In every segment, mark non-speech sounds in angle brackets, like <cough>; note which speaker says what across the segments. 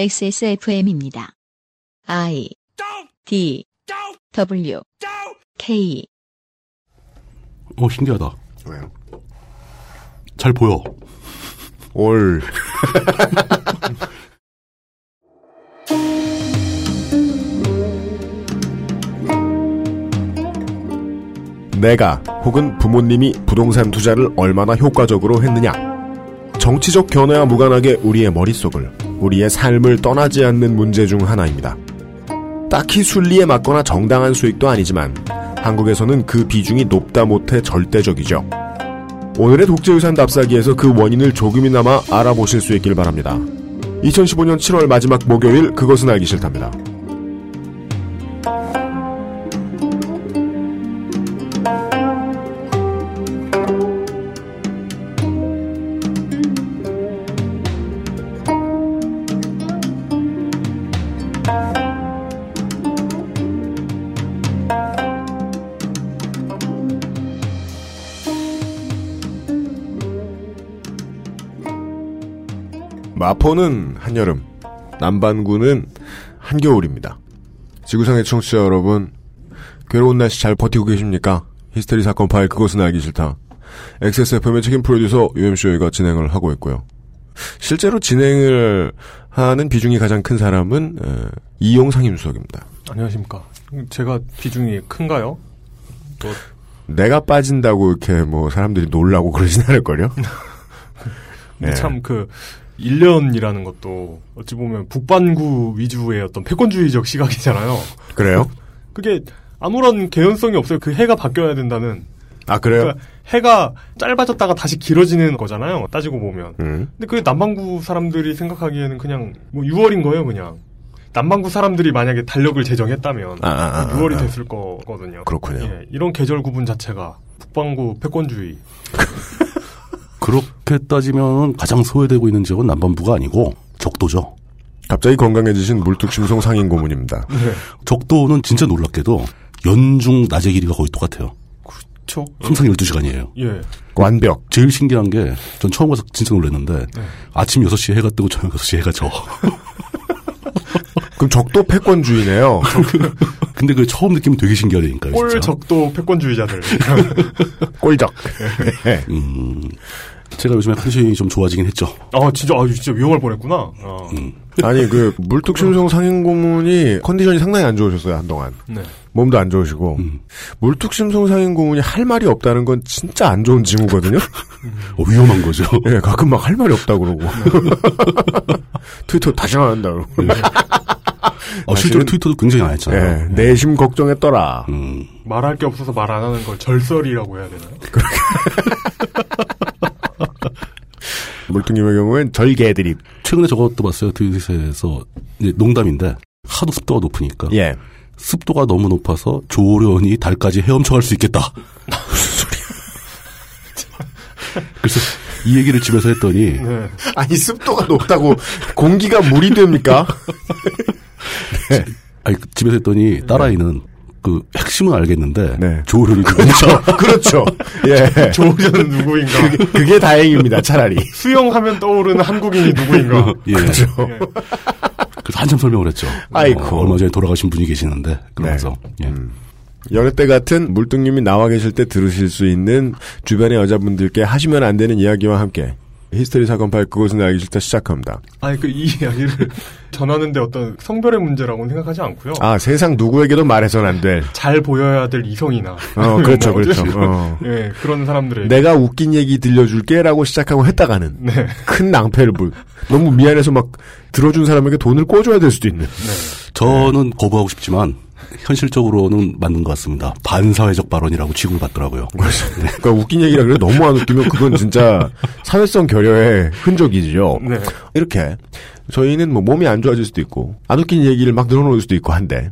Speaker 1: XSFM입니다. I D W K
Speaker 2: 어 신기하다.
Speaker 3: 왜요?
Speaker 2: 잘 보여.
Speaker 3: 올. <laughs> 내가 혹은 부모님이 부동산 투자를 얼마나 효과적으로 했느냐. 정치적 견해와 무관하게 우리의 머릿속을, 우리의 삶을 떠나지 않는 문제 중 하나입니다. 딱히 순리에 맞거나 정당한 수익도 아니지만, 한국에서는 그 비중이 높다 못해 절대적이죠. 오늘의 독재유산 답사기에서 그 원인을 조금이나마 알아보실 수 있길 바랍니다. 2015년 7월 마지막 목요일 그것은 알기 싫답니다. 마포는 한여름, 남반구는 한겨울입니다. 지구상의 청취자 여러분, 괴로운 날씨 잘 버티고 계십니까? 히스테리 사건 파일 그것은 알기 싫다. XSFM의 책임 프로듀서 UMC가 진행을 하고 있고요. 실제로 진행을 하는 비중이 가장 큰 사람은 에, 이용 상임수석입니다.
Speaker 4: 안녕하십니까. 제가 비중이 큰가요?
Speaker 3: 내가 빠진다고 이렇게 뭐 사람들이 놀라고 그러진 않을걸요? 네.
Speaker 4: 근데 참 그, 1년이라는 것도 어찌 보면 북반구 위주의 어떤 패권주의적 시각이잖아요.
Speaker 3: 그래요?
Speaker 4: 그게 아무런 개연성이 없어요. 그 해가 바뀌어야 된다는.
Speaker 3: 아 그래요?
Speaker 4: 그러니까 해가 짧아졌다가 다시 길어지는 거잖아요. 따지고 보면.
Speaker 3: 음.
Speaker 4: 근데 그게 남반구 사람들이 생각하기에는 그냥 뭐 6월인 거예요, 그냥. 남반구 사람들이 만약에 달력을 제정했다면
Speaker 3: 아, 아, 아, 아,
Speaker 4: 6월이
Speaker 3: 아.
Speaker 4: 됐을 거거든요.
Speaker 3: 그렇군요.
Speaker 4: 예, 이런 계절 구분 자체가 북반구 패권주의
Speaker 2: 그렇게 따지면 가장 소외되고 있는 지역은 남반부가 아니고 적도죠.
Speaker 3: 갑자기 건강해지신 물뚝심송 상인 고문입니다.
Speaker 2: 적도는 진짜 놀랍게도 연중 낮의 길이가 거의 똑같아요.
Speaker 4: 초?
Speaker 2: 항상 12시간이에요.
Speaker 4: 예.
Speaker 3: 완벽.
Speaker 2: 제일 신기한 게 전 처음 가서 진짜 놀랐는데 아침 6시에 해가 뜨고 저녁 6시에 해가 져. <laughs>
Speaker 3: 그럼 적도 패권주의네요. <laughs>
Speaker 2: 근데 그 처음 느낌이 되게 신기하다니까요. 진짜.
Speaker 4: 꼴
Speaker 3: <laughs>
Speaker 4: 적도 패권주의자들.
Speaker 3: 꼴적. <laughs> 예.
Speaker 2: 음, 제가 요즘에 컨디션이 좀 좋아지긴 했죠. 어,
Speaker 4: 아 진짜 아 진짜 위험할 뻔했구나. 어.
Speaker 3: 아니 그 물뚝심송 상인 고문이 컨디션이 상당히 안 좋으셨어요 한동안.
Speaker 4: 네.
Speaker 3: 몸도 안 좋으시고
Speaker 4: 음.
Speaker 3: 물뚝심송 상인 고문이 할 말이 없다는 건 진짜 안 좋은 징후거든요. <laughs>
Speaker 2: 어, 위험한 거죠.
Speaker 3: 예, 가끔 막 할 말이 없다 그러고 <laughs> 트위터 다시 안 한다 그러고.
Speaker 4: 네.
Speaker 2: 어, 실제로 트위터도 굉장히 안 했잖아요.
Speaker 3: 예, 내심 걱정했더라.
Speaker 2: 음,
Speaker 4: 말할 게 없어서 말 안 하는 걸 절설이라고 해야
Speaker 3: <laughs>
Speaker 4: 되나요?
Speaker 3: 물뚱님의 경우엔 절개 드립.
Speaker 2: 최근에 저것도 봤어요. 트윗에서 이제 농담인데 하도 습도가 높으니까
Speaker 3: 예.
Speaker 2: 습도가 너무 높아서 조련이 달까지 헤엄쳐갈 수 있겠다.
Speaker 3: <laughs>
Speaker 2: 무슨 소리야. 그래서 이 얘기를 집에서 했더니
Speaker 4: 네.
Speaker 3: <laughs> 아니 습도가 높다고 공기가 물이 됩니까?
Speaker 2: 아니, 그 집에서 했더니 딸아이는 그 핵심은 알겠는데
Speaker 3: 네.
Speaker 2: 조련이 그렇죠.
Speaker 3: 그렇죠. 예.
Speaker 4: 조우전은 누구인가?
Speaker 3: 그게, 그게 다행입니다. 차라리.
Speaker 4: 수영하면 떠오르는 한국인이 누구인가?
Speaker 3: 음.
Speaker 2: 예.
Speaker 4: 예.
Speaker 2: <laughs> 그래서 한참 설명을 했죠.
Speaker 3: 그렇죠. 아이고. 네. 음.
Speaker 2: 어, 얼마 전에 돌아가신 분이 계시는데 그러면서 예.
Speaker 3: 연애 때 같은 물뚱님이 나와 계실 때 들으실 수 있는 주변의 여자분들께 하시면 안 되는 이야기와 함께 히스테리 사건 파일 그것은 알기 싫다 시작합니다.
Speaker 4: 아니 그 이 이야기를 <laughs> 전하는데 어떤 성별의 문제라고는 생각하지 않고요.
Speaker 3: 아 세상 누구에게도 말해선 안 될.
Speaker 4: 잘 보여야 될 이성이나
Speaker 3: 어 그렇죠 그렇죠.
Speaker 4: 어쨌든
Speaker 3: <laughs> 어.
Speaker 4: 예 그런 사람들의
Speaker 3: 내가 웃긴 얘기 들려줄게라고 시작하고 했다가는
Speaker 4: 네.
Speaker 3: 큰 낭패를 볼. 너무 미안해서 막 들어준 사람에게 돈을 꿔줘야 될 수도 있는.
Speaker 4: 네.
Speaker 3: 네.
Speaker 2: 저는 거부하고 싶지만 현실적으로는 맞는 것 같습니다. 반사회적 발언이라고 취급을 받더라고요. 네,
Speaker 3: 그러니까 웃긴 얘기라 그래 너무 안 웃기면 그건 진짜 사회성 결여의 흔적이죠.
Speaker 4: 네.
Speaker 3: 이렇게 저희는 뭐 몸이 안 좋아질 수도 있고 안 웃긴 얘기를 막 늘어놓을 수도 있고 한데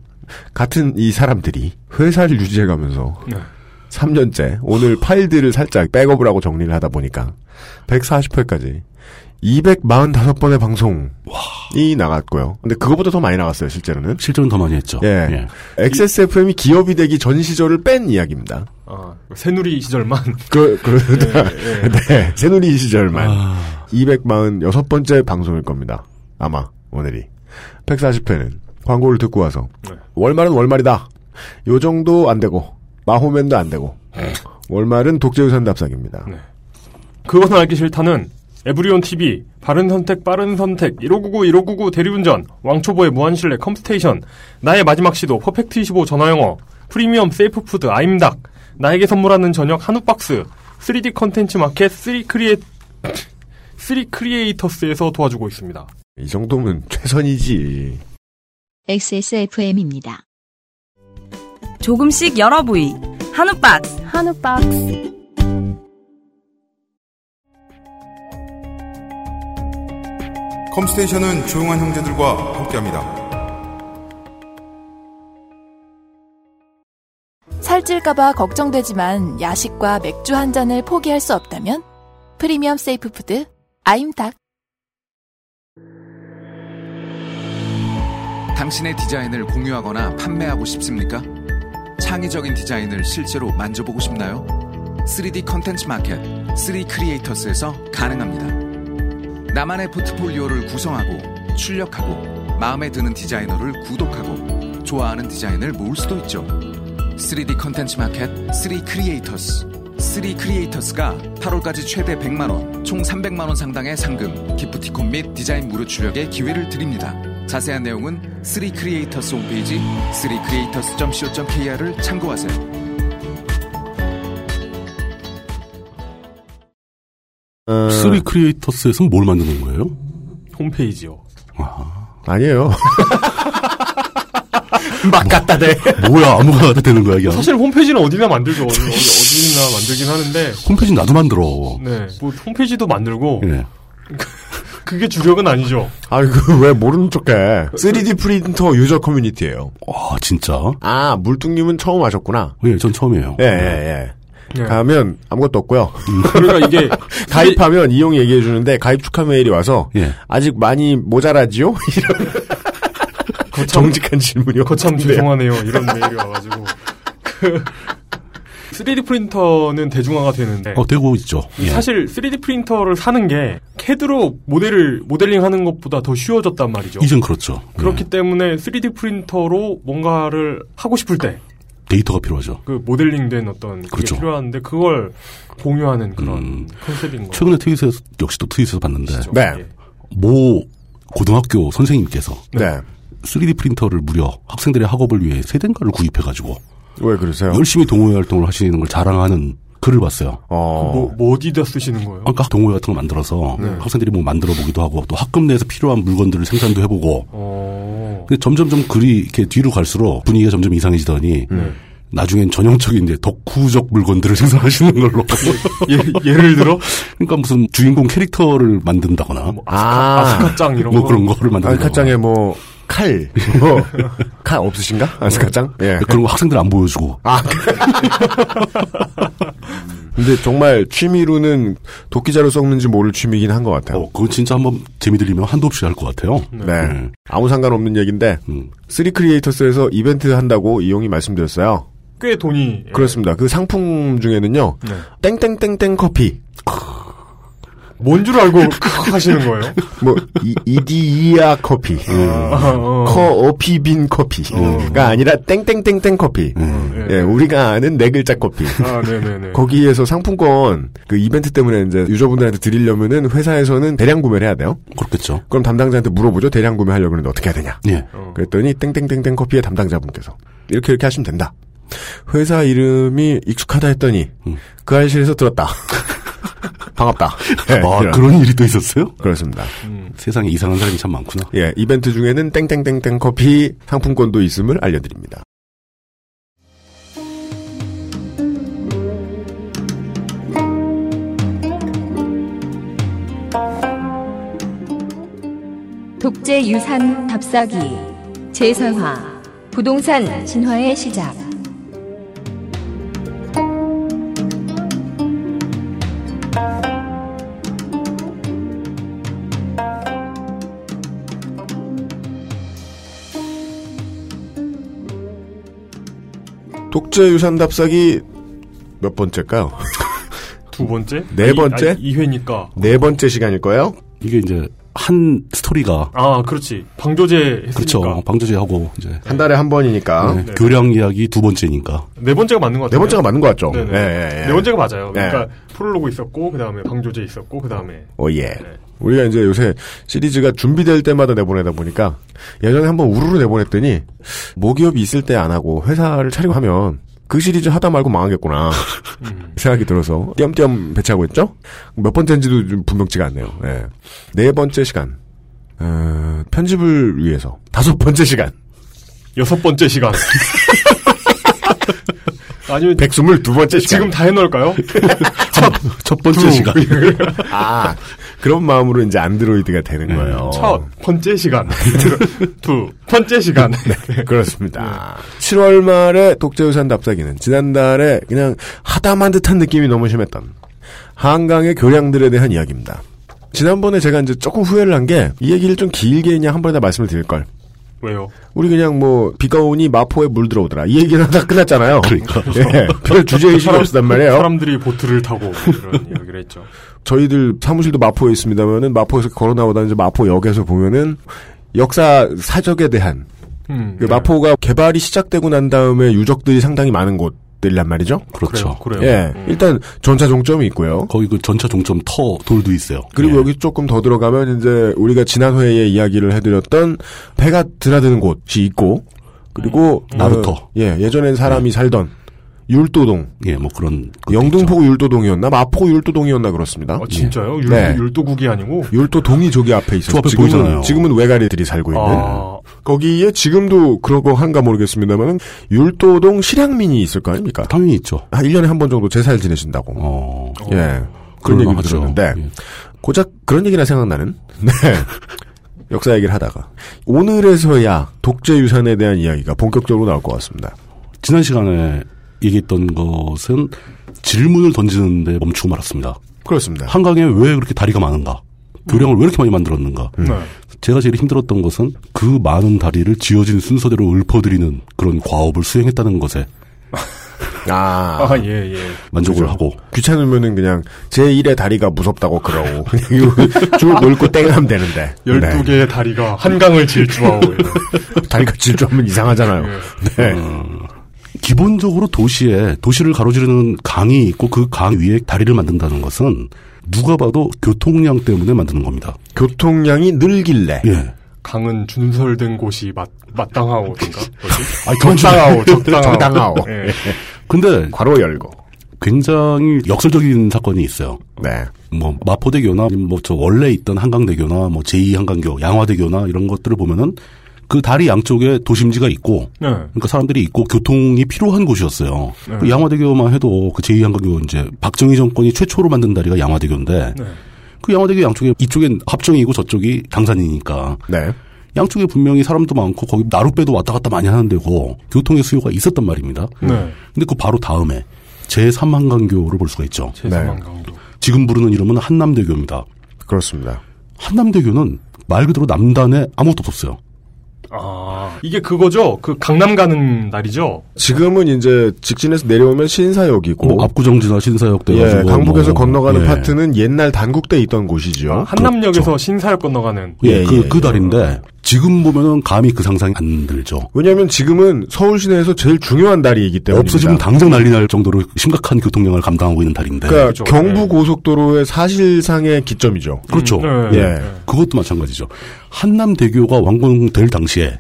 Speaker 3: 같은 이 사람들이 회사를 유지해가면서
Speaker 4: 네.
Speaker 3: 3년째 오늘 파일들을 살짝 백업을 하고 정리를 하다 보니까 140회까지 245번의 방송이 나갔고요. 근데 그거보다 더 많이 나갔어요 실제로는.
Speaker 2: 실제로는 더 많이 했죠.
Speaker 3: 예. XSFM이 기업이 되기 전 시절을 뺀 이야기입니다.
Speaker 4: 아, 새누리 시절만
Speaker 3: 그, <laughs> 네. 그러다.
Speaker 4: 예, 예.
Speaker 2: 아,
Speaker 3: 아. 네. 새누리 시절만. 246번째 방송일 겁니다. 아마. 오늘이 140회는 광고를 듣고 와서
Speaker 4: 네.
Speaker 3: 월말은 월말이다. 요 정도 안 되고 마호맨도 안 되고 월말은 독재유산 답상입니다.
Speaker 4: 네. 그것은 알기 싫다는 에브리온 TV, 바른 선택, 빠른 선택, 1599, 1599 대리운전, 왕초보의 무한실내 컴스테이션, 나의 마지막 시도, 퍼펙트25 전화영어, 프리미엄 세이프푸드, 아임닭, 나에게 선물하는 저녁 한우박스, 3D 컨텐츠 마켓, <clears throat> 3크리에, 3크리에이터스에서 도와주고 있습니다.
Speaker 3: 이 정도면 <laughs> 최선이지.
Speaker 1: XSFM입니다.
Speaker 5: 조금씩 여러 부위 한우박스
Speaker 6: 한우박스
Speaker 7: 컴스테이션은 조용한 형제들과 함께합니다.
Speaker 8: 살찔까봐 걱정되지만 야식과 맥주 한 잔을 포기할 수 없다면 프리미엄 세이프 푸드 아임닭
Speaker 9: 당신의 디자인을 공유하거나 판매하고 싶습니까? 창의적인 디자인을 실제로 만져보고 싶나요? 3D 컨텐츠 마켓 3크리에이터스에서 가능합니다. 나만의 포트폴리오를 구성하고 출력하고 마음에 드는 디자이너를 구독하고 좋아하는 디자인을 모을 수도 있죠. 3D 컨텐츠 마켓 3크리에이터스 3크리에이터스가 8월까지 최대 100만원, 총 300만원 상당의 상금, 기프티콘 및 디자인 무료 출력의 기회를 드립니다. 자세한 내용은 3크리에이터스 홈페이지 3creators.co.kr을 참고하세요.
Speaker 4: 네.
Speaker 3: 어,
Speaker 2: 쓰리 크리에이터스에서는 뭘 만드는 거예요?
Speaker 4: 홈페이지요. <laughs>
Speaker 3: 아니에요. <laughs>
Speaker 2: 막 갖다 대. 뭐야, 아무거나 갖다 대는 거야, 그냥.
Speaker 4: 사실 홈페이지는 어디나 만들죠. 어디, 어디나 만들긴 하는데,
Speaker 2: 홈페이지 나도 만들어.
Speaker 4: 네. 뭐, 홈페이지도 만들고,
Speaker 2: 예.
Speaker 4: 그게 주력은 아니죠.
Speaker 3: 아니 그 왜 모르는 척해. 3D 프린터 유저 커뮤니티예요.
Speaker 2: 와, 진짜?
Speaker 3: 아 물뚱님은 처음 아셨구나.
Speaker 2: 예, 전 처음이에요.
Speaker 3: 예, 예, 예.
Speaker 4: 네.
Speaker 3: 가면 아무것도 없고요.
Speaker 4: 그러니까 이게,
Speaker 3: 가입하면 이용 얘기해 주는데 가입 축하 메일이 와서
Speaker 2: 예.
Speaker 3: 아직 많이 모자라지요? <laughs> 이런 정직한 질문이요.
Speaker 4: 거참
Speaker 3: 네.
Speaker 4: 죄송하네요. 이런 메일이 와가지고. 그 3D 프린터는 대중화가 되는데.
Speaker 2: 어, 되고 있죠. 예.
Speaker 4: 사실 3D 프린터를 사는 게 CAD로 모델을 모델링 하는 것보다 더 쉬워졌단 말이죠.
Speaker 2: 이젠 그렇죠. 예.
Speaker 4: 그렇기 때문에 3D 프린터로 뭔가를 하고 싶을 때 그
Speaker 2: 데이터가 필요하죠.
Speaker 4: 모델링된 어떤 그게
Speaker 2: 그렇죠.
Speaker 4: 필요한데 그걸 공유하는 그런
Speaker 2: 음.
Speaker 4: 컨셉인 거죠.
Speaker 2: 최근에 트윗에서, 역시 또 트윗에서 봤는데,
Speaker 3: 네.
Speaker 4: 예.
Speaker 2: 모 고등학교 선생님께서
Speaker 3: 네.
Speaker 2: 3D 프린터를 무려 학생들의 학업을 위해 세 대인가를 구입해가지고
Speaker 4: 어.
Speaker 3: 왜 그러세요?
Speaker 2: 열심히 동호회 활동을 하시는 걸 자랑하는 글을 봤어요.
Speaker 3: 어.
Speaker 4: 뭐, 뭐 어디다 쓰시는 거예요?
Speaker 2: 아까 그러니까 동호회 같은 걸 만들어서
Speaker 4: 네.
Speaker 2: 학생들이 뭐 만들어 보기도 하고 또 학급 내에서 필요한 물건들을 생산도 해보고
Speaker 4: 어.
Speaker 2: 근데 점점점 글이 이렇게 뒤로 갈수록 분위기가 점점 이상해지더니
Speaker 4: 네.
Speaker 2: 나중엔 전형적인 이제 덕후적 물건들을 <laughs> 생산하시는 걸로
Speaker 4: 예, 예를 들어
Speaker 2: 그러니까 무슨 주인공 캐릭터를 만든다거나 뭐,
Speaker 3: 아.
Speaker 4: 아스카짱 이런 거.
Speaker 2: 그런 거를 만든다거나
Speaker 3: 아스카짱에 뭐, 칼. 뭐, <laughs> 칼 없으신가? 아스카짱? 예.
Speaker 2: 네, 그런 거 학생들 안 보여주고
Speaker 3: 아. <laughs> 근데 정말 취미로는 도끼자루 썩는지 모를 취미긴 한 것
Speaker 4: 네.
Speaker 3: 같아요.
Speaker 2: 어, 그건 진짜 한번 재미 들리면 한도 없이 할 것 같아요.
Speaker 4: 음.
Speaker 3: 네.
Speaker 2: 네.
Speaker 3: 아무 상관없는 얘기인데,
Speaker 2: 음.
Speaker 3: 쓰리 크리에이터스에서 이벤트 한다고 이용이 말씀드렸어요.
Speaker 4: 꽤 돈이 예.
Speaker 3: 그렇습니다. 그 상품 중에는요,
Speaker 4: 네.
Speaker 3: 땡땡땡땡 커피,
Speaker 4: 뭔 줄 알고 <laughs> 하시는 거예요?
Speaker 3: 뭐, 이, 이디이아 커피, 음,
Speaker 4: 아, 어.
Speaker 3: 커어피빈 커피가 아니라 땡땡땡땡 커피.
Speaker 4: 예.
Speaker 3: 예, 우리가 아는 네 글자 커피.
Speaker 4: 아, 네네네.
Speaker 3: 거기에서 상품권 그 이벤트 때문에 이제 유저분들한테 드리려면은 회사에서는 대량 구매를 해야 돼요.
Speaker 2: 그렇겠죠.
Speaker 3: 그럼 담당자한테 물어보죠. 대량 구매하려고 하는데 어떻게 해야 되냐.
Speaker 2: 예.
Speaker 4: 어.
Speaker 3: 그랬더니 땡땡땡땡 커피의 담당자분께서 이렇게 이렇게 하시면 된다. 회사 이름이 익숙하다 했더니
Speaker 4: 음.
Speaker 3: 그 알실에서 들었다.
Speaker 4: <laughs>
Speaker 3: 반갑다. 예,
Speaker 4: 네,
Speaker 2: 아,
Speaker 3: 이런.
Speaker 2: 그런 일이 또 있었어요?
Speaker 3: 그렇습니다.
Speaker 2: 세상에 이상한 사람이 참 많구나.
Speaker 3: 예, 이벤트 중에는 땡땡땡땡 커피 상품권도 있음을 알려드립니다.
Speaker 6: 독재 유산 답사기 재산화 부동산 진화의 시작
Speaker 3: 독재 유산 답사기 몇 번째일까요?
Speaker 4: 두 번째?
Speaker 3: 네 번째?
Speaker 4: 이, 회니까
Speaker 3: 네 번째 시간일 거예요.
Speaker 2: 이게 이제 한 스토리가
Speaker 4: 아, 그렇지. 방조제 했으니까.
Speaker 2: 그렇죠.
Speaker 3: 그러니까.
Speaker 2: 방조제하고 이제
Speaker 3: 한 달에 한 번이니까
Speaker 2: 네, 교량 이야기 두 번째니까
Speaker 4: 네 번째가 맞는 것 같아요.
Speaker 3: 네 번째가 맞는 것 같죠.
Speaker 4: 네네.
Speaker 3: 예, 예, 예.
Speaker 4: 네 번째가 맞아요. 그러니까
Speaker 3: 네.
Speaker 4: 프롤로그 있었고 그다음에 방조제 있었고 그다음에
Speaker 3: 오, 예. 우리가 이제 요새 시리즈가 준비될 때마다 내보내다 보니까 예전에 한번 우르르 내보냈더니 모기업이 있을 때 안 하고 회사를 차리고 하면 그 시리즈 하다 말고 망하겠구나
Speaker 4: 음.
Speaker 3: 생각이 들어서 띄엄띄엄 배치하고 있죠. 몇 번째인지도 좀 분명치가 않네요. 예. 네 번째 시간 어, 편집을 위해서 다섯 번째 시간
Speaker 4: 여섯
Speaker 3: <laughs>
Speaker 4: 번째 시간. 아니면
Speaker 3: 백스물 두 번째 시간
Speaker 4: 지금 다
Speaker 3: <laughs>
Speaker 4: 해놓을까요?
Speaker 2: 첫 번째
Speaker 3: 두.
Speaker 2: 시간
Speaker 3: 아 그런 마음으로 이제 안드로이드가 되는 거예요.
Speaker 4: 음, 첫
Speaker 3: <laughs>
Speaker 4: 번째 시간, 두 번째 시간.
Speaker 3: 네. 그렇습니다. 7월 네. 말에 독재유산 답사기는 지난달에 그냥 하다만 듯한 느낌이 너무 심했던 한강의 교량들에 대한 이야기입니다. 지난번에 제가 이제 조금 후회를 한 게 이 얘기를 좀 길게 그냥 한 번에 다 말씀을 드릴 걸.
Speaker 4: 왜요?
Speaker 3: 우리 그냥 뭐 비가 오니 마포에 물 들어오더라 이 얘기는 다 끝났잖아요.
Speaker 2: 그러니까.
Speaker 3: 예, 별 주제 의식이 없었단 말이에요.
Speaker 4: 사람들이 보트를 타고 이런 <laughs> 이야기를 했죠.
Speaker 3: 저희들 사무실도 마포에 있습니다면은 마포에서 걸어 나오다 이제 마포역에서 보면은 역사 사적에 대한
Speaker 4: 음,
Speaker 3: 그 마포가 개발이 시작되고 난 다음에 유적들이 상당히 많은 곳들란 말이죠.
Speaker 2: 그렇죠.
Speaker 4: 그래요, 그래요.
Speaker 3: 예, 일단 전차 종점이 있고요.
Speaker 2: 거기 그 전차 종점 터 돌도 있어요.
Speaker 3: 그리고
Speaker 2: 예.
Speaker 3: 여기 조금 더 들어가면 이제 우리가 지난 회에 이야기를 해드렸던 배가 드나드는 곳이 있고 그리고
Speaker 2: 음. 나루터.
Speaker 3: 어, 예, 예전엔 사람이 살던 율도동,
Speaker 2: 예, 뭐 그런 것도 어,
Speaker 3: 영등포구 율도동이었나 마포 율도동이었나 그렇습니다.
Speaker 4: 아, 진짜요? 율,
Speaker 3: 네.
Speaker 4: 율도국이 아니고?
Speaker 3: 율도동이 저기 앞에 있어요.
Speaker 2: 저 앞에
Speaker 3: 지금은,
Speaker 2: 보이잖아요.
Speaker 3: 지금은 외가리들이 살고 있는.
Speaker 4: 아,
Speaker 3: 거기에 지금도 그런 거 한가 모르겠습니다만 율도동 실향민이 있을 거 아닙니까?
Speaker 2: 있죠. 당연히 있죠.
Speaker 3: 한 1년에 한 번 정도 제사를 지내신다고.
Speaker 2: 어,
Speaker 3: 예. 그런 얘기를
Speaker 2: 그럴만하죠.
Speaker 3: 들었는데
Speaker 2: 예.
Speaker 3: 고작 그런 얘기나 생각나는 <laughs> 네. 역사 얘기를 하다가 오늘에서야 독재 유산에 대한 이야기가 본격적으로 나올 것 같습니다.
Speaker 2: 지난 시간에 얘기했던 것은 질문을 던지는데 멈추고 말았습니다.
Speaker 3: 그렇습니다.
Speaker 2: 한강에 왜 그렇게 다리가 많은가? 교량을 왜 이렇게 많이 만들었는가?
Speaker 4: 네.
Speaker 2: 제가 제일 힘들었던 것은 그 많은 다리를 지어진 순서대로 읊어드리는 그런 과업을 수행했다는 것에
Speaker 3: 아,
Speaker 4: 아, 예, 예.
Speaker 2: 만족을
Speaker 3: 그죠.
Speaker 2: 하고
Speaker 3: 귀찮으면은 그냥 제 1의 다리가 무섭다고 그러고 <laughs> 쭉 놀고 땡하면 되는데
Speaker 4: 12개의 다리가 한강을 질주하고. 이런.
Speaker 3: 네. 다리가 질주하면 이상하잖아요.
Speaker 4: 예.
Speaker 3: 네.
Speaker 4: 음.
Speaker 2: 기본적으로 도시에 도시를 가로지르는 강이 있고 그 강 위에 다리를 만든다는 것은 누가 봐도 교통량 때문에 만드는 겁니다.
Speaker 3: 교통량이 늘길래
Speaker 2: 예.
Speaker 4: <laughs> 강은 준설된 곳이 마, 마땅하오든가?
Speaker 2: 아,
Speaker 3: <laughs>
Speaker 4: 적당하오, 적당하오.
Speaker 3: 적당하오.
Speaker 4: 예.
Speaker 2: 근데
Speaker 3: 괄호 열고
Speaker 2: 굉장히 역설적인 사건이 있어요.
Speaker 3: 네.
Speaker 2: 뭐 마포대교나 뭐 저 원래 있던 한강대교나 뭐 제2 한강교, 양화대교나 이런 것들을 보면은 그 다리 양쪽에 도심지가 있고
Speaker 4: 네.
Speaker 2: 그러니까 사람들이 있고 교통이 필요한 곳이었어요.
Speaker 3: 네.
Speaker 2: 그 양화대교만 해도 그 제2 한강교 이제 박정희 정권이 최초로 만든 다리가 양화대교인데
Speaker 4: 네.
Speaker 2: 그 양화대교 양쪽에 이쪽엔 합정이고 저쪽이 당산이니까
Speaker 3: 네.
Speaker 2: 양쪽에 분명히 사람도 많고 거기 나룻배도 왔다 갔다 많이 하는 데고 교통의 수요가 있었단 말입니다.
Speaker 4: 네.
Speaker 2: 근데 그 바로 다음에 제3한강교를 볼 수가 있죠.
Speaker 4: 네. 제수만강도.
Speaker 2: 지금 부르는 이름은 한남대교입니다.
Speaker 3: 그렇습니다.
Speaker 2: 한남대교는 말 그대로 남단에 아무것도 없어요.
Speaker 4: 아, 이게 그거죠? 그 강남 가는 날이죠?
Speaker 3: 지금은 이제 직진에서 내려오면 신사역이고
Speaker 2: 뭐 압구정지나 신사역 대
Speaker 3: 예,
Speaker 2: 가지고
Speaker 3: 강북에서
Speaker 2: 뭐,
Speaker 3: 건너가는
Speaker 2: 예. 아,
Speaker 3: 파트는 옛날 단국대 있던
Speaker 4: 어?
Speaker 3: 곳이죠.
Speaker 4: 한남역에서 신사역 건너가는.
Speaker 2: 예,
Speaker 3: 예,
Speaker 2: 그,
Speaker 3: 예,
Speaker 2: 그 다리인데 지금 보면은 감히 그 상상이 안 들죠.
Speaker 3: 왜냐하면 지금은 서울 시내에서 제일 중요한 다리이기 때문에
Speaker 2: 없어지면 당장 난리 날 정도로 심각한 교통량을 감당하고 있는 다리인데
Speaker 3: 그러니까
Speaker 4: 그렇죠.
Speaker 3: 경부 고속도로의 사실상의 기점이죠.
Speaker 2: 네, 그렇죠.
Speaker 4: 네.
Speaker 3: 예.
Speaker 2: 그것도 마찬가지죠. 한남대교가 완공될 당시에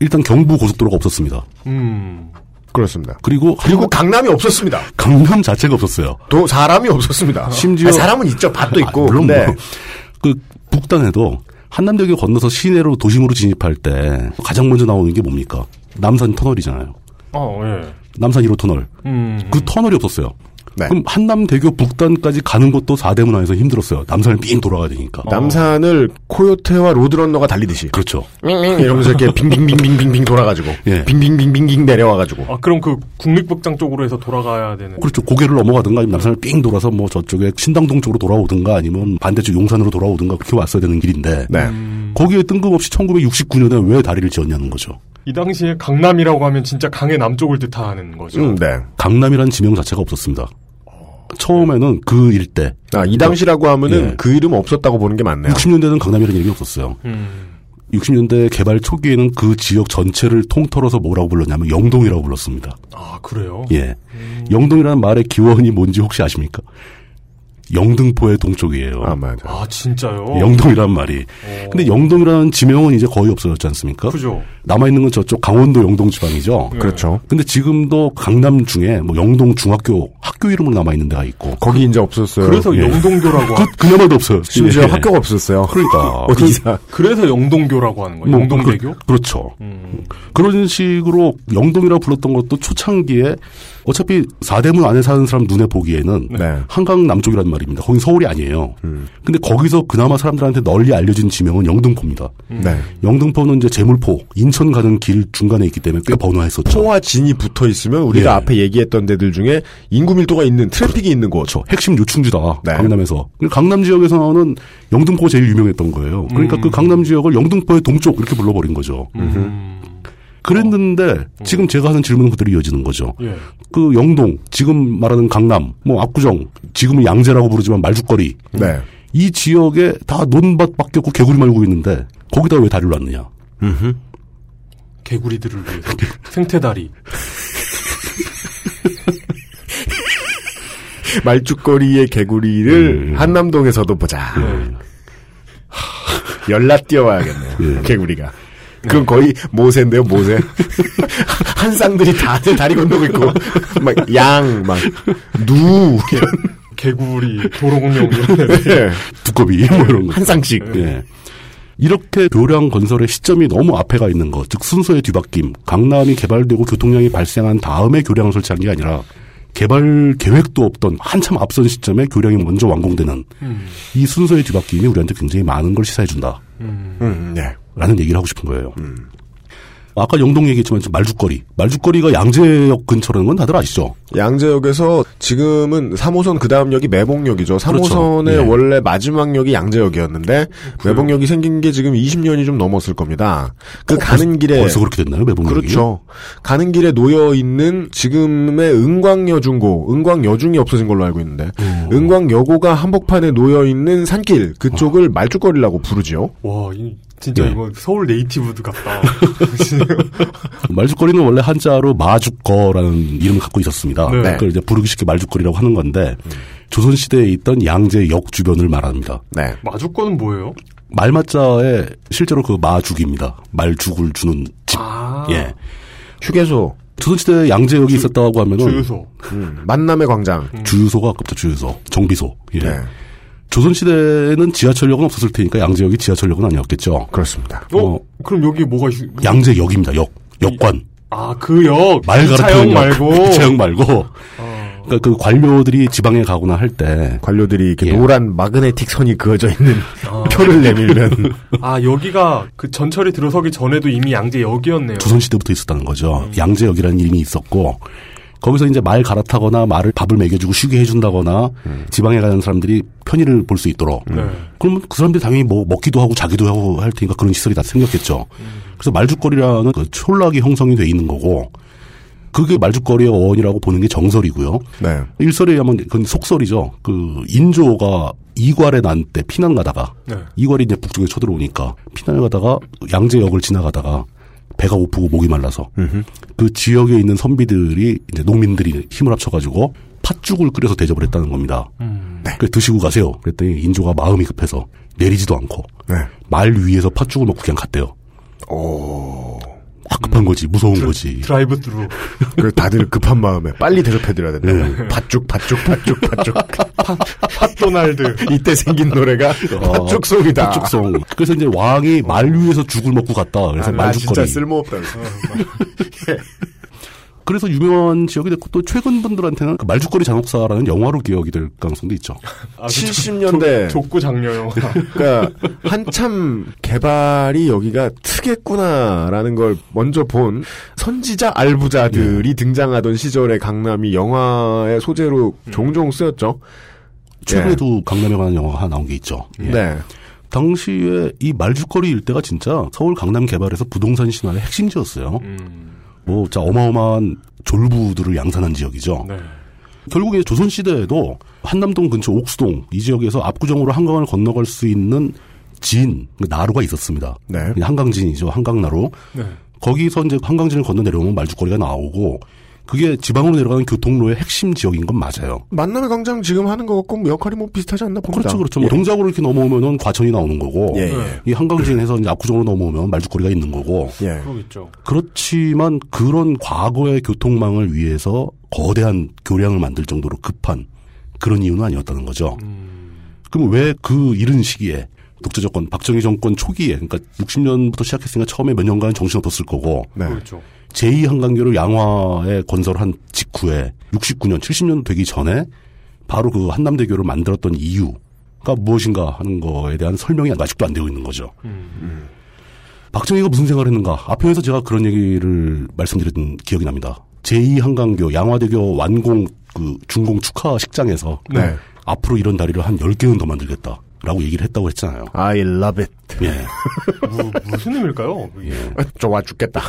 Speaker 2: 일단 경부 고속도로가 없었습니다.
Speaker 4: 음.
Speaker 3: 그렇습니다.
Speaker 2: 그리고
Speaker 3: 그리고
Speaker 2: 한-
Speaker 3: 강남이 없었습니다.
Speaker 2: 강남 자체가 없었어요.
Speaker 3: 또 사람이 없었습니다.
Speaker 2: 심지어-
Speaker 3: 아니, 사람은 있죠. 밭도 있고.
Speaker 2: 아, 물론
Speaker 3: 네.
Speaker 2: 뭐, <laughs> 그 북단에도 한남대교 건너서 시내로 도심으로 진입할 때 가장 먼저 나오는 게 뭡니까? 남산 터널이잖아요.
Speaker 4: 어, 예.
Speaker 2: 남산 1호 터널.
Speaker 4: 음.
Speaker 2: 그 터널이 없었어요.
Speaker 3: 네.
Speaker 2: 그럼 한남대교 북단까지 가는 것도 4대 문화에서 힘들었어요. 남산을 삥 돌아가야 되니까.
Speaker 4: 어.
Speaker 3: 남산을 코요테와 로드런너가 달리듯이
Speaker 2: 그렇죠.
Speaker 3: 이러면서 이렇게 빙빙빙빙빙빙 돌아가지고
Speaker 2: 예. 어,
Speaker 3: 빙빙빙빙빙 내려와가지고
Speaker 4: 아, 그럼 그 국립극장 쪽으로 해서 돌아가야 되는.
Speaker 2: 그렇죠. 고개를 넘어가든가 아니면 남산을 삥 돌아서 뭐 저쪽에 신당동 쪽으로 돌아오든가 아니면 반대쪽 용산으로 돌아오든가 그렇게 왔어야 되는 길인데
Speaker 3: 네.
Speaker 2: 거기에 뜬금없이 1969년에 왜 다리를 지었냐는 거죠.
Speaker 4: 이 당시에 강남이라고 하면 진짜 강의 남쪽을 뜻하는 거죠.
Speaker 3: 음, 네.
Speaker 2: 강남이라는 지명 자체가 없었습니다. 처음에는 그 일대
Speaker 3: 아, 이 당시라고 하면은
Speaker 2: 예.
Speaker 3: 그 이름 없었다고 보는
Speaker 2: <laughs>
Speaker 3: 게 맞네요.
Speaker 2: 60년대는 강남이라는 얘기 없었어요.
Speaker 4: 음.
Speaker 2: 60년대 개발 초기에는 그 지역 전체를 통틀어서 뭐라고 불렀냐면 영동이라고 불렀습니다.
Speaker 4: 아, 그래요?
Speaker 2: 예. 영동이라는 말의 기원이 뭔지 혹시 아십니까? 영등포의 동쪽이에요.
Speaker 3: 아, 뭐. 맞아.
Speaker 4: 아, 진짜요?
Speaker 2: 영동이란 말이.
Speaker 4: 어.
Speaker 2: 근데 영동이라는 지명은 이제 거의 없어졌지 않습니까?
Speaker 4: 그죠.
Speaker 2: 남아있는 건 저쪽 강원도 영동 지방이죠.
Speaker 3: 그렇죠.
Speaker 2: 근데 지금도 강남 중에 뭐 영동 중학교 학교 이름으로 남아있는 데가 있고.
Speaker 3: 거기 이제 없었어요.
Speaker 4: 그래서
Speaker 2: 예.
Speaker 4: 영동교라고 하,
Speaker 2: 그, 그나마도 없어요.
Speaker 3: 심지어
Speaker 2: 예.
Speaker 3: 학교가 없었어요. <laughs>
Speaker 2: 그러니까.
Speaker 3: 어디 이사.
Speaker 4: 그래서 영동교라고 하는 거예요.
Speaker 2: 뭐,
Speaker 4: 영동대교?
Speaker 2: 그, 그렇죠.
Speaker 4: 음.
Speaker 2: 그런 식으로 영동이라 불렀던 것도 초창기에 어차피 사대문 안에 사는 사람 눈에 보기에는
Speaker 3: 네.
Speaker 2: 한강 남쪽이란 말입니다. 거긴 서울이 아니에요. 근데 거기서 그나마 사람들한테 널리 알려진 지명은 영등포입니다.
Speaker 4: 음.
Speaker 3: 네.
Speaker 2: 영등포는 이제 제물포, 인천 가는 길 중간에 있기 때문에 꽤 번화했었죠.
Speaker 3: 포와 진이 붙어 있으면 우리가
Speaker 2: 예.
Speaker 3: 앞에 얘기했던 데들 중에 인구 밀도가 있는 트래픽이 있는 곳.
Speaker 2: 그렇죠. 핵심 요충지다.
Speaker 3: 네.
Speaker 2: 강남에서. 근데 강남 지역에서는 영등포 가 제일 유명했던 거예요. 그러니까 그 강남 지역을 영등포의 동쪽 이렇게 불러버린 거죠.
Speaker 4: 음.
Speaker 2: 그랬는데 지금 제가 하는 질문은 그대로 이어지는 거죠.
Speaker 4: 예.
Speaker 2: 그 영동, 지금 말하는 강남, 뭐 압구정, 지금은 양재라고 부르지만 말죽거리.
Speaker 3: 네.
Speaker 2: 이 지역에 다 논밭밖에 없고 개구리 말고 있는데 거기다 왜 다리를 놨느냐?
Speaker 4: 개구리들을 위해서. 생태다리.
Speaker 3: 말죽거리의
Speaker 2: 음,
Speaker 3: 개구리를 한남동에서도 보자.
Speaker 2: 예.
Speaker 3: 열라 뛰어와야겠네요.
Speaker 2: 예.
Speaker 3: 개구리가. 그럼 거의 모세인데요, 모세. <laughs> 한 쌍들이 다들 다리 건너고 있고, 막, 양, 막, 누,
Speaker 4: 개구리, 도롱뇽 이런 데.
Speaker 3: 예.
Speaker 2: 두꺼비 <laughs> 뭐 이런 거.
Speaker 3: 한 쌍씩.
Speaker 2: 예. 이렇게 교량 건설의 시점이 너무 앞에 가 있는 것, 즉 순서의 뒤바뀜, 강남이 개발되고 교통량이 발생한 다음에 교량을 설치한 게 아니라 개발 계획도 없던 한참 앞선 시점에 교량이 먼저 완공되는 이 순서의 뒤바뀜이 우리한테 굉장히 많은 걸 시사해준다.
Speaker 3: 음, 네.
Speaker 2: 라는 얘기를 하고 싶은 거예요.
Speaker 3: 음.
Speaker 2: 아까 영동 얘기했지만 지금 말죽거리. 말죽거리가 양재역 근처라는 건 다들 아시죠?
Speaker 3: 양재역에서 지금은 3호선 그 다음 역이 매봉역이죠.
Speaker 2: 그렇죠.
Speaker 3: 3호선의
Speaker 2: 예. 음.
Speaker 3: 원래 마지막 역이 양재역이었는데 매봉역이 생긴 게 지금 20년이 좀 넘었을 겁니다. 그 가는 길에
Speaker 2: 어, 벌써 그렇게 됐나요, 매봉역이?
Speaker 3: 그렇죠. 가는 길에 놓여 있는 지금의 은광여중고, 은광여중이 없어진 걸로 알고 있는데 은광여고가 한복판에 놓여 있는 산길 그쪽을 말죽거리라고 부르지요.
Speaker 4: 와, 이, 진짜
Speaker 2: 네.
Speaker 4: 이거 서울 네이티브드 같다. <laughs>
Speaker 2: 말죽거리는 원래 한자로 마죽거라는 이름을 갖고 있었습니다.
Speaker 4: 네.
Speaker 2: 그걸 이제 부르기 쉽게 말죽거리라고 하는 건데 조선시대에 있던 양재역 주변을 말합니다.
Speaker 3: 네.
Speaker 4: 마주권은 뭐예요?
Speaker 2: 말맞자에 실제로 그 마죽입니다. 말죽을 주는 집.
Speaker 4: 아.
Speaker 2: 예.
Speaker 3: 휴게소,
Speaker 2: 조선시대 양재역이 있었다고 하면은
Speaker 4: 주유소.
Speaker 3: 음, 만남의 광장.
Speaker 2: 주유소가 아깝죠. 주유소. 정비소. 예.
Speaker 3: 네.
Speaker 2: 조선시대에는 지하철역은 없었을 테니까 양재역이 지하철역은 아니었겠죠.
Speaker 3: 그렇습니다.
Speaker 4: 어?
Speaker 2: 어.
Speaker 4: 그럼 여기 뭐가 있...
Speaker 2: 양재역입니다. 역. 역관.
Speaker 4: 아, 그 역.
Speaker 2: 말
Speaker 4: 차역
Speaker 2: 갈아타는 <laughs>
Speaker 4: 말고. 어.
Speaker 2: 차역 말고. 그러니까 그 관료들이 지방에 가거나 할 때
Speaker 3: 관료들이 이렇게
Speaker 2: 예.
Speaker 3: 노란 마그네틱 선이 그어져 있는 표를 <laughs> 내밀면
Speaker 4: 아, 여기가 그 전철이 들어서기 전에도 이미 양재 역이었네요.
Speaker 2: 조선시대부터 있었다는 거죠. 양재역이라는 이름이 있었고, 거기서 이제 말 갈아타거나 말을 밥을 먹여주고 쉬게 해준다거나 지방에 가는 사람들이 편의를 볼 수 있도록.
Speaker 4: 네.
Speaker 2: 그러면 그 사람들이 당연히 뭐 먹기도 하고 자기도 하고 할 테니까 그런 시설이 다 생겼겠죠. 그래서 말죽거리라는 그 촌락이 형성이 돼 있는 거고, 그게 말죽거리의 어원이라고 보는 게 정설이고요.
Speaker 3: 네.
Speaker 2: 일설에 의하면 그건 속설이죠. 그 인조가 이괄에 난 때 피난 가다가
Speaker 4: 네.
Speaker 2: 이괄이 이제 북쪽에 쳐들어오니까 피난을 가다가 양재역을 지나가다가 배가 고프고 목이 말라서 그 지역에 있는 선비들이 이제 농민들이 힘을 합쳐가지고 팥죽을 끓여서 대접을 했다는 겁니다.
Speaker 3: 음.
Speaker 2: 네. 그래 드시고 가세요. 그랬더니 인조가 마음이 급해서 내리지도 않고
Speaker 3: 네.
Speaker 2: 말 위에서 팥죽을 먹고 그냥 갔대요.
Speaker 3: 음.
Speaker 2: 급한 거지 무서운 거지.
Speaker 4: 드라이브 스루.
Speaker 3: 그래서 다들 급한 마음에 빨리 대접해드려야 된다. 팥죽, 팥죽, 팥죽, 팥죽.
Speaker 4: 핫도날드.
Speaker 3: 이때 생긴 노래가 어. 팥죽 소리다.
Speaker 2: 팥죽송. 그래서 이제 왕이 말 위에서 죽을 먹고 갔다. 그래서
Speaker 3: 아,
Speaker 2: 말죽거리.
Speaker 3: 진짜 쓸모없다.
Speaker 2: 그래서 유명한 지역이 됐고 또 최근 분들한테는 그 말죽거리 잔혹사라는 영화로 기억이 될 가능성도 있죠.
Speaker 4: 아, 그
Speaker 3: 70년대.
Speaker 4: 족- 족구 장려 영화.
Speaker 3: 그러니까 한참 개발이 여기가 특했구나라는 걸 먼저 본 선지자 알부자들이 등장하던 시절의 강남이 영화의 소재로 종종 쓰였죠.
Speaker 2: 최근에도 강남에 관한 영화가 하나 나온 게 있죠.
Speaker 3: 예. 네.
Speaker 2: 당시에 이 말죽거리 일대가 진짜 서울 강남 개발에서 부동산 신화의 핵심지였어요.
Speaker 4: 음.
Speaker 2: 뭐, 진짜 어마어마한 졸부들을 양산한 지역이죠.
Speaker 4: 네.
Speaker 2: 결국에 조선시대에도 한남동 근처 옥수동 이 지역에서 압구정으로 한강을 건너갈 수 있는 진, 그 나루가 있었습니다.
Speaker 3: 네.
Speaker 2: 그냥 한강진이죠. 한강나루.
Speaker 4: 네.
Speaker 2: 거기서 이제 한강진을 건너 내려오면 말죽거리가 나오고 그게 지방으로 내려가는 교통로의 핵심 지역인 건 맞아요.
Speaker 3: 만남의 광장 지금 하는 거꼭 역할이 뭐 비슷하지 않나 봅니다.
Speaker 2: 그렇죠, 그렇죠. 뭐 동작으로 이렇게 넘어오면은 과천이 나오는 거고
Speaker 3: 예, 예.
Speaker 2: 이 한강진에서 이제 압구정으로 넘어오면 말죽거리가 있는 거고
Speaker 3: 예.
Speaker 4: 그러겠죠.
Speaker 2: 그렇지만 그런 과거의 교통망을 위해서 거대한 교량을 만들 정도로 급한 그런 이유는 아니었다는 거죠. 그럼 왜 그 이른 시기에 독재 정권 박정희 정권 초기에 그러니까 60년부터 시작했으니까 처음에 몇 년간 정신 없었을 거고
Speaker 3: 네.
Speaker 4: 그렇죠.
Speaker 2: 제2 한강교를 양화에 건설한 직후에 69년 70년 되기 전에 바로 그 한남대교를 만들었던 이유가 그러니까 무엇인가 하는 거에 대한 설명이 아직도 안 되고 있는 거죠.
Speaker 4: 음.
Speaker 2: 음. 박정희가 무슨 생각을 했는가? 앞에서 제가 그런 얘기를 말씀드렸던 기억이 납니다. 제2 한강교 양화대교 완공 그 준공 축하 식장에서
Speaker 3: 네.
Speaker 2: 앞으로 이런 다리를 한 10개는 더 만들겠다라고 얘기를 했다고 했잖아요.
Speaker 3: I love it.
Speaker 2: 예.
Speaker 4: 무, 무슨 의미일까요? 그게?
Speaker 3: 좋아 죽겠다.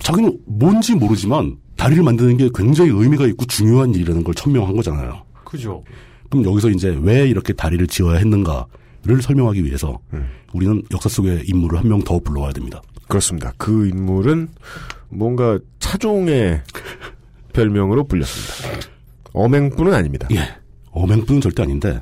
Speaker 2: 자기는 뭔지 모르지만 다리를 만드는 게 굉장히 의미가 있고 중요한 일이라는 걸 천명한 거잖아요.
Speaker 4: 그죠.
Speaker 2: 그럼 여기서 이제 왜 이렇게 다리를 지어야 했는가를 설명하기 위해서
Speaker 4: 네.
Speaker 2: 우리는 역사 속의 인물을 한 명 더 불러와야 됩니다.
Speaker 3: <laughs> 그렇습니다. 그 인물은 뭔가 차종의 별명으로 불렸습니다. 어맹뿐은 아닙니다.
Speaker 2: 예. 어맹뿐은 절대 아닌데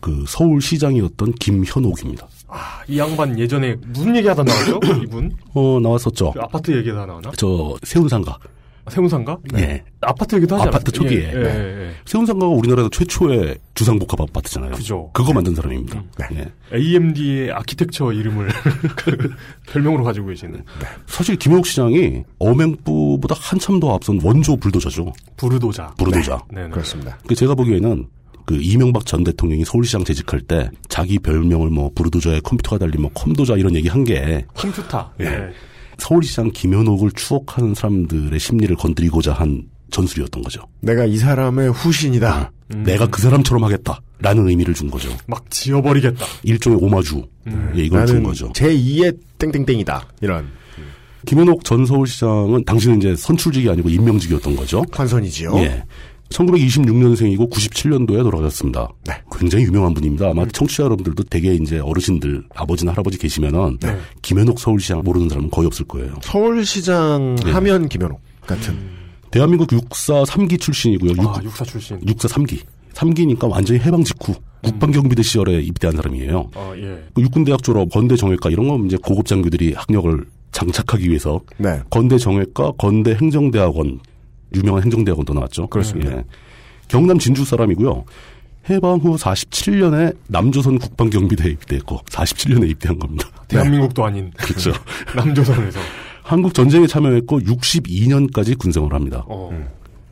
Speaker 2: 그 서울시장이었던 김현옥입니다.
Speaker 4: 아, 이 양반 예전에 무슨 얘기 하다 나왔죠? 이분?
Speaker 2: 어 나왔었죠.
Speaker 4: 그 아파트 얘기 하다 나왔나?
Speaker 2: 저 세운상가.
Speaker 4: 아, 세운상가?
Speaker 2: 예.
Speaker 4: 아파트 얘기도 하지 않았어요?
Speaker 2: 아파트 초기에. 네.
Speaker 4: 예, 예, 예,
Speaker 2: 세운상가가 우리나라에서 최초의 주상복합 아파트잖아요.
Speaker 4: 그죠.
Speaker 2: 그거 만든 사람입니다.
Speaker 3: 네.
Speaker 2: 예.
Speaker 4: 예. AMD의 아키텍처 이름을 <laughs> 그 별명으로 가지고 계시는
Speaker 2: 사실 김현옥 시장이 어맹부보다 한참 더 앞선 원조 불도저죠.
Speaker 4: 부르도자.
Speaker 2: 부르도자.
Speaker 4: 네, 네.
Speaker 3: 그렇습니다.
Speaker 2: 그 제가 보기에는 그 이명박 전 대통령이 서울시장 재직할 때 자기 별명을 뭐 부르도자에 컴퓨터가 달린 뭐 컴도자 이런 얘기 한 게
Speaker 4: 컴퓨터.
Speaker 2: 예. 서울시장 김현옥을 추억하는 사람들의 심리를 건드리고자 한 전술이었던 거죠.
Speaker 3: 내가 이 사람의 후신이다.
Speaker 2: 내가 그 사람처럼 하겠다라는 의미를 준 거죠.
Speaker 4: 막 지워버리겠다.
Speaker 2: 일종의 오마주 예, 이걸 준
Speaker 3: 나는
Speaker 2: 거죠.
Speaker 3: 제2의 땡땡땡이다. 이런
Speaker 2: 김현옥 전 서울시장은 당시는 이제 선출직이 아니고 임명직이었던 거죠.
Speaker 3: 환선이지요.
Speaker 2: 예. 1926년생이고 97년도에 돌아가셨습니다.
Speaker 3: 네.
Speaker 2: 굉장히 유명한 분입니다. 아마 청취자 여러분들도 되게 이제 어르신들, 아버지나 할아버지 계시면은 김현옥 서울시장 모르는 사람은 거의 없을 거예요.
Speaker 3: 서울시장 하면 김현옥 같은.
Speaker 2: 대한민국 육사 3기 출신이고요.
Speaker 4: 아,
Speaker 2: 육,
Speaker 4: 육사 출신.
Speaker 2: 육사 3기. 3기니까 완전히 해방 직후 국방경비대 시절에 입대한 사람이에요.
Speaker 4: 아, 예.
Speaker 2: 그 육군대학 졸업, 건대 정외과 이런 건 이제 고급 장교들이 학력을 장착하기 위해서
Speaker 3: 네.
Speaker 2: 건대 정외과, 건대 행정대학원 유명한 행정대학원도 나왔죠.
Speaker 3: 그렇습니다.
Speaker 2: 예. 경남 진주 사람이고요. 해방 후 47년에 남조선 국방경비대에 입대했고 47년에 입대한 겁니다.
Speaker 4: 네. 대한민국도 아닌
Speaker 2: 그렇죠.
Speaker 4: <laughs> 남조선에서.
Speaker 2: 한국 전쟁에 참여했고 62년까지 군생활을 합니다.
Speaker 4: 어.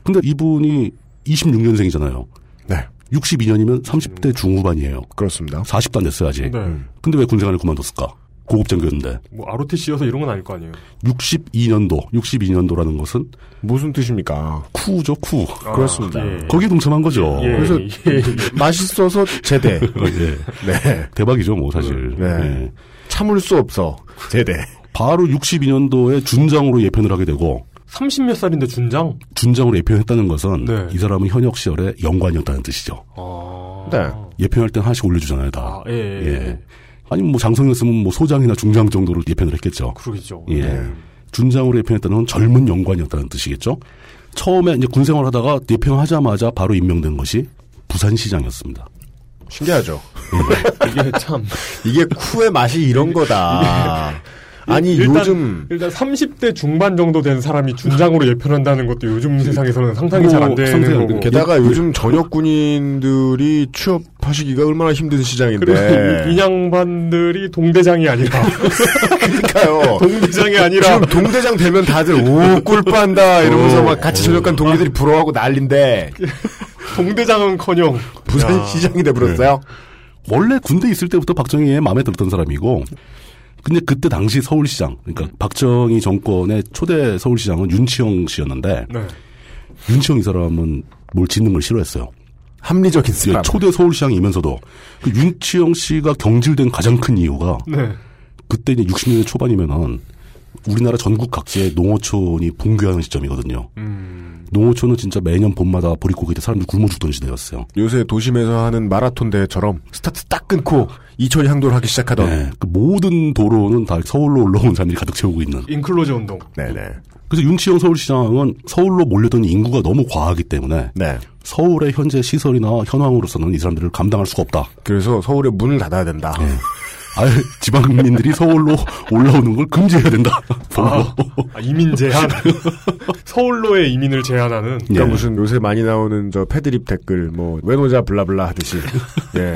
Speaker 2: 근데 이분이 26년생이잖아요.
Speaker 3: 네.
Speaker 2: 62년이면 30대 중후반이에요.
Speaker 3: 그렇습니다.
Speaker 2: 40도 안 됐어요 아직.
Speaker 4: 네.
Speaker 2: 근데 왜 군생활을 그만뒀을까? 고급 장교였는데
Speaker 4: 뭐 ROTC여서 이런 건 아닐 거 아니에요.
Speaker 2: 62년도 62년도라는 것은
Speaker 3: 무슨 뜻입니까?
Speaker 2: 쿠죠 쿠.
Speaker 4: 아,
Speaker 3: 그렇습니다.
Speaker 4: 예.
Speaker 2: 거기에 동참한 거죠.
Speaker 4: 예,
Speaker 3: 그래서-
Speaker 4: 예, 예.
Speaker 3: 맛있어서 제대.
Speaker 2: 예.
Speaker 3: 네.
Speaker 2: 대박이죠, 뭐
Speaker 4: 음,
Speaker 2: 사실.
Speaker 3: 네.
Speaker 2: 예.
Speaker 3: 참을 수 없어. 제대.
Speaker 2: 바로 62년도에 준장으로 예편을 하게 되고
Speaker 4: 30몇 살인데 준장?
Speaker 2: 준장으로 예편했다는 것은
Speaker 4: 네.
Speaker 2: 이 사람은 현역 시절에 연관이었다는 뜻이죠.
Speaker 4: 아.
Speaker 3: 네.
Speaker 2: 예편할 땐 하나씩 올려주잖아요, 다.
Speaker 4: 아, 예, 예. 예.
Speaker 2: 아니면 뭐 장성이었으면 뭐 소장이나 중장 정도로 예편을 했겠죠.
Speaker 4: 그러겠죠.
Speaker 2: 예.
Speaker 4: 네.
Speaker 2: 준장으로 예편했다는 건 젊은 연관이었다는 뜻이겠죠. 처음에 이제 군생활 하다가 예편하자마자 바로 임명된 것이 부산시장이었습니다.
Speaker 3: 신기하죠.
Speaker 4: 이게 참.
Speaker 3: 이게 쿠의 맛이 이런 거다. 아니
Speaker 4: <laughs> 일단,
Speaker 3: 요즘
Speaker 4: 일단 30대 중반 정도 된 사람이 준장으로 예편한다는 것도 요즘 세상에서는 상상이
Speaker 2: 뭐,
Speaker 4: 잘 안 되는
Speaker 2: 상상이 안
Speaker 4: 거고.
Speaker 2: 되는 게-
Speaker 3: 게다가 요즘 전역 군인들이 취업하시기가 얼마나 힘든
Speaker 2: 네.
Speaker 4: 그래서 이-
Speaker 3: 시장인데.
Speaker 4: 인양반들이
Speaker 2: <laughs>
Speaker 4: 동대장이 아니라
Speaker 3: <laughs> 그러니까요.
Speaker 4: 동대장이 아니라
Speaker 3: 지금 동대장 되면 다들 오 꿀빠한다 이러면서 막 같이 전역한 동기들이 부러워하고 난린데
Speaker 4: 동대장은커녕
Speaker 3: 부산 시장이 돼버렸어요.
Speaker 2: 원래 군대 있을 때부터 박정희의 마음에 들었던 사람이고 근데 그때 당시 서울시장 그러니까 박정희 정권의 초대 서울시장은 윤치영 씨였는데
Speaker 4: 네.
Speaker 2: 윤치영 이 사람은 뭘 짓는 걸 싫어했어요.
Speaker 3: 합리적인
Speaker 2: 예,
Speaker 3: 사람.
Speaker 2: 초대 서울시장이면서도 그 윤치영 씨가 경질된 가장 큰 이유가
Speaker 4: 네.
Speaker 2: 그때 이제 60년대 초반이면은 우리나라 전국 각지의 농어촌이 붕괴하는 시점이거든요. 농어촌은 진짜 매년 봄마다 보릿고기 때 사람들 굶어 죽던 시대였어요.
Speaker 3: 요새 도심에서 하는 마라톤 대회처럼 스타트 딱 끊고 2천 향도를 하기 시작하던
Speaker 4: 어.
Speaker 2: 네, 그 모든 도로는 다 서울로 올라온 사람들이 가득 채우고 있는.
Speaker 4: 인클로저 운동.
Speaker 3: 네네
Speaker 2: 그래서 윤치영 서울시장은 서울로 몰려드는 인구가 너무 과하기 때문에
Speaker 3: 네
Speaker 2: 서울의 현재 시설이나 현황으로서는 이 사람들을 감당할 수가 없다.
Speaker 3: 그래서 서울에 문을 닫아야 된다
Speaker 2: 아예 지방민들이 <laughs> 서울로 올라오는 걸 금지해야 된다. <laughs>
Speaker 4: 아,
Speaker 2: 아.
Speaker 4: 아, 이민 제한.
Speaker 3: <laughs>
Speaker 4: 서울로의 이민을 제한하는.
Speaker 2: 예.
Speaker 3: 그러니까 무슨 요새 많이 나오는 저 패드립 댓글 뭐 외노자 블라블라 하듯이
Speaker 2: <laughs>
Speaker 3: 예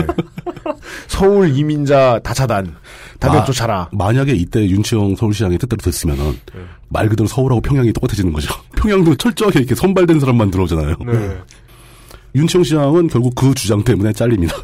Speaker 3: 서울 이민자 다차단 다들
Speaker 2: 아.
Speaker 3: 쫓아라
Speaker 2: 만약에 이때 윤치영 서울시장이 뜻대로 됐으면은
Speaker 4: 네.
Speaker 2: 말 그대로 서울하고 평양이 똑같아지는 거죠. <laughs> 평양도 철저하게 이렇게 선발된 사람만 들어오잖아요.
Speaker 4: 네.
Speaker 2: <laughs> 윤치영 시장은 결국 그 주장 때문에 잘립니다.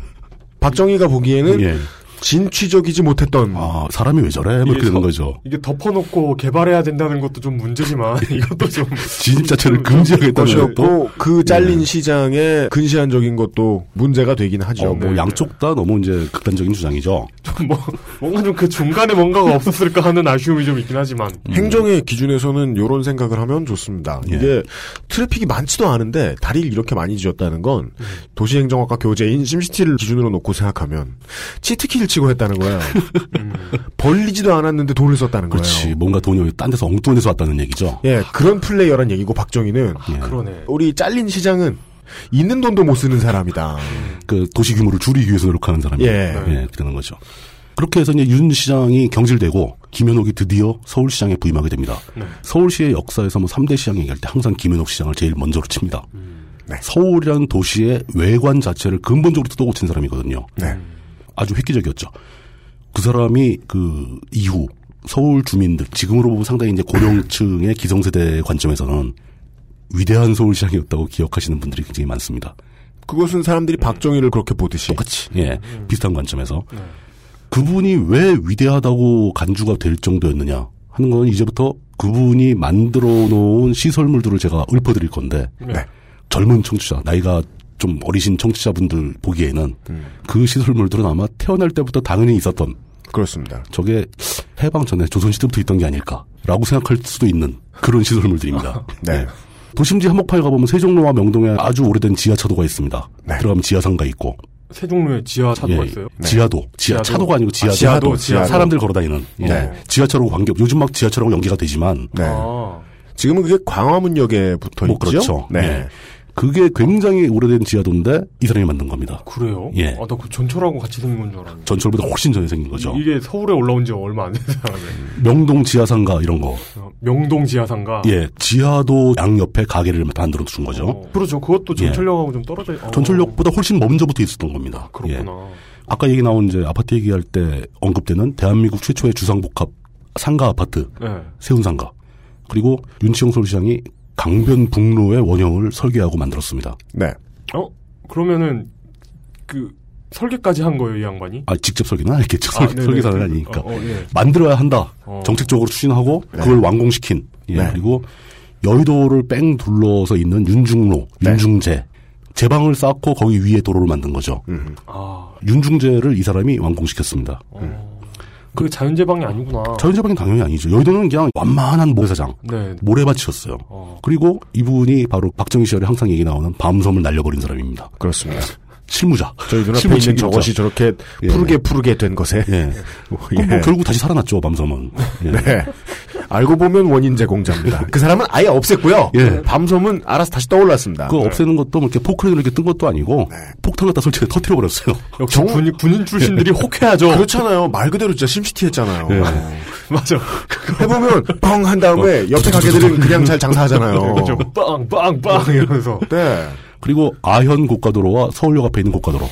Speaker 3: 박정희가 보기에는
Speaker 2: 예.
Speaker 3: 진취적이지 못했던
Speaker 2: 아 사람이 왜 저래? 뭐 이렇게
Speaker 4: 이게
Speaker 2: 되는
Speaker 4: 서-
Speaker 2: 거죠.
Speaker 4: 이게 덮어놓고 개발해야 된다는 것도 좀 문제지만 <laughs> 이것도 좀
Speaker 2: 진입 자체를 금지하겠다는 것도
Speaker 3: 것이었고 그 잘린
Speaker 2: 예.
Speaker 3: 시장의 근시안적인 것도 문제가 되긴 하죠. 예.
Speaker 2: 어, 뭐 양쪽 다 너무 이제 극단적인 주장이죠.
Speaker 4: 뭐 뭔가 좀 그 중간에 뭔가가 없었을까 하는 아쉬움이 좀 있긴 하지만
Speaker 3: 행정의 기준에서는 이런 생각을 하면 좋습니다.
Speaker 2: 예.
Speaker 3: 이게 트래픽이 많지도 않은데 다리를 이렇게 많이 지었다는 건 도시행정학과 교재인 심시티를 기준으로 놓고 생각하면 치트키를 치고 했다는 거예요. 벌리지도 않았는데 돈을 썼다는 거예요.
Speaker 2: 음. 그렇지. 뭔가 돈이 어디 딴 데서 엉뚱한 데서 왔다는 얘기죠.
Speaker 3: 예, 그런 플레이어란 얘기고 박정희는
Speaker 2: 예.
Speaker 4: 그러네.
Speaker 3: 우리 잘린 시장은 있는 돈도 못 쓰는 사람이다.
Speaker 2: 그 도시 규모를 줄이기 위해서 노력하는 사람이
Speaker 3: 예.
Speaker 2: 예, 그렇게 되는 거죠. 그렇게 해서 이제 윤 시장이 경질되고 김현옥이 드디어 서울시장에 부임하게 됩니다.
Speaker 3: 네.
Speaker 2: 서울시의 역사에서 뭐 3대 시장 얘기할 때 항상 김현옥 시장을 제일 먼저로 칩니다.
Speaker 3: 네.
Speaker 2: 서울이라는 도시의 외관 자체를 근본적으로 뜯어고친 사람이거든요.
Speaker 3: 네.
Speaker 2: 음. 아주 획기적이었죠. 그 사람이 그 이후 서울 주민들 지금으로 보면 상당히 이제 고령층의 기성세대 관점에서는 위대한 서울시장이었다고 기억하시는 분들이 굉장히 많습니다.
Speaker 3: 그것은 사람들이 박정희를 그렇게 보듯이
Speaker 2: 똑같이 예 비슷한 관점에서 그분이 왜 위대하다고 간주가 될 정도였느냐 하는 건 이제부터 그분이 만들어 놓은 시설물들을 제가 읊어드릴 건데
Speaker 3: 네.
Speaker 2: 젊은 청취자 나이가 좀 어리신 청취자분들 보기에는 그 시설물들은 아마 태어날 때부터 당연히 있었던
Speaker 3: 그렇습니다.
Speaker 2: 저게 해방 전에 조선 시대부터 있던 게 아닐까라고 생각할 수도 있는 그런 시설물들입니다.
Speaker 3: <laughs> 네.
Speaker 2: 예. 도심지 한복판에 가보면 세종로와 명동에 아주 오래된 지하차도가 있습니다.
Speaker 3: 네.
Speaker 2: 들어가면 지하상가 있고
Speaker 4: 세종로에 지하 차도가
Speaker 2: 예,
Speaker 4: 아, 있어요. 네.
Speaker 2: 지하도, 지하
Speaker 4: 지하도.
Speaker 2: 차도가 아니고 지하도. 네.
Speaker 3: 아, 지하도, 지하도.
Speaker 2: 사람들 걸어 다니는. 예.
Speaker 3: 네.
Speaker 2: 지하철하고 관계 없. 요즘 막 지하철하고 연계가 되지만
Speaker 3: 네.
Speaker 4: 아,
Speaker 3: 지금은 그게 광화문역에 붙어
Speaker 2: 뭐
Speaker 3: 있죠.
Speaker 2: 그렇죠.
Speaker 3: 네.
Speaker 2: 예. 그게 굉장히 오래된 지하도인데 이 사람이 만든 겁니다.
Speaker 4: 그래요?
Speaker 2: 예.
Speaker 4: 아, 나그 전철하고 같이 생긴 건 줄 알았는데.
Speaker 2: 전철보다 훨씬 전에 생긴 거죠. 예.
Speaker 4: 이게 서울에 올라온 지 얼마 안 된 사람이
Speaker 2: 명동 지하상가 이런 거.
Speaker 4: 명동 지하상가.
Speaker 2: 예. 지하도 양옆에 가게를 만들어 준 거죠.
Speaker 4: 아. 어, 그렇죠. 그것도
Speaker 2: 예.
Speaker 4: 전철역하고 좀 떨어져. 있- 어,
Speaker 2: 전철역보다 훨씬 먼저부터 있었던 겁니다. 예.
Speaker 4: 그렇구나.
Speaker 2: 아까 얘기 나온 이제 아파트 얘기할 때 언급되는 대한민국 최초의 주상복합 상가 아파트
Speaker 4: 예.
Speaker 2: 세운 상가 그리고 윤치영 서울시장이 강변북로의 원형을 설계하고 만들었습니다.
Speaker 3: 네.
Speaker 4: 어 그러면은 그 설계까지 한 거예요 이 양반이?
Speaker 2: 아 직접 설계는 안 했겠죠.
Speaker 4: 아,
Speaker 2: 설계,
Speaker 4: 네네.
Speaker 2: 설계사는 아니니까
Speaker 4: 어, 어, 예.
Speaker 2: 만들어야 한다.
Speaker 4: 어.
Speaker 2: 정책적으로 추진하고 그걸 완공시킨 예, 그리고 여의도를 뺑 둘러서 있는 윤중로 윤중재 제방을 쌓고 거기 위에 도로를 만든 거죠.
Speaker 4: 아,
Speaker 2: 윤중재를 이 사람이 완공시켰습니다.
Speaker 4: 어. 그 자연재방이 아니구나.
Speaker 2: 자연재방이 당연히 아니죠. 여의도는 그냥 완만한 모래사장
Speaker 4: 네.
Speaker 2: 모래밭이었어요.
Speaker 4: 어.
Speaker 2: 그리고 이분이 바로 박정희 시절에 항상 얘기 나오는 밤섬을 날려버린 사람입니다.
Speaker 3: 그렇습니다.
Speaker 2: 실무자.
Speaker 3: 저희 눈앞에
Speaker 2: 실무
Speaker 3: 있는
Speaker 2: 책임자.
Speaker 3: 저것이 저렇게
Speaker 2: 예.
Speaker 3: 푸르게 푸르게 된 것에.
Speaker 2: 예.
Speaker 3: 뭐,
Speaker 2: 그럼 뭐
Speaker 3: 예.
Speaker 2: 결국 다시 살아났죠, 밤섬은.
Speaker 3: <laughs>
Speaker 2: 예.
Speaker 3: 네. 알고 보면 원인 제공자입니다. 그 사람은 아예 없앴고요.
Speaker 2: 예.
Speaker 3: 밤섬은 알아서 다시 떠올랐습니다.
Speaker 2: 그거 없애는 것도 뭐 이렇게 포크레인을 이렇게 뜬 것도 아니고
Speaker 3: 네.
Speaker 2: 폭탄 갖다 설치해 터트려 버렸어요. <laughs>
Speaker 4: 역시 군인, 군인
Speaker 3: 네.
Speaker 4: 출신들이 혹해야죠.
Speaker 3: 예. 그렇잖아요. 말 그대로 진짜 심시티 했잖아요. 어.
Speaker 2: 예.
Speaker 4: 맞아.
Speaker 3: 해보면 뻥 한 다음에 옆에 <laughs> 가게들은 예, 그냥 잘 장사하잖아요.
Speaker 4: 그렇죠. 빵, 빵, 빵 이러면서.
Speaker 3: 어. 네.
Speaker 2: 그리고 아현 고가도로와 서울역 앞에 있는 고가도로.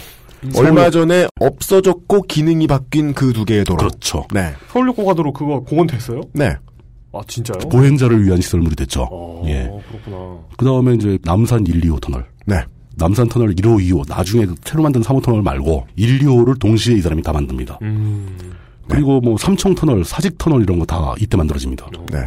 Speaker 3: 얼마 전에 없어졌고 기능이 바뀐 그 두 개의 도로.
Speaker 2: 그렇죠.
Speaker 3: 네.
Speaker 4: 서울역 고가도로 그거 공원 됐어요?
Speaker 3: 네.
Speaker 4: 아 진짜요?
Speaker 3: 뭐-
Speaker 2: 보행자를 위한 시설물이 됐죠.
Speaker 4: 어,
Speaker 2: 예.
Speaker 4: 그렇구나.
Speaker 2: 그 다음에 이제 남산 1, 2호 터널.
Speaker 3: 네.
Speaker 2: 남산 터널 1호, 2호. 나중에 그 새로 만든 3호 터널 말고 1, 2호를 동시에 이 사람이 다 만듭니다.
Speaker 3: 음. 네.
Speaker 2: 그리고 뭐 삼청 터널, 사직 터널 이런 거 다 이때 만들어집니다.
Speaker 3: 네.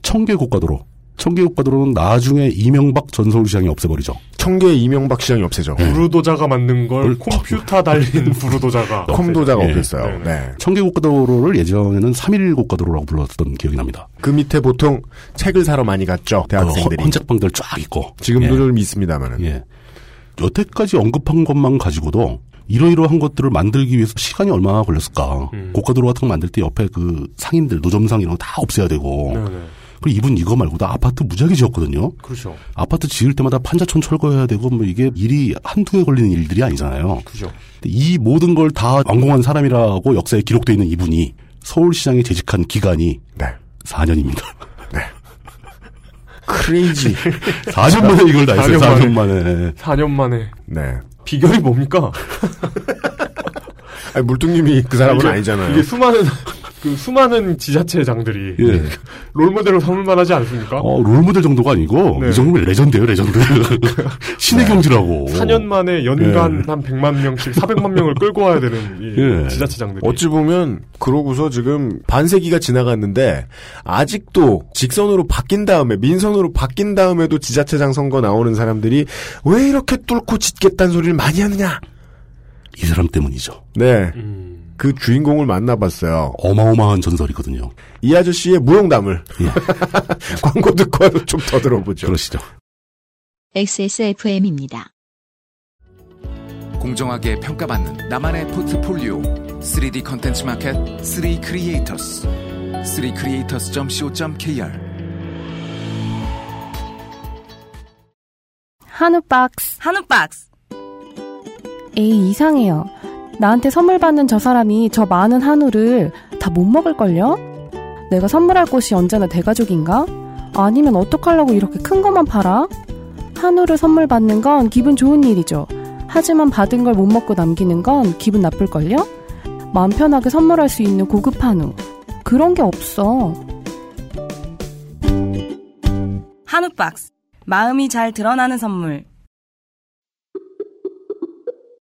Speaker 2: 청계 고가도로. 청계국 가도로는 나중에 이명박 전 서울시장이 없애버리죠.
Speaker 3: 청계 이명박 시장이 없애죠.
Speaker 4: 부르도자가 만든 걸
Speaker 2: 뭘-
Speaker 3: 아,
Speaker 4: 컴퓨터 달린 부르도자가
Speaker 3: 콤도자가
Speaker 2: 예.
Speaker 3: 없앴어요.
Speaker 4: 네.
Speaker 3: 네.
Speaker 2: 청계국 가도로를 예전에는 3.1 국가도로라고 불렀던 기억이 납니다.
Speaker 3: 그 밑에 보통 책을 사러 많이 갔죠.
Speaker 2: 그
Speaker 3: 대학생들이.
Speaker 2: 헌- 헌책방들 쫙 있고.
Speaker 3: 지금도
Speaker 2: 예.
Speaker 3: 좀 있습니다만은.
Speaker 2: 예. 여태까지 언급한 것만 가지고도 이러이러한 것들을 만들기 위해서 시간이 얼마나 걸렸을까.
Speaker 4: 음.
Speaker 2: 고가도로 같은 거 만들 때 옆에 그 상인들, 노점상 이런 거 다 없애야 되고.
Speaker 4: 네네.
Speaker 2: 그리고 이분 이거 말고도 아파트 무지하게 지었거든요.
Speaker 4: 그렇죠.
Speaker 2: 아파트 지을 때마다 판자촌 철거해야 되고 뭐 이게 일이 한두 해 걸리는 일들이 아니잖아요.
Speaker 4: 그죠.
Speaker 2: 근데 이 모든 걸 다 완공한 사람이라고 역사에 기록돼 있는 이분이 서울시장에 재직한 기간이
Speaker 3: 네.
Speaker 2: 4년입니다. <laughs>
Speaker 3: 크레이지.
Speaker 2: 4년 만에 이걸 다 했어요.
Speaker 4: 4년
Speaker 2: 4년 만에.
Speaker 4: 4년 만에
Speaker 3: 네.
Speaker 4: 비결이 뭡니까?
Speaker 3: 아니, 물뚱님이 그 사람은 아니잖아요.
Speaker 4: 이게 수많은 <laughs> 그 수많은 지자체장들이
Speaker 2: 예.
Speaker 4: 롤모델로 삼을 만하지 않습니까?
Speaker 2: 어, 롤모델 정도가 아니고
Speaker 4: 네.
Speaker 2: 이 정도면 레전드예요, 레전드. <laughs> 신의 경지라고.
Speaker 4: 4년 만에 연간
Speaker 3: 예.
Speaker 4: 한 100만 명씩 400만 명을 끌고 와야 되는 이
Speaker 2: 예.
Speaker 4: 지자체장들이
Speaker 3: 네. 어찌 보면 그러고서 지금 반세기가 지나갔는데 아직도 직선으로 바뀐 다음에 민선으로 바뀐 다음에도 지자체장 선거 나오는 사람들이 왜 이렇게 뚫고 짓겠다는 소리를 많이 하느냐.
Speaker 2: 이 사람 때문이죠.
Speaker 3: 네.
Speaker 4: 음,
Speaker 3: 그 주인공을 만나봤어요.
Speaker 2: 어마어마한 전설이거든요.
Speaker 3: 이 아저씨의 무용담을
Speaker 2: 예.
Speaker 3: <laughs> 광고 듣고 좀 더 들어보죠.
Speaker 2: 그러시죠.
Speaker 1: XSFM입니다.
Speaker 9: 공정하게 평가받는 나만의 포트폴리오 3D 컨텐츠 마켓 3 크리에이터스 3 크리에이터스.co.kr
Speaker 10: 한우 박스.
Speaker 5: 한우 박스.
Speaker 10: 에이, 이상해요. 나한테 선물 받는 저 사람이 저 많은 한우를 다 못 먹을걸요? 내가 선물할 곳이 언제나 대가족인가? 아니면 어떡하려고 이렇게 큰 것만 팔아? 한우를 선물 받는 건 기분 좋은 일이죠. 하지만 받은 걸 못 먹고 남기는 건 기분 나쁠걸요? 마음 편하게 선물할 수 있는 고급 한우. 그런 게 없어.
Speaker 5: 한우 박스. 마음이 잘 드러나는 선물.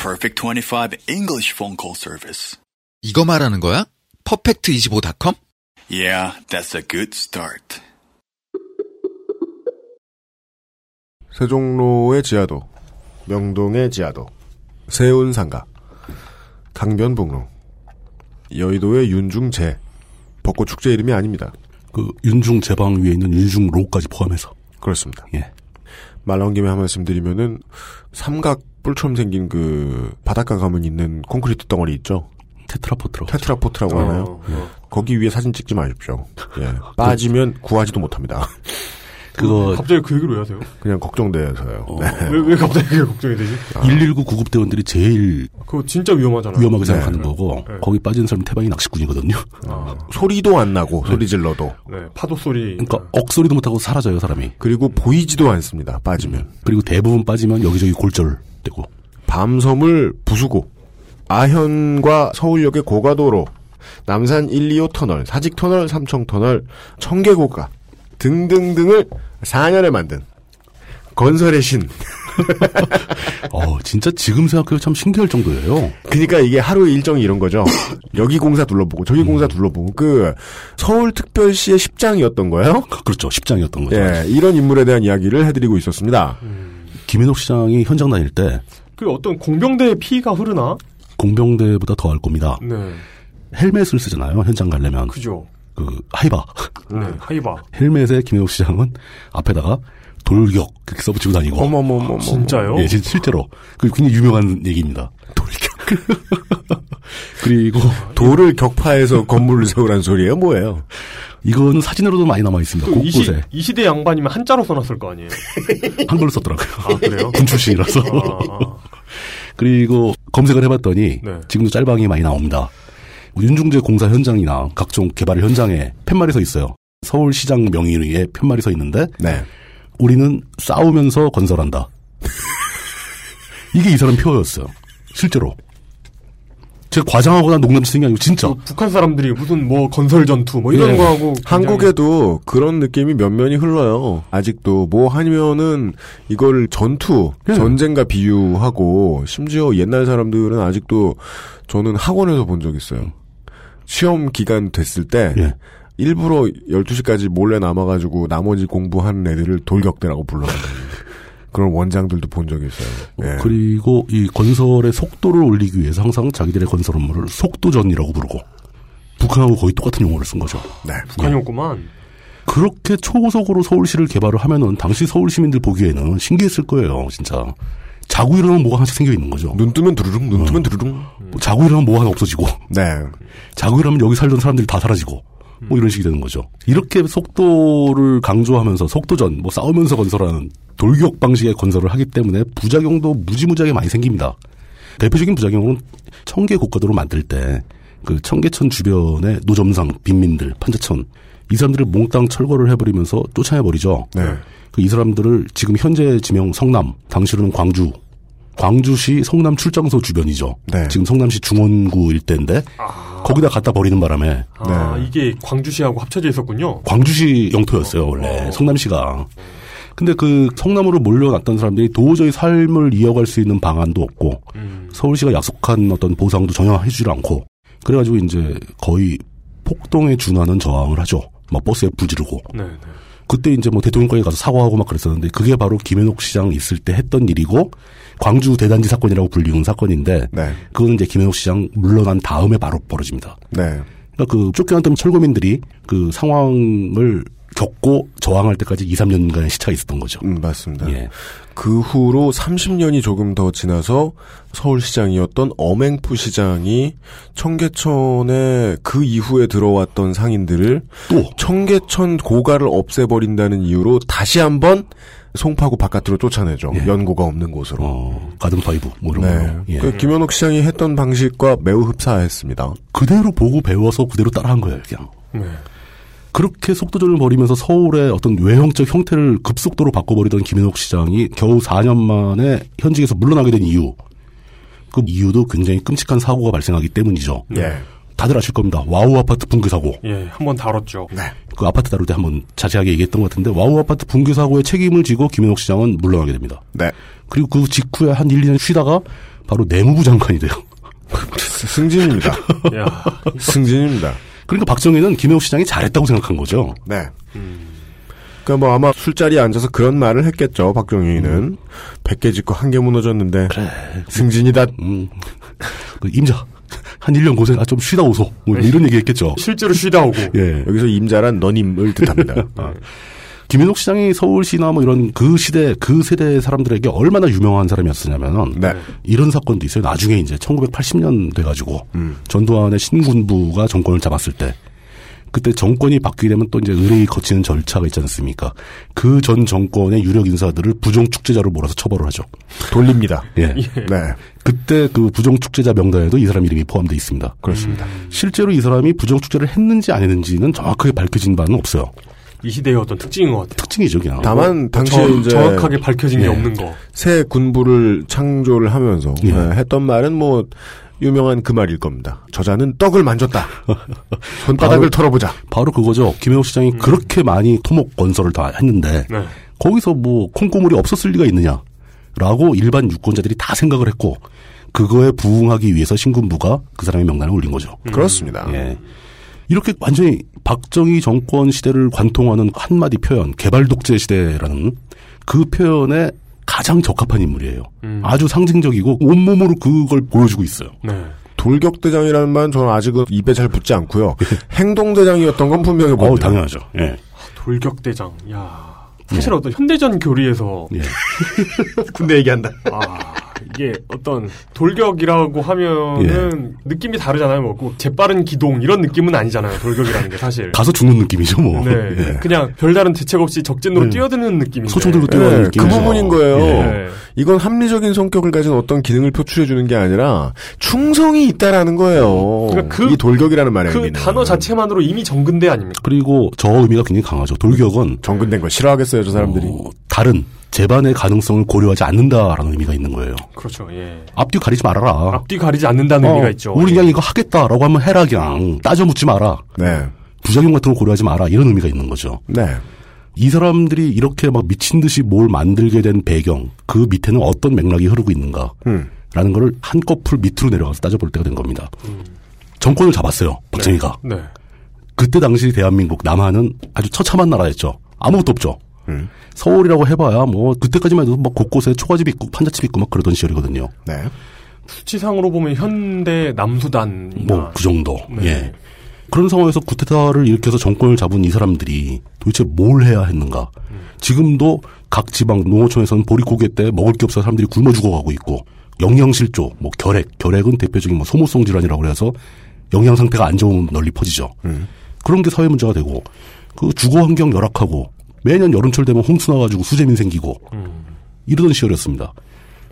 Speaker 11: Perfect 25 English phone call service.
Speaker 9: 이거 말하는 거야? 퍼펙트25.com?
Speaker 11: Yeah, that's a good start.
Speaker 3: 세종로의 지하도, 명동의 지하도, 세운상가, 강변북로, 여의도의 윤중제, 벚꽃축제 이름이 아닙니다.
Speaker 2: 그 윤중 제방 위에 있는 윤중로까지 포함해서.
Speaker 3: 그렇습니다.
Speaker 2: 예.
Speaker 3: 말 나온 김에 한 말씀 드리면은 삼각 뿔처럼 생긴 그 바닷가 가면 있는 콘크리트 덩어리 있죠?
Speaker 2: 테트라포트로.
Speaker 3: 테트라포트라고 하나요?
Speaker 4: 어, 그 어.
Speaker 3: 거기 위에 사진 찍지 마십시오.
Speaker 4: <laughs>
Speaker 3: 예. 빠지면 구하지도 못합니다. <laughs>
Speaker 2: 그거
Speaker 4: 갑자기 그 얘기를 왜 하세요?
Speaker 3: 그냥 걱정돼서요. 네.
Speaker 4: 어, 왜, 왜 갑자기 그게 걱정이 되지?
Speaker 2: 119 구급대원들이 제일
Speaker 4: 그거 진짜 위험하잖아요.
Speaker 2: 위험하게
Speaker 3: 네.
Speaker 2: 생각하는 거고
Speaker 4: 네.
Speaker 2: 거기 빠진 사람이 태반이 낚시꾼이거든요.
Speaker 3: 소리도 안 나고 소리 질러도
Speaker 4: 네, 파도 소리.
Speaker 2: 그러니까 억소리도 못하고 사라져요 사람이.
Speaker 3: 그리고 보이지도 않습니다. 빠지면
Speaker 2: 그리고 대부분 빠지면 여기저기 골절되고
Speaker 3: 밤섬을 부수고 아현과 서울역의 고가도로 남산 1, 2호 터널, 사직 터널, 삼청 터널, 청계고가 등등등을 4년에 만든 건설의 신.
Speaker 2: 어 진짜 지금 생각해도 참 신기할 정도예요.
Speaker 3: 그러니까 이게 하루 의 일정이 이런
Speaker 2: <coughs>
Speaker 3: 거죠. 여기 공사 둘러보고
Speaker 2: 음.
Speaker 3: 저기 공사 둘러보고 그 서울특별시의 십장이었던 거예요.
Speaker 2: 그렇죠. 10장이었던 거죠. 음.
Speaker 3: 예, 이런 인물에 대한 이야기를 해드리고 있었습니다.
Speaker 2: 김인옥 시장이 현장 다닐 때
Speaker 4: 그 어떤 공병대의 피가 흐르나?
Speaker 2: 공병대보다 더 할 겁니다.
Speaker 4: 네,
Speaker 2: 헬멧을 쓰잖아요. 현장 가려면 그,
Speaker 4: 그죠.
Speaker 2: 하이바 <laughs>
Speaker 4: 네, 하이바.
Speaker 2: 헬멧에 김인옥 시장은 앞에다가 돌격 그렇게 써붙이고 다니고
Speaker 3: 어머머머머.
Speaker 4: 아, 진짜요?
Speaker 2: 예, 진- 실제로 그 굉장히 유명한 얘기입니다. 돌격 <laughs> 그리고
Speaker 3: 돌을 격파해서 건물을 세우라는 소리예요, 뭐예요?
Speaker 2: 이건 사진으로도 많이 남아 있습니다.
Speaker 4: 또그 이, 시,
Speaker 2: 곳곳에
Speaker 4: 이 시대 양반이면 한자로 써놨을 거 아니에요.
Speaker 2: 한글로 썼더라고요. <laughs>
Speaker 4: 아
Speaker 3: <laughs>
Speaker 4: 그래요?
Speaker 2: 군 출신이라서 <laughs>
Speaker 4: 아,
Speaker 2: 그리고 검색을 해봤더니
Speaker 4: 네.
Speaker 2: 지금도 짤방이 많이 나옵니다. 윤중재 공사 현장이나 각종 개발 현장에 팻말이 서 있어요. 서울시장 명의의 팻말이 서 있는데
Speaker 3: 네.
Speaker 2: 우리는 싸우면서 건설한다. 이게 이 사람 표였어요. 실제로. 제가 과장하거나 농담 쓰는 게 아니고 진짜.
Speaker 4: 그 북한 사람들이 무슨 뭐 건설 전투 뭐 이런
Speaker 3: 예.
Speaker 4: 거 하고
Speaker 3: 한국에도 그런 느낌이 몇 면이 흘러요. 아직도 뭐 하면은 이걸 전투, 전쟁과 비유하고 심지어 옛날 사람들은 아직도 저는 학원에서 본 적 있어요. 시험 기간 됐을 때 일부러 12시까지 몰래 남아가지고 나머지 공부하는 애들을 돌격대라고 불러요. 그런 원장들도 본 적이 있어요. 예.
Speaker 2: 그리고 이 건설의 속도를 올리기 위해서 항상 자기들의 건설 업무를 속도전이라고 부르고 북한하고 거의 똑같은 용어를 쓴 거죠.
Speaker 3: 네.
Speaker 4: 예. 북한이었구만.
Speaker 2: 그렇게 초고속으로 서울시를 개발을 하면은 당시 서울 시민들 보기에는 신기했을 거예요, 진짜. 자고 일어나면 뭐가 하나씩 생겨 있는 거죠.
Speaker 3: 눈 뜨면 두루룽,
Speaker 4: 아.
Speaker 3: 눈 뜨면 두루룽.
Speaker 2: 자고 일어나면 뭐가 하나 없어지고.
Speaker 3: 네.
Speaker 2: 자고 일어나면 여기 살던 사람들이 다 사라지고. 뭐 이런 식이 되는 거죠. 이렇게 속도를 강조하면서 속도전, 뭐 싸우면서 건설하는 돌격 방식의 건설을 하기 때문에 부작용도 무지무지하게 많이 생깁니다. 대표적인 부작용은 청계 고가도로 만들 때 그 청계천 주변의 노점상, 빈민들, 판자촌 이 사람들을 몽땅 철거를 해버리면서 쫓아내버리죠. 그 이 사람들을 지금 현재 지명 성남, 당시로는 광주, 광주시 성남 출장소 주변이죠. 지금 성남시 중원구 일대인데 거기다 갖다 버리는 바람에
Speaker 4: 아
Speaker 3: 네.
Speaker 4: 이게 광주시하고 합쳐져 있었군요.
Speaker 2: 광주시 영토였어요 원래 성남시가. 근데 그 성남으로 몰려났던 사람들이 도저히 삶을 이어갈 수 있는 방안도 없고 서울시가 약속한 어떤 보상도 전혀 해주질 않고 그래가지고 이제 거의 폭동에 준하는 저항을 하죠. 막 버스에 불지르고
Speaker 4: 네.
Speaker 2: 그때 이제 뭐 대통령까지 가서 사과하고 막 그랬었는데 그게 바로 김현옥 시장 있을 때 했던 일이고 광주 대단지 사건이라고 불리는 사건인데 그거는 이제 김현옥 시장 물러난 다음에 바로 벌어집니다.
Speaker 3: 네.
Speaker 2: 그러니까 그 쫓겨났던 철거민들이 그 상황을 겪고 저항할 때까지 2, 3년간의 시차가 있었던 거죠.
Speaker 3: 음,
Speaker 2: 예.
Speaker 3: 맞습니다. 그 후로 30년이 조금 더 지나서 서울시장이었던 엄행부 시장이 청계천에 그 이후에 들어왔던 상인들을 청계천 고가를 없애버린다는 이유로 다시 한번 송파구 바깥으로 쫓아내죠. 연고가 없는 곳으로.
Speaker 2: 가든파이브 뭐 이런 걸로. 어, 예.
Speaker 3: 그 김현옥 시장이 했던 방식과 매우 흡사했습니다.
Speaker 2: 그대로 보고 배워서 그대로 따라한 거예요, 그냥. 그렇게 속도전을 벌이면서 서울의 어떤 외형적 형태를 급속도로 바꿔버리던 김현옥 시장이 겨우 4년 만에 현직에서 물러나게 된 이유. 그 이유도 굉장히 끔찍한 사고가 발생하기 때문이죠.
Speaker 4: 예.
Speaker 2: 다들 아실 겁니다. 와우 아파트 붕괴 사고.
Speaker 4: 예, 한번 다뤘죠.
Speaker 2: 그 아파트 다룰 때 한번 자세하게 얘기했던 것 같은데 와우 아파트 붕괴 사고의 책임을 지고 김현옥 시장은 물러나게 됩니다.
Speaker 3: 네.
Speaker 2: 그리고 그 직후에 한 1, 2년 쉬다가 바로 내무부 장관이 돼요. <laughs>
Speaker 3: 승진입니다. 승진입니다.
Speaker 2: 그러니까 박정희는 김현옥 시장이 잘했다고 생각한 거죠.
Speaker 3: 네. 그러니까 뭐 아마 술자리에 앉아서 그런 말을 했겠죠.
Speaker 2: 음.
Speaker 3: 박정희는 100개 짓고 한 개 무너졌는데 승진이다.
Speaker 2: 음. 그 임자 <laughs> 한 1년 고생 아 좀 쉬다 오소 뭐 이런 얘기 했겠죠.
Speaker 4: 실제로
Speaker 3: <laughs>
Speaker 4: 쉬다 오고.
Speaker 2: 예.
Speaker 3: 네. 여기서 임자란
Speaker 2: <laughs>
Speaker 3: 너님을 뜻합니다. 어.
Speaker 2: 김현옥 시장이 서울시나 뭐 이런 그 시대 그 세대 사람들에게 얼마나 유명한 사람이었으냐면은
Speaker 3: 네.
Speaker 2: 이런 사건도 있어요. 나중에 이제 1980년 돼가지고
Speaker 3: 음.
Speaker 2: 전두환의 신군부가 정권을 잡았을 때 그때 정권이 바뀌게 되면 또 이제 의뢰이 거치는 절차가 있지 않습니까? 그 전 정권의 유력 인사들을 부정 축제자로 몰아서 처벌을 하죠.
Speaker 3: 돌립니다.
Speaker 2: 예.
Speaker 3: 네.
Speaker 2: 그때 그 부정 축제자 명단에도 이 사람 이름이 포함되어 있습니다. 음.
Speaker 3: 그렇습니다.
Speaker 2: 실제로 이 사람이 부정 축제를 했는지 안 했는지는 정확하게 밝혀진 바는 없어요.
Speaker 4: 이 시대의 어떤 특징인 것 같아요.
Speaker 2: 특징이죠, 그냥.
Speaker 3: 다만 당시에
Speaker 4: 정-
Speaker 3: 이제
Speaker 4: 정확하게 밝혀진 게
Speaker 2: 네.
Speaker 3: 예.
Speaker 4: 없는 거.
Speaker 3: 새 군부를 창조를 하면서
Speaker 2: 예.
Speaker 3: 네, 했던 말은 뭐 유명한 그 말일 겁니다. 저자는 떡을
Speaker 2: <laughs>
Speaker 3: 만졌다. 손바닥을
Speaker 2: 바로-
Speaker 3: 털어보자.
Speaker 2: 바로 그거죠. 김영욱
Speaker 3: 음.
Speaker 2: 시장이 그렇게 많이 토목 건설을 다 했는데
Speaker 3: 네.
Speaker 4: 네.
Speaker 2: 거기서 뭐 콩고물이 없었을 리가 있느냐라고 일반 유권자들이 다 생각을 했고 그거에 부응하기 위해서 신군부가 그 사람의 명단에 올린 거죠.
Speaker 3: 그렇습니다.
Speaker 2: 예. 이렇게 완전히 박정희 정권 시대를 관통하는 한마디 표현, 개발 독재 시대라는 그 표현에 가장 적합한 인물이에요. 아주 상징적이고 온몸으로 그걸 보여주고 있어요.
Speaker 4: 네.
Speaker 3: 돌격대장이라는 말은 저는 아직은 입에 잘 붙지 않고요.
Speaker 2: 예.
Speaker 3: 행동대장이었던 건 분명히 보입니다.
Speaker 2: 당연하죠. 예.
Speaker 4: 돌격대장. 야 사실 어떤 현대전 교리에서
Speaker 2: 네.
Speaker 3: 군대 얘기한다.
Speaker 4: 아 이게 어떤 돌격이라고 하면은
Speaker 2: 예.
Speaker 4: 느낌이 다르잖아요. 뭐꼭 그 재빠른 기동 이런 느낌은 아니잖아요. 돌격이라는 게 사실.
Speaker 2: 가서 죽는 느낌이죠, 뭐.
Speaker 4: 네,
Speaker 2: 예. 음.
Speaker 4: 그냥 별다른 대책 없이 적진으로 뛰어드는 느낌인데. 네.
Speaker 2: 소총 들고 뛰어가는
Speaker 3: 네,
Speaker 2: 느낌이죠.
Speaker 3: 그 부분인 거예요.
Speaker 2: 예.
Speaker 3: 이건 합리적인 성격을 가진 어떤 기능을 표출해 주는 게 아니라 충성이 있다라는 거예요.
Speaker 4: 그러니까 그-
Speaker 3: 이 돌격이라는 말의
Speaker 4: 그
Speaker 3: 의미는.
Speaker 4: 단어 자체만으로 이미 정근대 아닙니까?
Speaker 2: 그리고 저 의미가 굉장히 강하죠. 돌격은
Speaker 3: 정근된 걸 싫어하겠어요, 저 사람들이.
Speaker 2: 다른 재반의 가능성을 고려하지 않는다라는 의미가 있는 거예요.
Speaker 4: 그렇죠. 예.
Speaker 2: 앞뒤 가리지 말아라.
Speaker 4: 앞뒤 가리지 않는다는
Speaker 2: 어,
Speaker 4: 의미가 있죠. 예.
Speaker 2: 우리 그냥 이거 하겠다라고 하면 해라 그냥 따져 묻지 마라.
Speaker 3: 네.
Speaker 2: 부작용 같은 거 고려하지 마라 이런 의미가 있는 거죠.
Speaker 3: 네.
Speaker 2: 이 사람들이 이렇게 막 미친 듯이 뭘 만들게 된 배경 그 밑에는 어떤 맥락이 흐르고 있는가.
Speaker 3: 음.
Speaker 2: 라는 거를 한꺼풀 밑으로 내려가서 따져볼 때가 된 겁니다. 정권을 잡았어요. 박정희가.
Speaker 4: 음. 네.
Speaker 2: 그때 당시 대한민국 남한은 아주 처참한 나라였죠. 아무것도 없죠.
Speaker 3: 음.
Speaker 2: 서울이라고 해봐야 뭐 그때까지만 해도 막 곳곳에 초가집 있고 판자집 있고 막 그러던 시절이거든요.
Speaker 3: 네.
Speaker 4: 수치상으로 보면 현대 남수단
Speaker 2: 뭐 그 정도.
Speaker 4: 네.
Speaker 2: 예. 그런 상황에서 구테타를 일으켜서 정권을 잡은 이 사람들이 도대체 뭘 해야 했는가? 지금도 각 지방 농어촌에서는 보릿고개 때 먹을 게 없어 서 사람들이 굶어 죽어가고 있고 영양실조, 뭐 결핵, 결핵은 대표적인 뭐 소모성 질환이라고 그래서 영양 상태가 안 좋으면 널리 퍼지죠. 그런 게 사회 문제가 되고 그 주거 환경 열악하고 매년 여름철 되면 홍수 나가지고 수재민 생기고 이러던 시절이었습니다.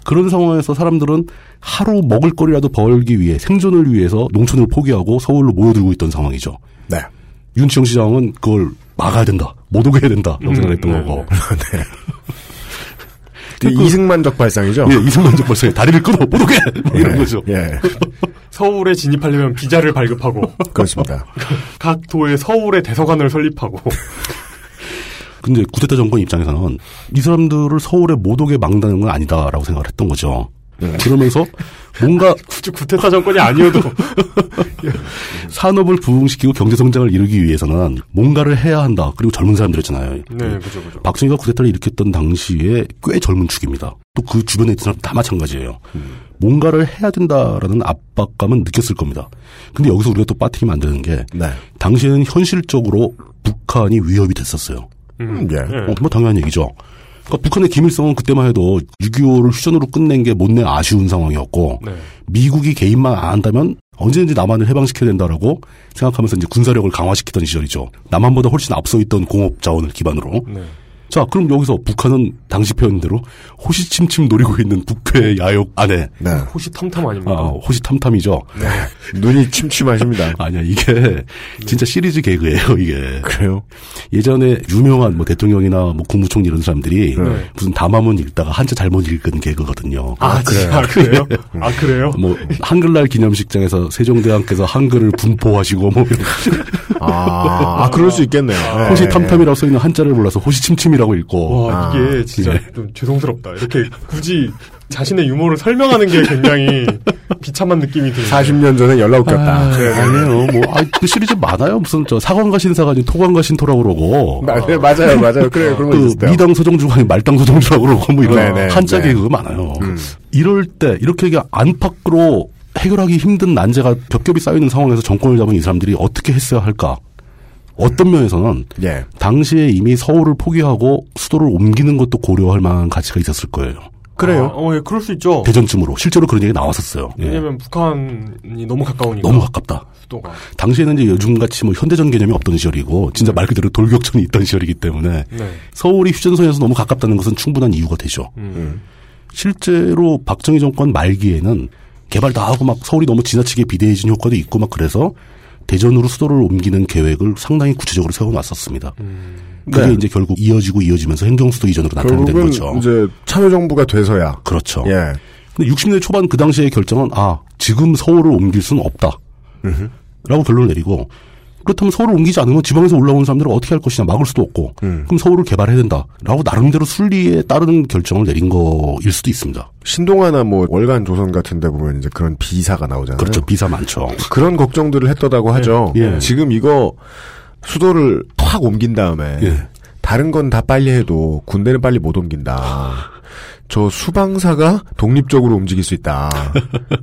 Speaker 2: 그런 상황에서 사람들은 하루 먹을거리라도 벌기 위해 생존을 위해서 농촌을 포기하고 서울로 모여들고 있던 상황이죠.
Speaker 3: 네. <laughs>
Speaker 2: 윤치영 시장은 그걸 막아야 된다. 못 오게 해야 된다. 라고 생각했던 거고.
Speaker 3: 그 네. 이승만적 발상이죠.
Speaker 2: 예, 이승만적 발상. 다리를 끊어 못 오게 <laughs> 막 이런
Speaker 3: 예,
Speaker 2: 거죠.
Speaker 3: 예.
Speaker 4: 서울에 진입하려면 비자를 발급하고
Speaker 3: 그렇습니다.
Speaker 4: 각 도에 서울의 대서관을 설립하고
Speaker 2: 근데 구테타 정권 입장에서는 이 사람들을 서울에 못 오게 막다는 건 아니다라고 생각을 했던 거죠. 그러면서 뭔가
Speaker 4: 네. <laughs> 굳이 구테타 정권이 아니어도
Speaker 2: <laughs> 산업을 부흥시키고 경제 성장을 이루기 위해서는 뭔가를 해야 한다. 그리고 젊은 사람들이었잖아요.
Speaker 4: 네 그죠 그죠
Speaker 2: 박정희가 구데타를 일으켰던 당시에 꽤 젊은 축입니다. 또 그 주변에 있던 사람 다 마찬가지예요.
Speaker 4: 음.
Speaker 2: 뭔가를 해야 된다라는 압박감은 느꼈을 겁니다. 근데 여기서 우리가 또 빠뜨리면 안 되는 게
Speaker 3: 네.
Speaker 2: 당시에는 현실적으로 북한이 위협이 됐었어요.
Speaker 3: 음, 예.
Speaker 4: 네.
Speaker 2: 어, 뭐 당연한 얘기죠. 그러니까 북한의 김일성은 그때만 해도 6.25를 휴전으로 끝낸 게 못내 아쉬운 상황이었고
Speaker 4: 네.
Speaker 2: 미국이 개입만 안 한다면 언제든지 남한을 해방시켜야 된다라고 생각하면서 이제 군사력을 강화시키던 시절이죠. 남한보다 훨씬 앞서 있던 공업 자원을 기반으로.
Speaker 4: 네.
Speaker 2: 자, 그럼 여기서 북한은 당시 표현대로 호시침침 노리고 있는 북회 야욕 안에
Speaker 3: 네.
Speaker 4: 호시탐탐 아닙니까?
Speaker 2: 아, 호시탐탐이죠.
Speaker 3: 눈이
Speaker 4: 네.
Speaker 3: 침침하십니다.
Speaker 2: 아니야, 이게 진짜 시리즈 개그예요, 이게.
Speaker 3: 그래요?
Speaker 2: 예전에 유명한 뭐 대통령이나 뭐 국무총리 이런 사람들이
Speaker 3: 네.
Speaker 2: 무슨 담화문 읽다가 한자 잘못 읽은 개그거든요.
Speaker 4: 아, 그래요? 아, 그래요? 아, 그래요?
Speaker 2: 뭐 한글날 기념식장에서 세종대왕께서 한글을 분포하시고 뭐 이런
Speaker 3: 아, 아, 그럴 수 있겠네요. 예,
Speaker 2: 호시탐탐이라고 써 있는 한자를 몰라서 호시침침이라고 읽고
Speaker 4: 와, 이게 진짜 좀 죄송스럽다. 이렇게 굳이 자신의 유머를 설명하는 게 굉장히 비참한 느낌이
Speaker 3: 예.
Speaker 4: 드는.
Speaker 3: 40년 전에 연락 웃겼다.
Speaker 2: 아, 아니에요. 뭐, 아, 그 시리즈 많아요. 무슨, 저, 사관과 신사가 아닌 토관과 신토라고 그러고.
Speaker 3: 맞아요, 맞아요, 맞아요. 그래요, 그런 거
Speaker 2: 그,
Speaker 3: 있었어요.
Speaker 2: 미당 서정주가 아닌 말당 서정주라고 그러고, 뭐, 이런.
Speaker 3: 네네,
Speaker 2: 한자
Speaker 3: 네.
Speaker 2: 개그가 많아요. 이럴 때, 이렇게 이게 안팎으로 해결하기 힘든 난제가 겹겹이 쌓여있는 상황에서 정권을 잡은 이 사람들이 어떻게 했어야 할까? 어떤 면에서는,
Speaker 3: 예.
Speaker 2: 당시에 이미 서울을 포기하고 수도를 옮기는 것도 고려할 만한 가치가 있었을 거예요.
Speaker 3: 그래요.
Speaker 4: 아, 어, 예, 그럴 수 있죠.
Speaker 2: 대전쯤으로. 실제로 그런 얘기 나왔었어요. 예.
Speaker 4: 왜냐면 북한이 너무 가까우니까.
Speaker 2: 너무 가깝다.
Speaker 4: 수도가.
Speaker 2: 당시에는 이제 요즘같이 뭐 현대전 개념이 없던 시절이고 진짜 말 그대로 돌격전이 있던 시절이기 때문에
Speaker 4: 네.
Speaker 2: 서울이 휴전선에서 너무 가깝다는 것은 충분한 이유가 되죠.
Speaker 4: 음.
Speaker 2: 실제로 박정희 정권 말기에는 개발 다 하고 막 서울이 너무 지나치게 비대해진 효과도 있고 막 그래서 대전으로 수도를 옮기는 계획을 상당히 구체적으로 세워놨었습니다.
Speaker 4: 음.
Speaker 2: 그게
Speaker 3: 네.
Speaker 2: 이제 결국 이어지고 이어지면서 행정수도 이전으로 나타나게 된
Speaker 3: 결국은
Speaker 2: 거죠.
Speaker 3: 이제 참여정부가 돼서야.
Speaker 2: 그렇죠.
Speaker 3: 예.
Speaker 2: 근데 60년대 초반 그 당시의 결정은 아 지금 서울을 옮길 수는 없다. 라고 결론을 내리고 그렇다면 서울을 옮기지 않으면 지방에서 올라온 사람들을 어떻게 할 것이냐 막을 수도 없고
Speaker 3: 음.
Speaker 2: 그럼 서울을 개발해야 된다라고 나름대로 순리에 따르는 결정을 내린 거일 수도 있습니다.
Speaker 3: 신동아나 뭐 월간 조선 같은 데 보면 이제 그런 비사가 나오잖아요.
Speaker 2: 그렇죠 비사 많죠.
Speaker 3: 그런 걱정들을 했다고 하죠.
Speaker 2: 예. 예.
Speaker 3: 지금 이거 수도를 확 옮긴 다음에
Speaker 2: 예.
Speaker 3: 다른 건 다 빨리 해도 군대는 빨리 못 옮긴다. 저 수방사가 독립적으로 움직일 수 있다.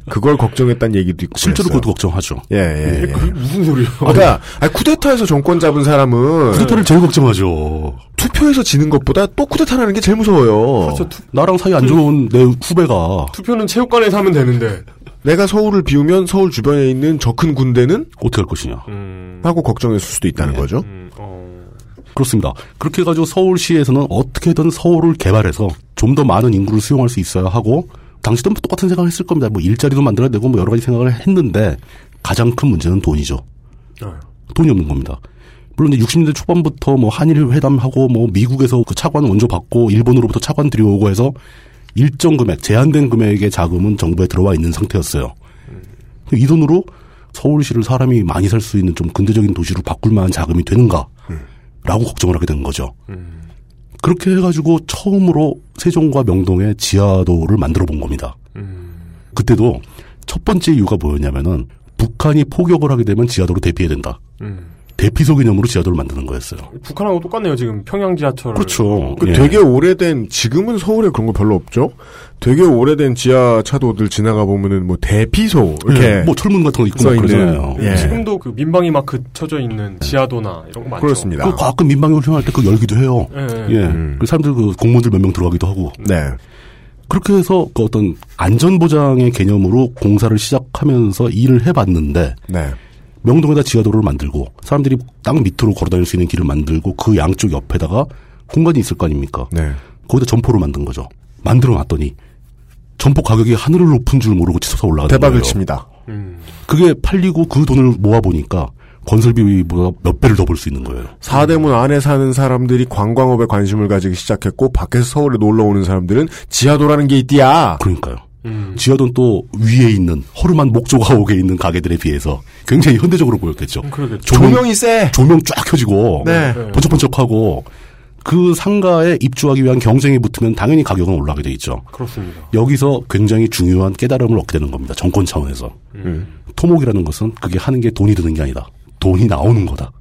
Speaker 3: 그걸 걱정했다는 얘기도 있고
Speaker 2: 실제로
Speaker 3: 그랬어요.
Speaker 2: 그것도 걱정하죠.
Speaker 3: 예, 예, 예.
Speaker 4: 그게 무슨 소리야?
Speaker 3: 그러니까 아니, 쿠데타에서 정권 잡은 사람은
Speaker 2: 쿠데타를 제일 걱정하죠.
Speaker 3: 투표에서 지는 것보다 또 쿠데타라는 게 제일 무서워요.
Speaker 4: 그렇죠. 투,
Speaker 2: 나랑 사이 안 좋은 내 후배가
Speaker 4: <laughs> 투표는 체육관에서 하면 되는데.
Speaker 3: 내가 서울을 비우면 서울 주변에 있는 저 큰 군대는
Speaker 2: 어떻게 할 것이냐.
Speaker 4: 음,
Speaker 3: 하고 걱정했을 수도 있다는 거죠.
Speaker 4: 음, 어.
Speaker 2: 그렇습니다. 그렇게 해가지고 서울시에서는 어떻게든 서울을 개발해서 좀 더 많은 인구를 수용할 수 있어야 하고, 당시도 뭐 똑같은 생각을 했을 겁니다. 뭐 일자리도 만들어야 되고, 뭐 여러 가지 생각을 했는데, 가장 큰 문제는 돈이죠.
Speaker 4: 네.
Speaker 2: 돈이 없는 겁니다. 물론 이제 60년대 초반부터 뭐 한일 회담하고 뭐 미국에서 그 차관 원조 받고 일본으로부터 차관 들여오고 해서 일정 금액 제한된 금액의 자금은 정부에 들어와 있는 상태였어요. 이 돈으로 서울시를 사람이 많이 살 수 있는 좀 근대적인 도시로 바꿀 만한 자금이 되는가라고 걱정을 하게 된 거죠.
Speaker 4: 음.
Speaker 2: 그렇게 해가지고 처음으로 세종과 명동에 지하도를 만들어 본 겁니다.
Speaker 4: 음.
Speaker 2: 그때도 첫 번째 이유가 뭐였냐면은 북한이 포격을 하게 되면 지하도로 대피해야 된다.
Speaker 4: 음.
Speaker 2: 대피소 개념으로 지하도를 만드는 거였어요.
Speaker 4: 북한하고 똑같네요 지금 평양 지하철.
Speaker 2: 그렇죠.
Speaker 3: 그
Speaker 2: 예.
Speaker 3: 되게 오래된 지금은 서울에 그런 거 별로 없죠. 되게 오래된 지하 차도들 지나가 보면은 뭐 대피소 이렇게
Speaker 2: 예, 뭐 철문 같은 거 있고 막
Speaker 3: 써 있는,
Speaker 2: 그러잖아요.
Speaker 3: 예.
Speaker 4: 지금도 그 민방위 막 그쳐져 있는 지하도나 이런 거 많죠.
Speaker 3: 그렇습니다.
Speaker 2: 그 가끔 민방위 훈련할 때 그거 열기도 해요.
Speaker 4: 예, 예.
Speaker 2: 예.
Speaker 3: 음.
Speaker 2: 그 사람들 그 공무원들 몇 명 들어가기도 하고.
Speaker 3: 네.
Speaker 2: 그렇게 해서 그 어떤 안전보장의 개념으로 공사를 시작하면서 일을 해봤는데
Speaker 3: 네.
Speaker 2: 명동에다 지하도로를 만들고 사람들이 땅 밑으로 걸어다닐 수 있는 길을 만들고 그 양쪽 옆에다가 공간이 있을 거 아닙니까?
Speaker 3: 네.
Speaker 2: 거기다 점포를 만든 거죠. 만들어 놨더니 점포 가격이 하늘을 높은 줄 모르고 치솟아 올라가는
Speaker 3: 대박을
Speaker 2: 거예요.
Speaker 3: 칩니다.
Speaker 2: 그게 팔리고 그 돈을 모아 보니까 건설비보다 몇 배를 더 벌 수 있는 거예요.
Speaker 3: 사대문 안에 사는 사람들이 관광업에 관심을 가지기 시작했고 밖에서 서울에 놀러 오는 사람들은 지하도라는 게 있디야.
Speaker 2: 그러니까요. 지하도는 또 위에 있는 허름한 목조가옥에 <laughs> 있는 가게들에 비해서 굉장히 현대적으로 보였겠죠.
Speaker 4: 그러겠죠.
Speaker 3: 조명이 세.
Speaker 2: 조명 쫙 켜지고
Speaker 3: 네.
Speaker 2: 번쩍번쩍하고 그 상가에 입주하기 위한 경쟁이 붙으면 당연히 가격은 올라가게 돼 있죠.
Speaker 4: 그렇습니다.
Speaker 2: 여기서 굉장히 중요한 깨달음을 얻게 되는 겁니다. 정권 차원에서 토목이라는 것은 그게 하는 게 돈이 드는 게 아니다. 돈이 나오는 거다.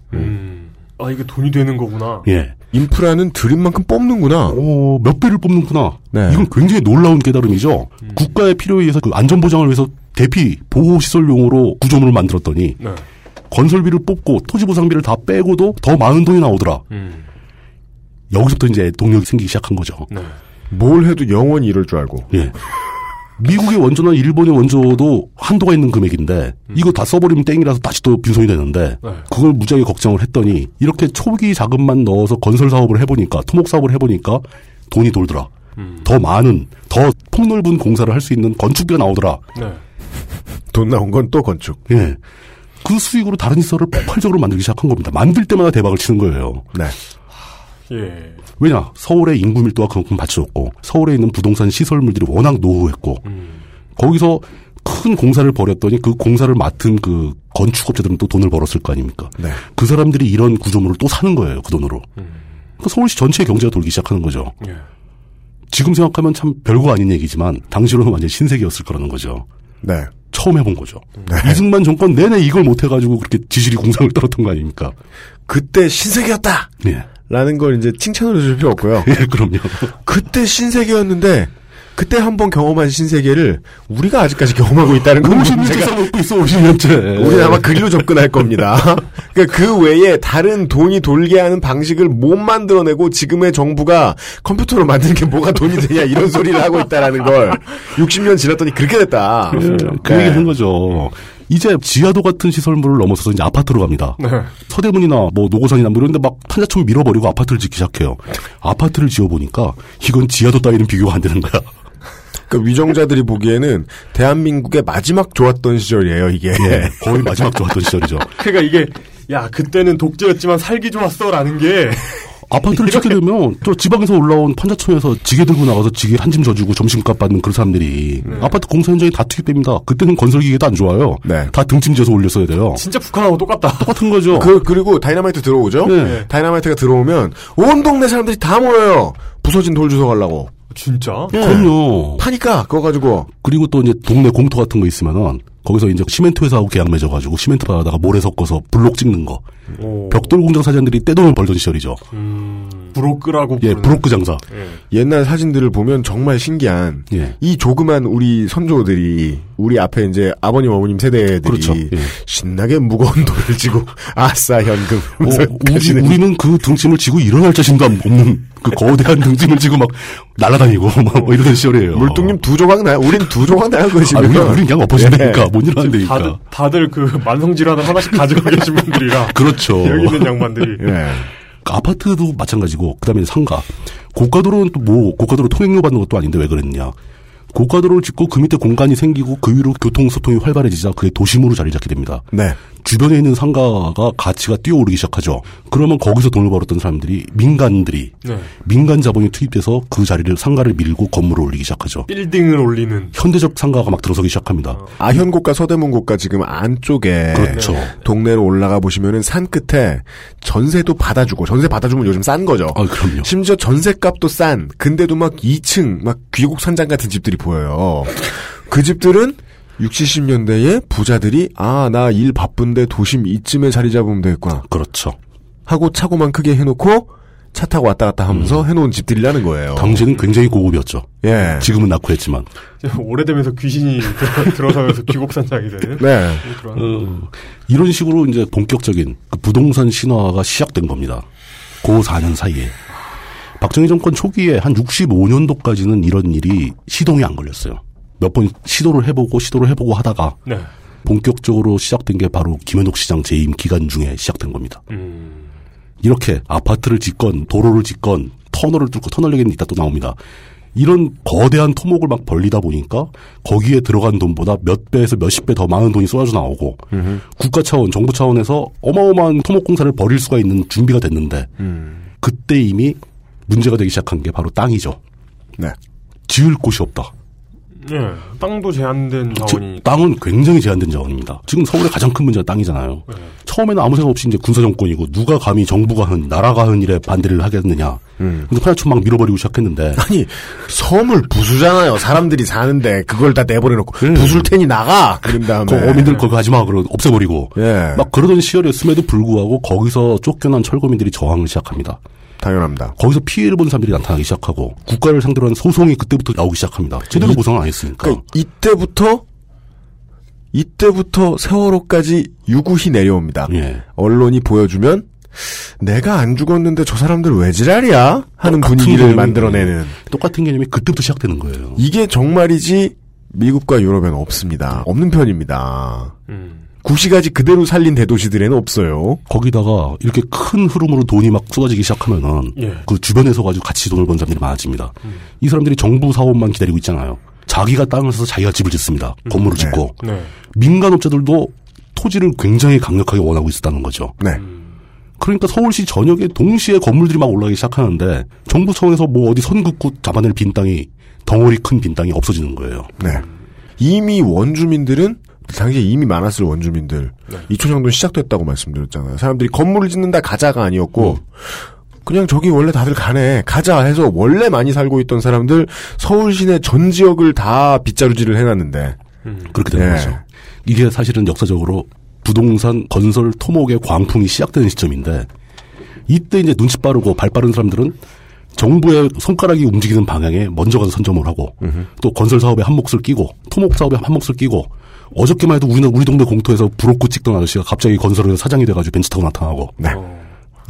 Speaker 4: 아 이게 돈이 되는 거구나.
Speaker 2: 예.
Speaker 3: 인프라는 들인 만큼 뽑는구나.
Speaker 2: 오, 몇 배를 뽑는구나.
Speaker 3: 네.
Speaker 2: 이건 굉장히 놀라운 깨달음이죠. 국가의 필요에 의해서 그 안전보장을 위해서 대피 보호시설용으로 구조물을 만들었더니
Speaker 4: 네.
Speaker 2: 건설비를 뽑고 토지보상비를 다 빼고도 더 많은 돈이 나오더라.
Speaker 4: 음.
Speaker 2: 여기서부터 이제 동력이 생기기 시작한 거죠.
Speaker 4: 네.
Speaker 3: 뭘 해도 영원히 이럴 줄 알고.
Speaker 2: 예. 미국의 원조나 일본의 원조도 한도가 있는 금액인데 이거 다 써버리면 땡이라서 다시 또 빈손이 되는데
Speaker 4: 네.
Speaker 2: 그걸 무지하게 걱정을 했더니 이렇게 초기 자금만 넣어서 건설 사업을 해보니까 토목 사업을 해보니까 돈이 돌더라. 더 많은 더 폭넓은 공사를 할 수 있는 건축비가 나오더라.
Speaker 4: 네.
Speaker 3: 돈 나온 건 또 건축.
Speaker 2: 예. 그 수익으로 다른 시설을 폭발적으로 만들기 시작한 겁니다. 만들 때마다 대박을 치는 거예요.
Speaker 3: 네.
Speaker 4: 예.
Speaker 2: 왜냐 서울의 인구 밀도가 그만큼 받쳐졌고 서울에 있는 부동산 시설물들이 워낙 노후했고 거기서 큰 공사를 벌였더니 그 공사를 맡은 그 건축업자들은 또 돈을 벌었을 거 아닙니까?
Speaker 3: 네.
Speaker 2: 그 사람들이 이런 구조물을 또 사는 거예요 그 돈으로. 그러니까 서울시 전체의 경제가 돌기 시작하는 거죠.
Speaker 4: 예.
Speaker 2: 지금 생각하면 참 별거 아닌 얘기지만 당시로는 완전 신세계였을 거라는 거죠.
Speaker 3: 네.
Speaker 2: 처음 해본 거죠.
Speaker 3: 네.
Speaker 2: 이승만 정권 내내 이걸 못해가지고 그렇게 지질이 공상을 떨었던 거 아닙니까?
Speaker 3: 그때 신세계였다!
Speaker 2: 예. <laughs>
Speaker 3: 라는 걸 이제 칭찬을 해줄 필요 없고요.
Speaker 2: 예, 그럼요.
Speaker 3: 그때 신세계였는데, 그때 한번 경험한 신세계를 우리가 아직까지 경험하고 있다는 건
Speaker 2: 50년째
Speaker 3: 문제가,
Speaker 2: 써먹고 있어, 50년째.
Speaker 3: <laughs> 우리는 아마 그리로 접근할 겁니다. 그러니까 그 외에 다른 돈이 돌게 하는 방식을 못 만들어내고 지금의 정부가 컴퓨터로 만드는 게 뭐가 돈이 되냐 이런 소리를 하고 있다라는 걸 60년 지났더니 그렇게 됐다.
Speaker 2: 예, 그 얘기 한 거죠. 이제 지하도 같은 시설물을 넘어서서 이제 아파트로 갑니다.
Speaker 4: 네.
Speaker 2: 서대문이나 뭐 노고산이나 뭐 이런데 막 판자촌 밀어버리고 아파트를 짓기 시작해요. 아파트를 지어보니까 이건 지하도 따위는 비교가 안 되는 거야.
Speaker 3: 그러니까 위정자들이 보기에는 대한민국의 마지막 좋았던 시절이에요, 이게.
Speaker 2: 예, 거의 마지막 좋았던 시절이죠.
Speaker 4: 그러니까 이게 야 그때는 독재였지만 살기 좋았어라는 게 <laughs>
Speaker 2: 아파트를 짓게 되면 저 지방에서 올라온 판자촌에서 지게 들고 나가서 지게 한 짐 져주고 점심값 받는 그런 사람들이 아파트 공사 현장이 다 투입됩니다. 그때는 건설기계도 안 좋아요.
Speaker 3: 네.
Speaker 2: 다 등짐 져서 올렸어야 돼요.
Speaker 4: 진짜 북한하고 똑같다.
Speaker 2: 똑같은 거죠.
Speaker 3: 그, 그리고 다이나마이트 들어오죠?
Speaker 2: 네.
Speaker 3: 다이나마이트가 들어오면 온 동네 사람들이 다 모여요. 부서진 돌 주워 가려고.
Speaker 4: 진짜?
Speaker 2: 네. 그럼요.
Speaker 3: 파니까 그거 가지고
Speaker 2: 그리고 또 이제 동네 공터 같은 거 있으면은 거기서 이제 시멘트 회사하고 계약 맺어가지고 시멘트 바다가 모래 섞어서 블록 찍는 거
Speaker 4: 오.
Speaker 2: 벽돌 공장 사장들이 떼돈을 벌던 시절이죠.
Speaker 4: 브로크라고
Speaker 2: 예,
Speaker 4: 부르는.
Speaker 2: 브로크 장사.
Speaker 3: 네. 옛날 사진들을 보면 정말 신기한
Speaker 2: 예.
Speaker 3: 이 조그만 우리 선조들이 우리 앞에 이제 아버님 어머님 세대들이
Speaker 2: 그렇죠. 예.
Speaker 3: 신나게 무거운 돌을 지고 <laughs> 아싸 현금
Speaker 2: 어,
Speaker 3: 하면서
Speaker 2: 우리,
Speaker 3: 가시는
Speaker 2: 우리는 그 등짐을 지고 일어날 자신도 없는 그 거대한 등짐을 지고 막 날아다니고 <laughs> 막 이러던 시절이에요.
Speaker 3: 물뚱님 두 조각 나요. 우린 두 조각 나요 그
Speaker 2: 아,
Speaker 3: 지금.
Speaker 2: 우리 우린 그냥 엎어진다니까
Speaker 3: 예.
Speaker 2: 못 일어난다니까.
Speaker 4: 다들 다들 그 만성 질환을 하나씩 가지고 계신 분들이라
Speaker 2: <laughs> 그렇죠.
Speaker 4: 여기 있는 양반들이
Speaker 3: 예.
Speaker 2: 그 아파트도 마찬가지고 그다음에 이제 상가 고가도로는 또 뭐 고가도로 통행료 받는 것도 아닌데 왜 그랬냐 고가도로를 짓고 그 밑에 공간이 생기고 그 위로 교통 소통이 활발해지자 그게 도심으로 자리 잡게 됩니다
Speaker 3: 네.
Speaker 2: 주변에 있는 상가가 가치가 뛰어오르기 시작하죠. 그러면 거기서 돈을 벌었던 사람들이 민간들이
Speaker 4: 네.
Speaker 2: 민간 자본이 투입돼서 그 자리를 상가를 밀고 건물을 올리기 시작하죠.
Speaker 4: 빌딩을 올리는
Speaker 2: 현대적 상가가 막 들어서기 시작합니다.
Speaker 3: 아현고가 서대문고가 지금 안쪽에
Speaker 2: 그렇죠.
Speaker 3: 동네로 올라가 보시면은 산 끝에 전세도 받아주고 전세 받아주면 요즘 싼 거죠.
Speaker 2: 그럼요.
Speaker 3: 심지어 전세값도 싼 근데도 막 2층 막 귀국 산장 같은 집들이 보여요. 그 집들은 60, 70년대에 부자들이 아 나 일 바쁜데 도심 이쯤에 자리 잡으면 되겠구나.
Speaker 2: 그렇죠.
Speaker 3: 하고 차고만 크게 해놓고 차 타고 왔다 갔다 하면서 해놓은 집들이라는 거예요.
Speaker 2: 음. 당시는 굉장히 고급이었죠.
Speaker 3: 아. 예.
Speaker 2: 지금은 낙후했지만.
Speaker 4: 오래되면서 귀신이 <laughs> 들어- 들어서면서 귀곡산장이 되는
Speaker 3: 네.
Speaker 4: 그런
Speaker 2: 어, 이런 식으로 이제 본격적인 그 부동산 신화가 시작된 겁니다. 고 4년 사이에. 박정희 정권 초기에 한 65년도까지는 이런 일이 시동이 안 걸렸어요. 몇 번 시도를 해보고 시도를 해보고 하다가
Speaker 4: 네.
Speaker 2: 본격적으로 시작된 게 바로 김현옥 시장 재임 기간 중에 시작된 겁니다.
Speaker 4: 음.
Speaker 2: 이렇게 아파트를 짓건 도로를 짓건 터널을 뚫고 터널 얘기는 이따 또 나옵니다. 이런 거대한 토목을 막 벌리다 보니까 거기에 들어간 돈보다 몇 배에서 몇십 배 더 많은 돈이 쏟아져 나오고 국가 차원, 정부 차원에서 어마어마한 토목 공사를 벌일 수가 있는 준비가 됐는데 그때 이미 문제가 되기 시작한 게 바로 땅이죠.
Speaker 3: 네.
Speaker 2: 지을 곳이 없다.
Speaker 4: 예, 땅도 제한된
Speaker 2: 즉,
Speaker 4: 자원이
Speaker 2: 땅은 굉장히 제한된 자원입니다. 지금 서울의 가장 큰 문제가 땅이잖아요.
Speaker 3: 네.
Speaker 2: 처음에는 아무 생각 없이 이제 군사 정권이고 누가 감히 정부가 하는 나라가 하는 일에 반대를 하겠느냐.
Speaker 3: 음.
Speaker 2: 근데 파나촌 막 밀어버리고
Speaker 3: <laughs>
Speaker 2: 시작했는데
Speaker 3: 아니 섬을 부수잖아요. 사람들이 사는데 그걸 다 내버려놓고 부술 테니 나가. 그런 다음에
Speaker 2: 그 어민들 거기 하지 마 그러 없애버리고
Speaker 3: 네. 예.
Speaker 2: 막 그러던 시절이었음에도 불구하고 거기서 쫓겨난 철거민들이 저항을 시작합니다.
Speaker 3: 당연합니다.
Speaker 2: 거기서 피해를 본 사람들이 나타나기 시작하고 국가를 상대로 한 소송이 그때부터 나오기 시작합니다. 제대로
Speaker 3: 이-
Speaker 2: 보상을 안 했으니까.
Speaker 3: 그러니까 이때부터 이때부터 세월호까지 유구히 내려옵니다.
Speaker 2: 예.
Speaker 3: 언론이 보여주면 내가 안 죽었는데 저 사람들 왜 지랄이야 하는
Speaker 2: 똑같은
Speaker 3: 분위기를
Speaker 2: 개념이-
Speaker 3: 만들어내는
Speaker 2: 똑같은 개념이 그때부터 시작되는 거예요.
Speaker 3: 이게 정말이지 미국과 유럽에는 없습니다. 없는 편입니다.
Speaker 4: 음.
Speaker 3: 구시가지 그대로 살린 대도시들에는 없어요.
Speaker 2: 거기다가 이렇게 큰 흐름으로 돈이 막 쏟아지기 시작하면은
Speaker 4: 예.
Speaker 2: 그 주변에서 가지고 같이 돈을 번 사람들이 많아집니다. 이 사람들이 정부 사업만 기다리고 있잖아요. 자기가 땅을 사서 자기가 집을 짓습니다. 건물을
Speaker 3: 네.
Speaker 2: 짓고
Speaker 4: 네.
Speaker 2: 민간업자들도 토지를 굉장히 강력하게 원하고 있었다는 거죠.
Speaker 3: 네.
Speaker 2: 그러니까 서울시 전역에 동시에 건물들이 막 올라가기 시작하는데 정부 차원에서 뭐 어디 선 긋고 잡아낼 빈 땅이 덩어리 큰 빈 땅이 없어지는 거예요.
Speaker 3: 네. 이미 원주민들은 당시에 이미 많았을 원주민들
Speaker 2: 네.
Speaker 3: 이초정도 시작됐다고 말씀드렸잖아요. 사람들이 건물을 짓는다 가자가 아니었고
Speaker 2: 음.
Speaker 3: 그냥 저기 원래 다들 가네 가자 해서 원래 많이 살고 있던 사람들 서울 시내 전 지역을 다 빗자루질을 해놨는데
Speaker 2: 그렇게 되는
Speaker 3: 예.
Speaker 2: 거죠. 이게 사실은 역사적으로 부동산 건설 토목의 광풍이 시작되는 시점인데 이때 이제 눈치 빠르고 발 빠른 사람들은 정부의 손가락이 움직이는 방향에 먼저 가서 선점을 하고 또 건설 사업에 한 몫을 끼고 토목 사업에 한 몫을 끼고 어저께만 해도 우리 우리 동네 공터에서 브로커 찍던 아저씨가 갑자기 건설회사 사장이 돼가지고 벤치 타고 나타나고
Speaker 3: 네.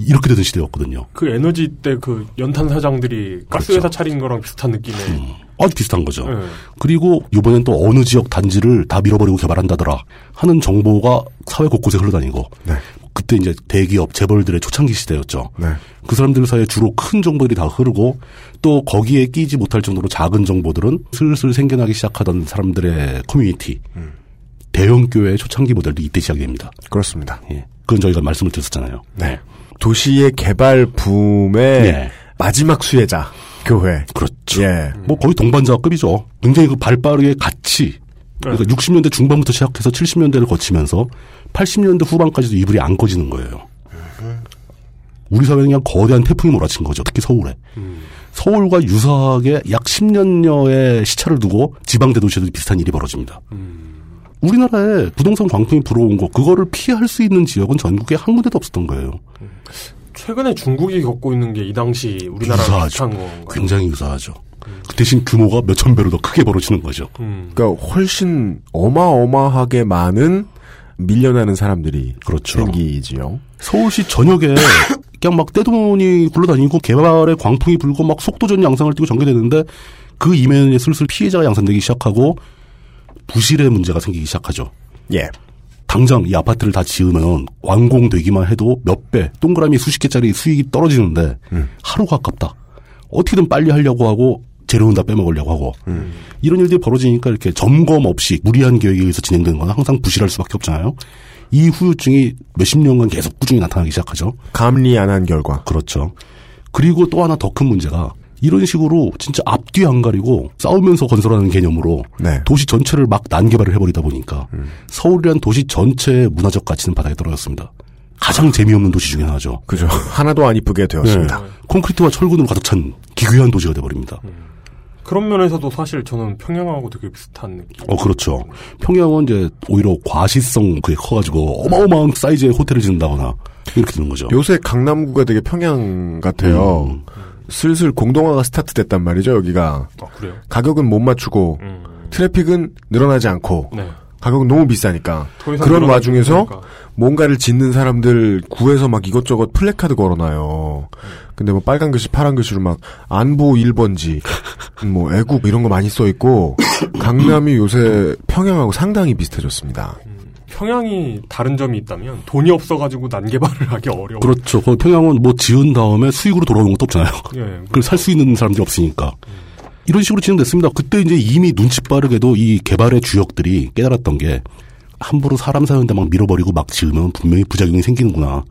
Speaker 2: 이렇게 되던 시대였거든요.
Speaker 4: 그 에너지 때 그 연탄 사장들이 가스회사 차린 거랑 비슷한 느낌의
Speaker 2: 음. 아주 비슷한 거죠.
Speaker 3: 네.
Speaker 4: 예.
Speaker 2: 그리고 이번엔 또 어느 지역 단지를 다 밀어버리고 개발한다더라 하는 정보가 사회 곳곳에 흘러다니고
Speaker 3: 네.
Speaker 2: 그때 이제 대기업 재벌들의 초창기 시대였죠.
Speaker 3: 네.
Speaker 2: 그 사람들 사이에 주로 큰 정보들이 다 흐르고 또 거기에 끼지 못할 정도로 작은 정보들은 슬슬 생겨나기 시작하던 사람들의 커뮤니티
Speaker 3: 음.
Speaker 2: 대형 교회의 초창기 모델도 이때 시작됩니다.
Speaker 3: 그렇습니다.
Speaker 2: 예. 그건 저희가 말씀을 드렸잖아요.
Speaker 3: 네. 도시의 개발 붐의
Speaker 2: 예.
Speaker 3: 마지막 수혜자 교회.
Speaker 2: 그렇죠.
Speaker 3: 예.
Speaker 2: 뭐 거의 동반자급이죠. 굉장히 그 발빠르게 같이
Speaker 4: 네.
Speaker 2: 그러니까 60년대 중반부터 시작해서 70년대를 거치면서 80년대 후반까지도 이불이 안 꺼지는 거예요.
Speaker 4: 음.
Speaker 2: 우리 사회는 그냥 거대한 태풍이 몰아친 거죠. 특히 서울에.
Speaker 4: 음.
Speaker 2: 서울과 유사하게 약 10년여의 시차를 두고 지방 대도시에도 비슷한 일이 벌어집니다.
Speaker 4: 음.
Speaker 2: 우리나라에 부동산 광풍이 불어온 거 그거를 피할 수 있는 지역은 전국에 한 군데도 없었던 거예요.
Speaker 4: 최근에 중국이 겪고 있는 게 이 당시 우리나라랑
Speaker 2: 유사하죠.
Speaker 4: 비슷한 음. 건가요?
Speaker 2: 굉장히 유사하죠. 그 대신 규모가 몇천 배로 더 크게 벌어지는 거죠.
Speaker 4: 음.
Speaker 3: 그러니까 훨씬 어마어마하게 많은 밀려나는 사람들이
Speaker 2: 그렇죠.
Speaker 3: 생기지요.
Speaker 2: 서울시 전역에 그냥 막 떼돈이 굴러다니고 개발의 광풍이 불고 막 속도전 양상을 띠고 전개되는데 그 이면에 슬슬 피해자가 양산되기 시작하고 부실의 문제가 생기기 시작하죠.
Speaker 3: 예.
Speaker 2: 당장 이 아파트를 다 지으면 완공되기만 해도 몇 배, 동그라미 수십 개짜리 수익이 떨어지는데 하루가 아깝다. 어떻게든 빨리 하려고 하고 재료는 다 빼먹으려고 하고 이런 일들이 벌어지니까 이렇게 점검 없이 무리한 계획에 의해서 진행되는 건 항상 부실할 수밖에 없잖아요. 이 후유증이 몇십 년간 계속 꾸준히 나타나기 시작하죠.
Speaker 3: 감리 안 한 결과.
Speaker 2: 그렇죠. 그리고 또 하나 더 큰 문제가 이런 식으로 진짜 앞뒤 안 가리고 싸우면서 건설하는 개념으로
Speaker 3: 네.
Speaker 2: 도시 전체를 막 난개발을 해버리다 보니까 서울이란 도시 전체의 문화적 가치는 바닥에 떨어졌습니다. 가장 재미없는 도시 중에 하나죠.
Speaker 3: 그죠. 네. 하나도 안 이쁘게 되었습니다.
Speaker 2: 콘크리트와 철근으로 가득 찬 기괴한 도시가 돼버립니다.
Speaker 4: 그런 면에서도 사실 저는 평양하고 되게 비슷한 느낌.
Speaker 2: 어 그렇죠. 평양은 이제 오히려 과시성 그게 커가지고 어마어마한 사이즈의 호텔을 짓는다거나 이렇게 되는 거죠.
Speaker 3: 요새 강남구가 되게 평양 같아요. 슬슬 공동화가 스타트됐단 말이죠, 여기가.
Speaker 4: 아, 그래요? 음.
Speaker 3: 가격은 못 맞추고, 트래픽은 늘어나지 않고,
Speaker 4: 네.
Speaker 3: 가격은 너무 비싸니까.
Speaker 4: 더 이상
Speaker 3: 그런
Speaker 4: 늘어나지
Speaker 3: 와중에서
Speaker 4: 않으니까.
Speaker 3: 뭔가를 짓는 사람들 구에서 막 이것저것 플래카드 걸어놔요. 근데 뭐 빨간 글씨, 파란 글씨로 막 안보 1번지, <laughs> 뭐 애국 이런 거 많이 써 있고, 강남이 요새 평양하고 상당히 비슷해졌습니다.
Speaker 4: 평양이 다른 점이 있다면 돈이 없어가지고 난개발을 <laughs> 하기 어려워.
Speaker 2: 그렇죠. 그 평양은 뭐 지은 다음에 수익으로 돌아오는 것도 <laughs> 없잖아요.
Speaker 4: 예,
Speaker 2: 그걸 살 수 있는 사람들이 없으니까. 이런 식으로 진행됐습니다. 그때 이제 이미 눈치 빠르게도 이 개발의 주역들이 깨달았던 게 함부로 사람 사는 데막 밀어버리고 막 지으면 분명히 부작용이 생기는구나.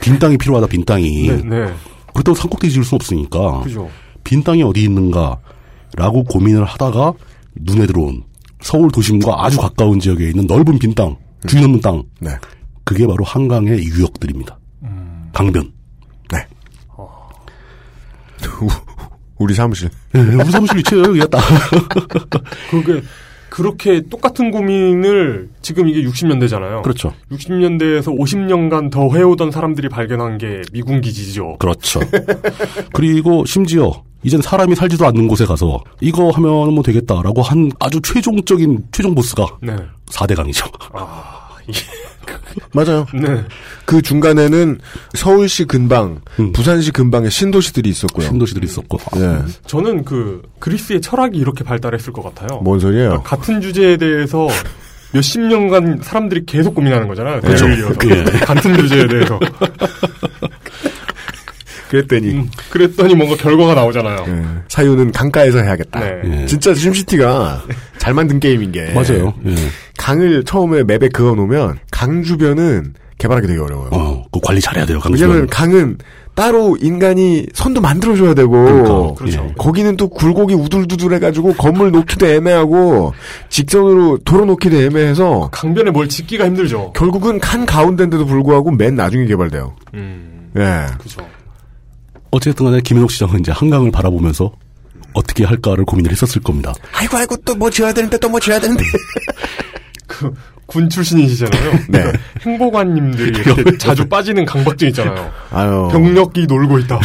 Speaker 2: 빈 땅이 필요하다, 빈 땅이.
Speaker 4: 네, 네.
Speaker 2: 그렇다고 산꼭대기 지을 수 없으니까.
Speaker 4: 그죠.
Speaker 2: 빈 땅이 어디 있는가라고 고민을 하다가 눈에 들어온 서울 도심과 아주 가까운 지역에 있는 넓은 빈 땅, 주인 없는 땅.
Speaker 3: 네.
Speaker 2: 그게 바로 한강의 유역들입니다. 강변.
Speaker 3: 우리 사무실.
Speaker 2: 네, 우리 사무실 위치예요, 여기가 딱.
Speaker 4: 그게 그렇게 똑같은 고민을 지금 이게 60년대잖아요.
Speaker 2: 그렇죠.
Speaker 4: 60년대에서 50년간 더 해오던 사람들이 발견한 게 미군 기지죠.
Speaker 2: 그렇죠. 그리고 심지어 이젠 사람이 살지도 않는 곳에 가서 이거 하면 뭐 되겠다라고 한 아주 최종적인 최종 보스가
Speaker 4: 네.
Speaker 2: 4대강이죠.
Speaker 3: <laughs> 맞아요.
Speaker 4: 네.
Speaker 3: 그 중간에는 서울시 근방, 부산시 근방에 신도시들이 있었고요.
Speaker 2: 신도시들이 있었고.
Speaker 3: 예.
Speaker 4: 저는 그 그리스의 철학이 이렇게 발달했을 것 같아요.
Speaker 3: 뭔 소리예요?
Speaker 4: 같은 주제에 대해서 몇십 년간 사람들이 계속 고민하는 거잖아요.
Speaker 3: 그죠.
Speaker 4: 대를 이어서.
Speaker 3: 예.
Speaker 4: 같은 주제에 대해서.
Speaker 3: 아, 그랬더니
Speaker 4: 음. 그랬더니 뭔가 결과가 나오잖아요.
Speaker 3: 예. 음. 사유는 강가에서 해야겠다.
Speaker 4: 네.
Speaker 2: 예.
Speaker 3: 진짜 심시티가 잘 만든 게임인 게
Speaker 2: 맞아요.
Speaker 3: 네.
Speaker 2: 예.
Speaker 3: 강을 처음에 맵에 그어 놓으면 강 주변은 개발하기 되게 어려워요.
Speaker 2: 어, 그 관리 잘해야 돼요, 강변.
Speaker 3: 왜냐면 아, 강은 따로 인간이 선도 만들어줘야 되고 예.
Speaker 2: 그러니까, 그렇죠.
Speaker 3: 거기는 또 굴곡이 우둘두둘해가지고 건물 놓기도 애매하고 직선으로 도로 놓기도 애매해서
Speaker 4: 강변에 뭘 짓기가 힘들죠.
Speaker 3: 결국은 칸 가운데인데도 불구하고 맨 나중에 개발돼요.
Speaker 4: 음,
Speaker 3: 예.
Speaker 4: 그죠.
Speaker 2: 어쨌든 간에 김현옥 시장은 이제 한강을 바라보면서 어떻게 할까를 고민을 했었을 겁니다.
Speaker 3: 아이고 아이고 또 뭐 지어야 되는데 또 뭐 지어야 되는데.
Speaker 4: 군 출신이시잖아요. 그러니까
Speaker 3: 네.
Speaker 4: 행보관님들이 이렇게 자주 빠지는 강박증 있잖아요.
Speaker 3: <laughs> 아유.
Speaker 4: 병력이 놀고 있다.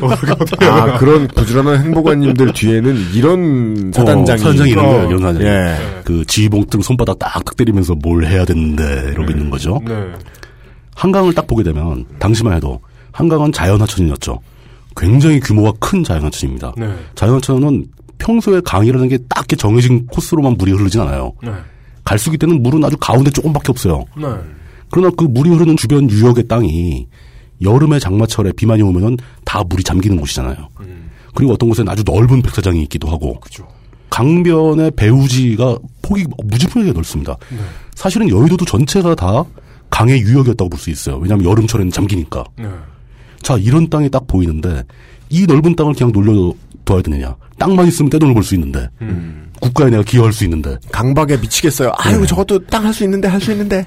Speaker 4: 어떻게 어떻게
Speaker 3: 어. 아
Speaker 4: 하나.
Speaker 3: 그런 부지런한 행보관님들 뒤에는 이런 사단장이
Speaker 2: 어, 사단장이 있는 거예요,
Speaker 4: 어.
Speaker 2: 이런 사단장이.
Speaker 3: 예.
Speaker 2: 그 지휘봉등 손바닥 딱딱 때리면서 뭘 해야 되는데 이러고 있는 거죠.
Speaker 4: 네.
Speaker 2: 한강을 딱 보게 되면 당시만 해도 한강은 자연하천이었죠. 굉장히 규모가 큰 자연하천입니다.
Speaker 4: 네.
Speaker 2: 자연하천은 평소에 강이라는 게 딱히 정해진 코스로만 물이 흐르진 않아요.
Speaker 4: 네.
Speaker 2: 갈수기 때는 물은 아주 가운데 조금밖에 없어요.
Speaker 4: 네.
Speaker 2: 그러나 그 물이 흐르는 주변 유역의 땅이 여름에 장마철에 비만이 오면은 다 물이 잠기는 곳이잖아요. 그리고 어떤 곳에는 아주 넓은 백사장이 있기도 하고
Speaker 4: 음. 그죠.
Speaker 2: 강변의 배우지가 폭이 무지무지하게 넓습니다.
Speaker 4: 네.
Speaker 2: 사실은 여의도도 전체가 다 강의 유역이었다고 볼 수 있어요. 왜냐하면 여름철에는 잠기니까.
Speaker 4: 네.
Speaker 2: 자 이런 땅이 딱 보이는데 이 넓은 땅을 그냥 놀려둬야 되느냐? 땅만 있으면 떼돈을 벌 수 있는데
Speaker 4: 음.
Speaker 2: 국가에 내가 기여할 수 있는데
Speaker 3: 강박에 미치겠어요. 아이고 저것도 땅 할 수 있는데 할 수 있는데.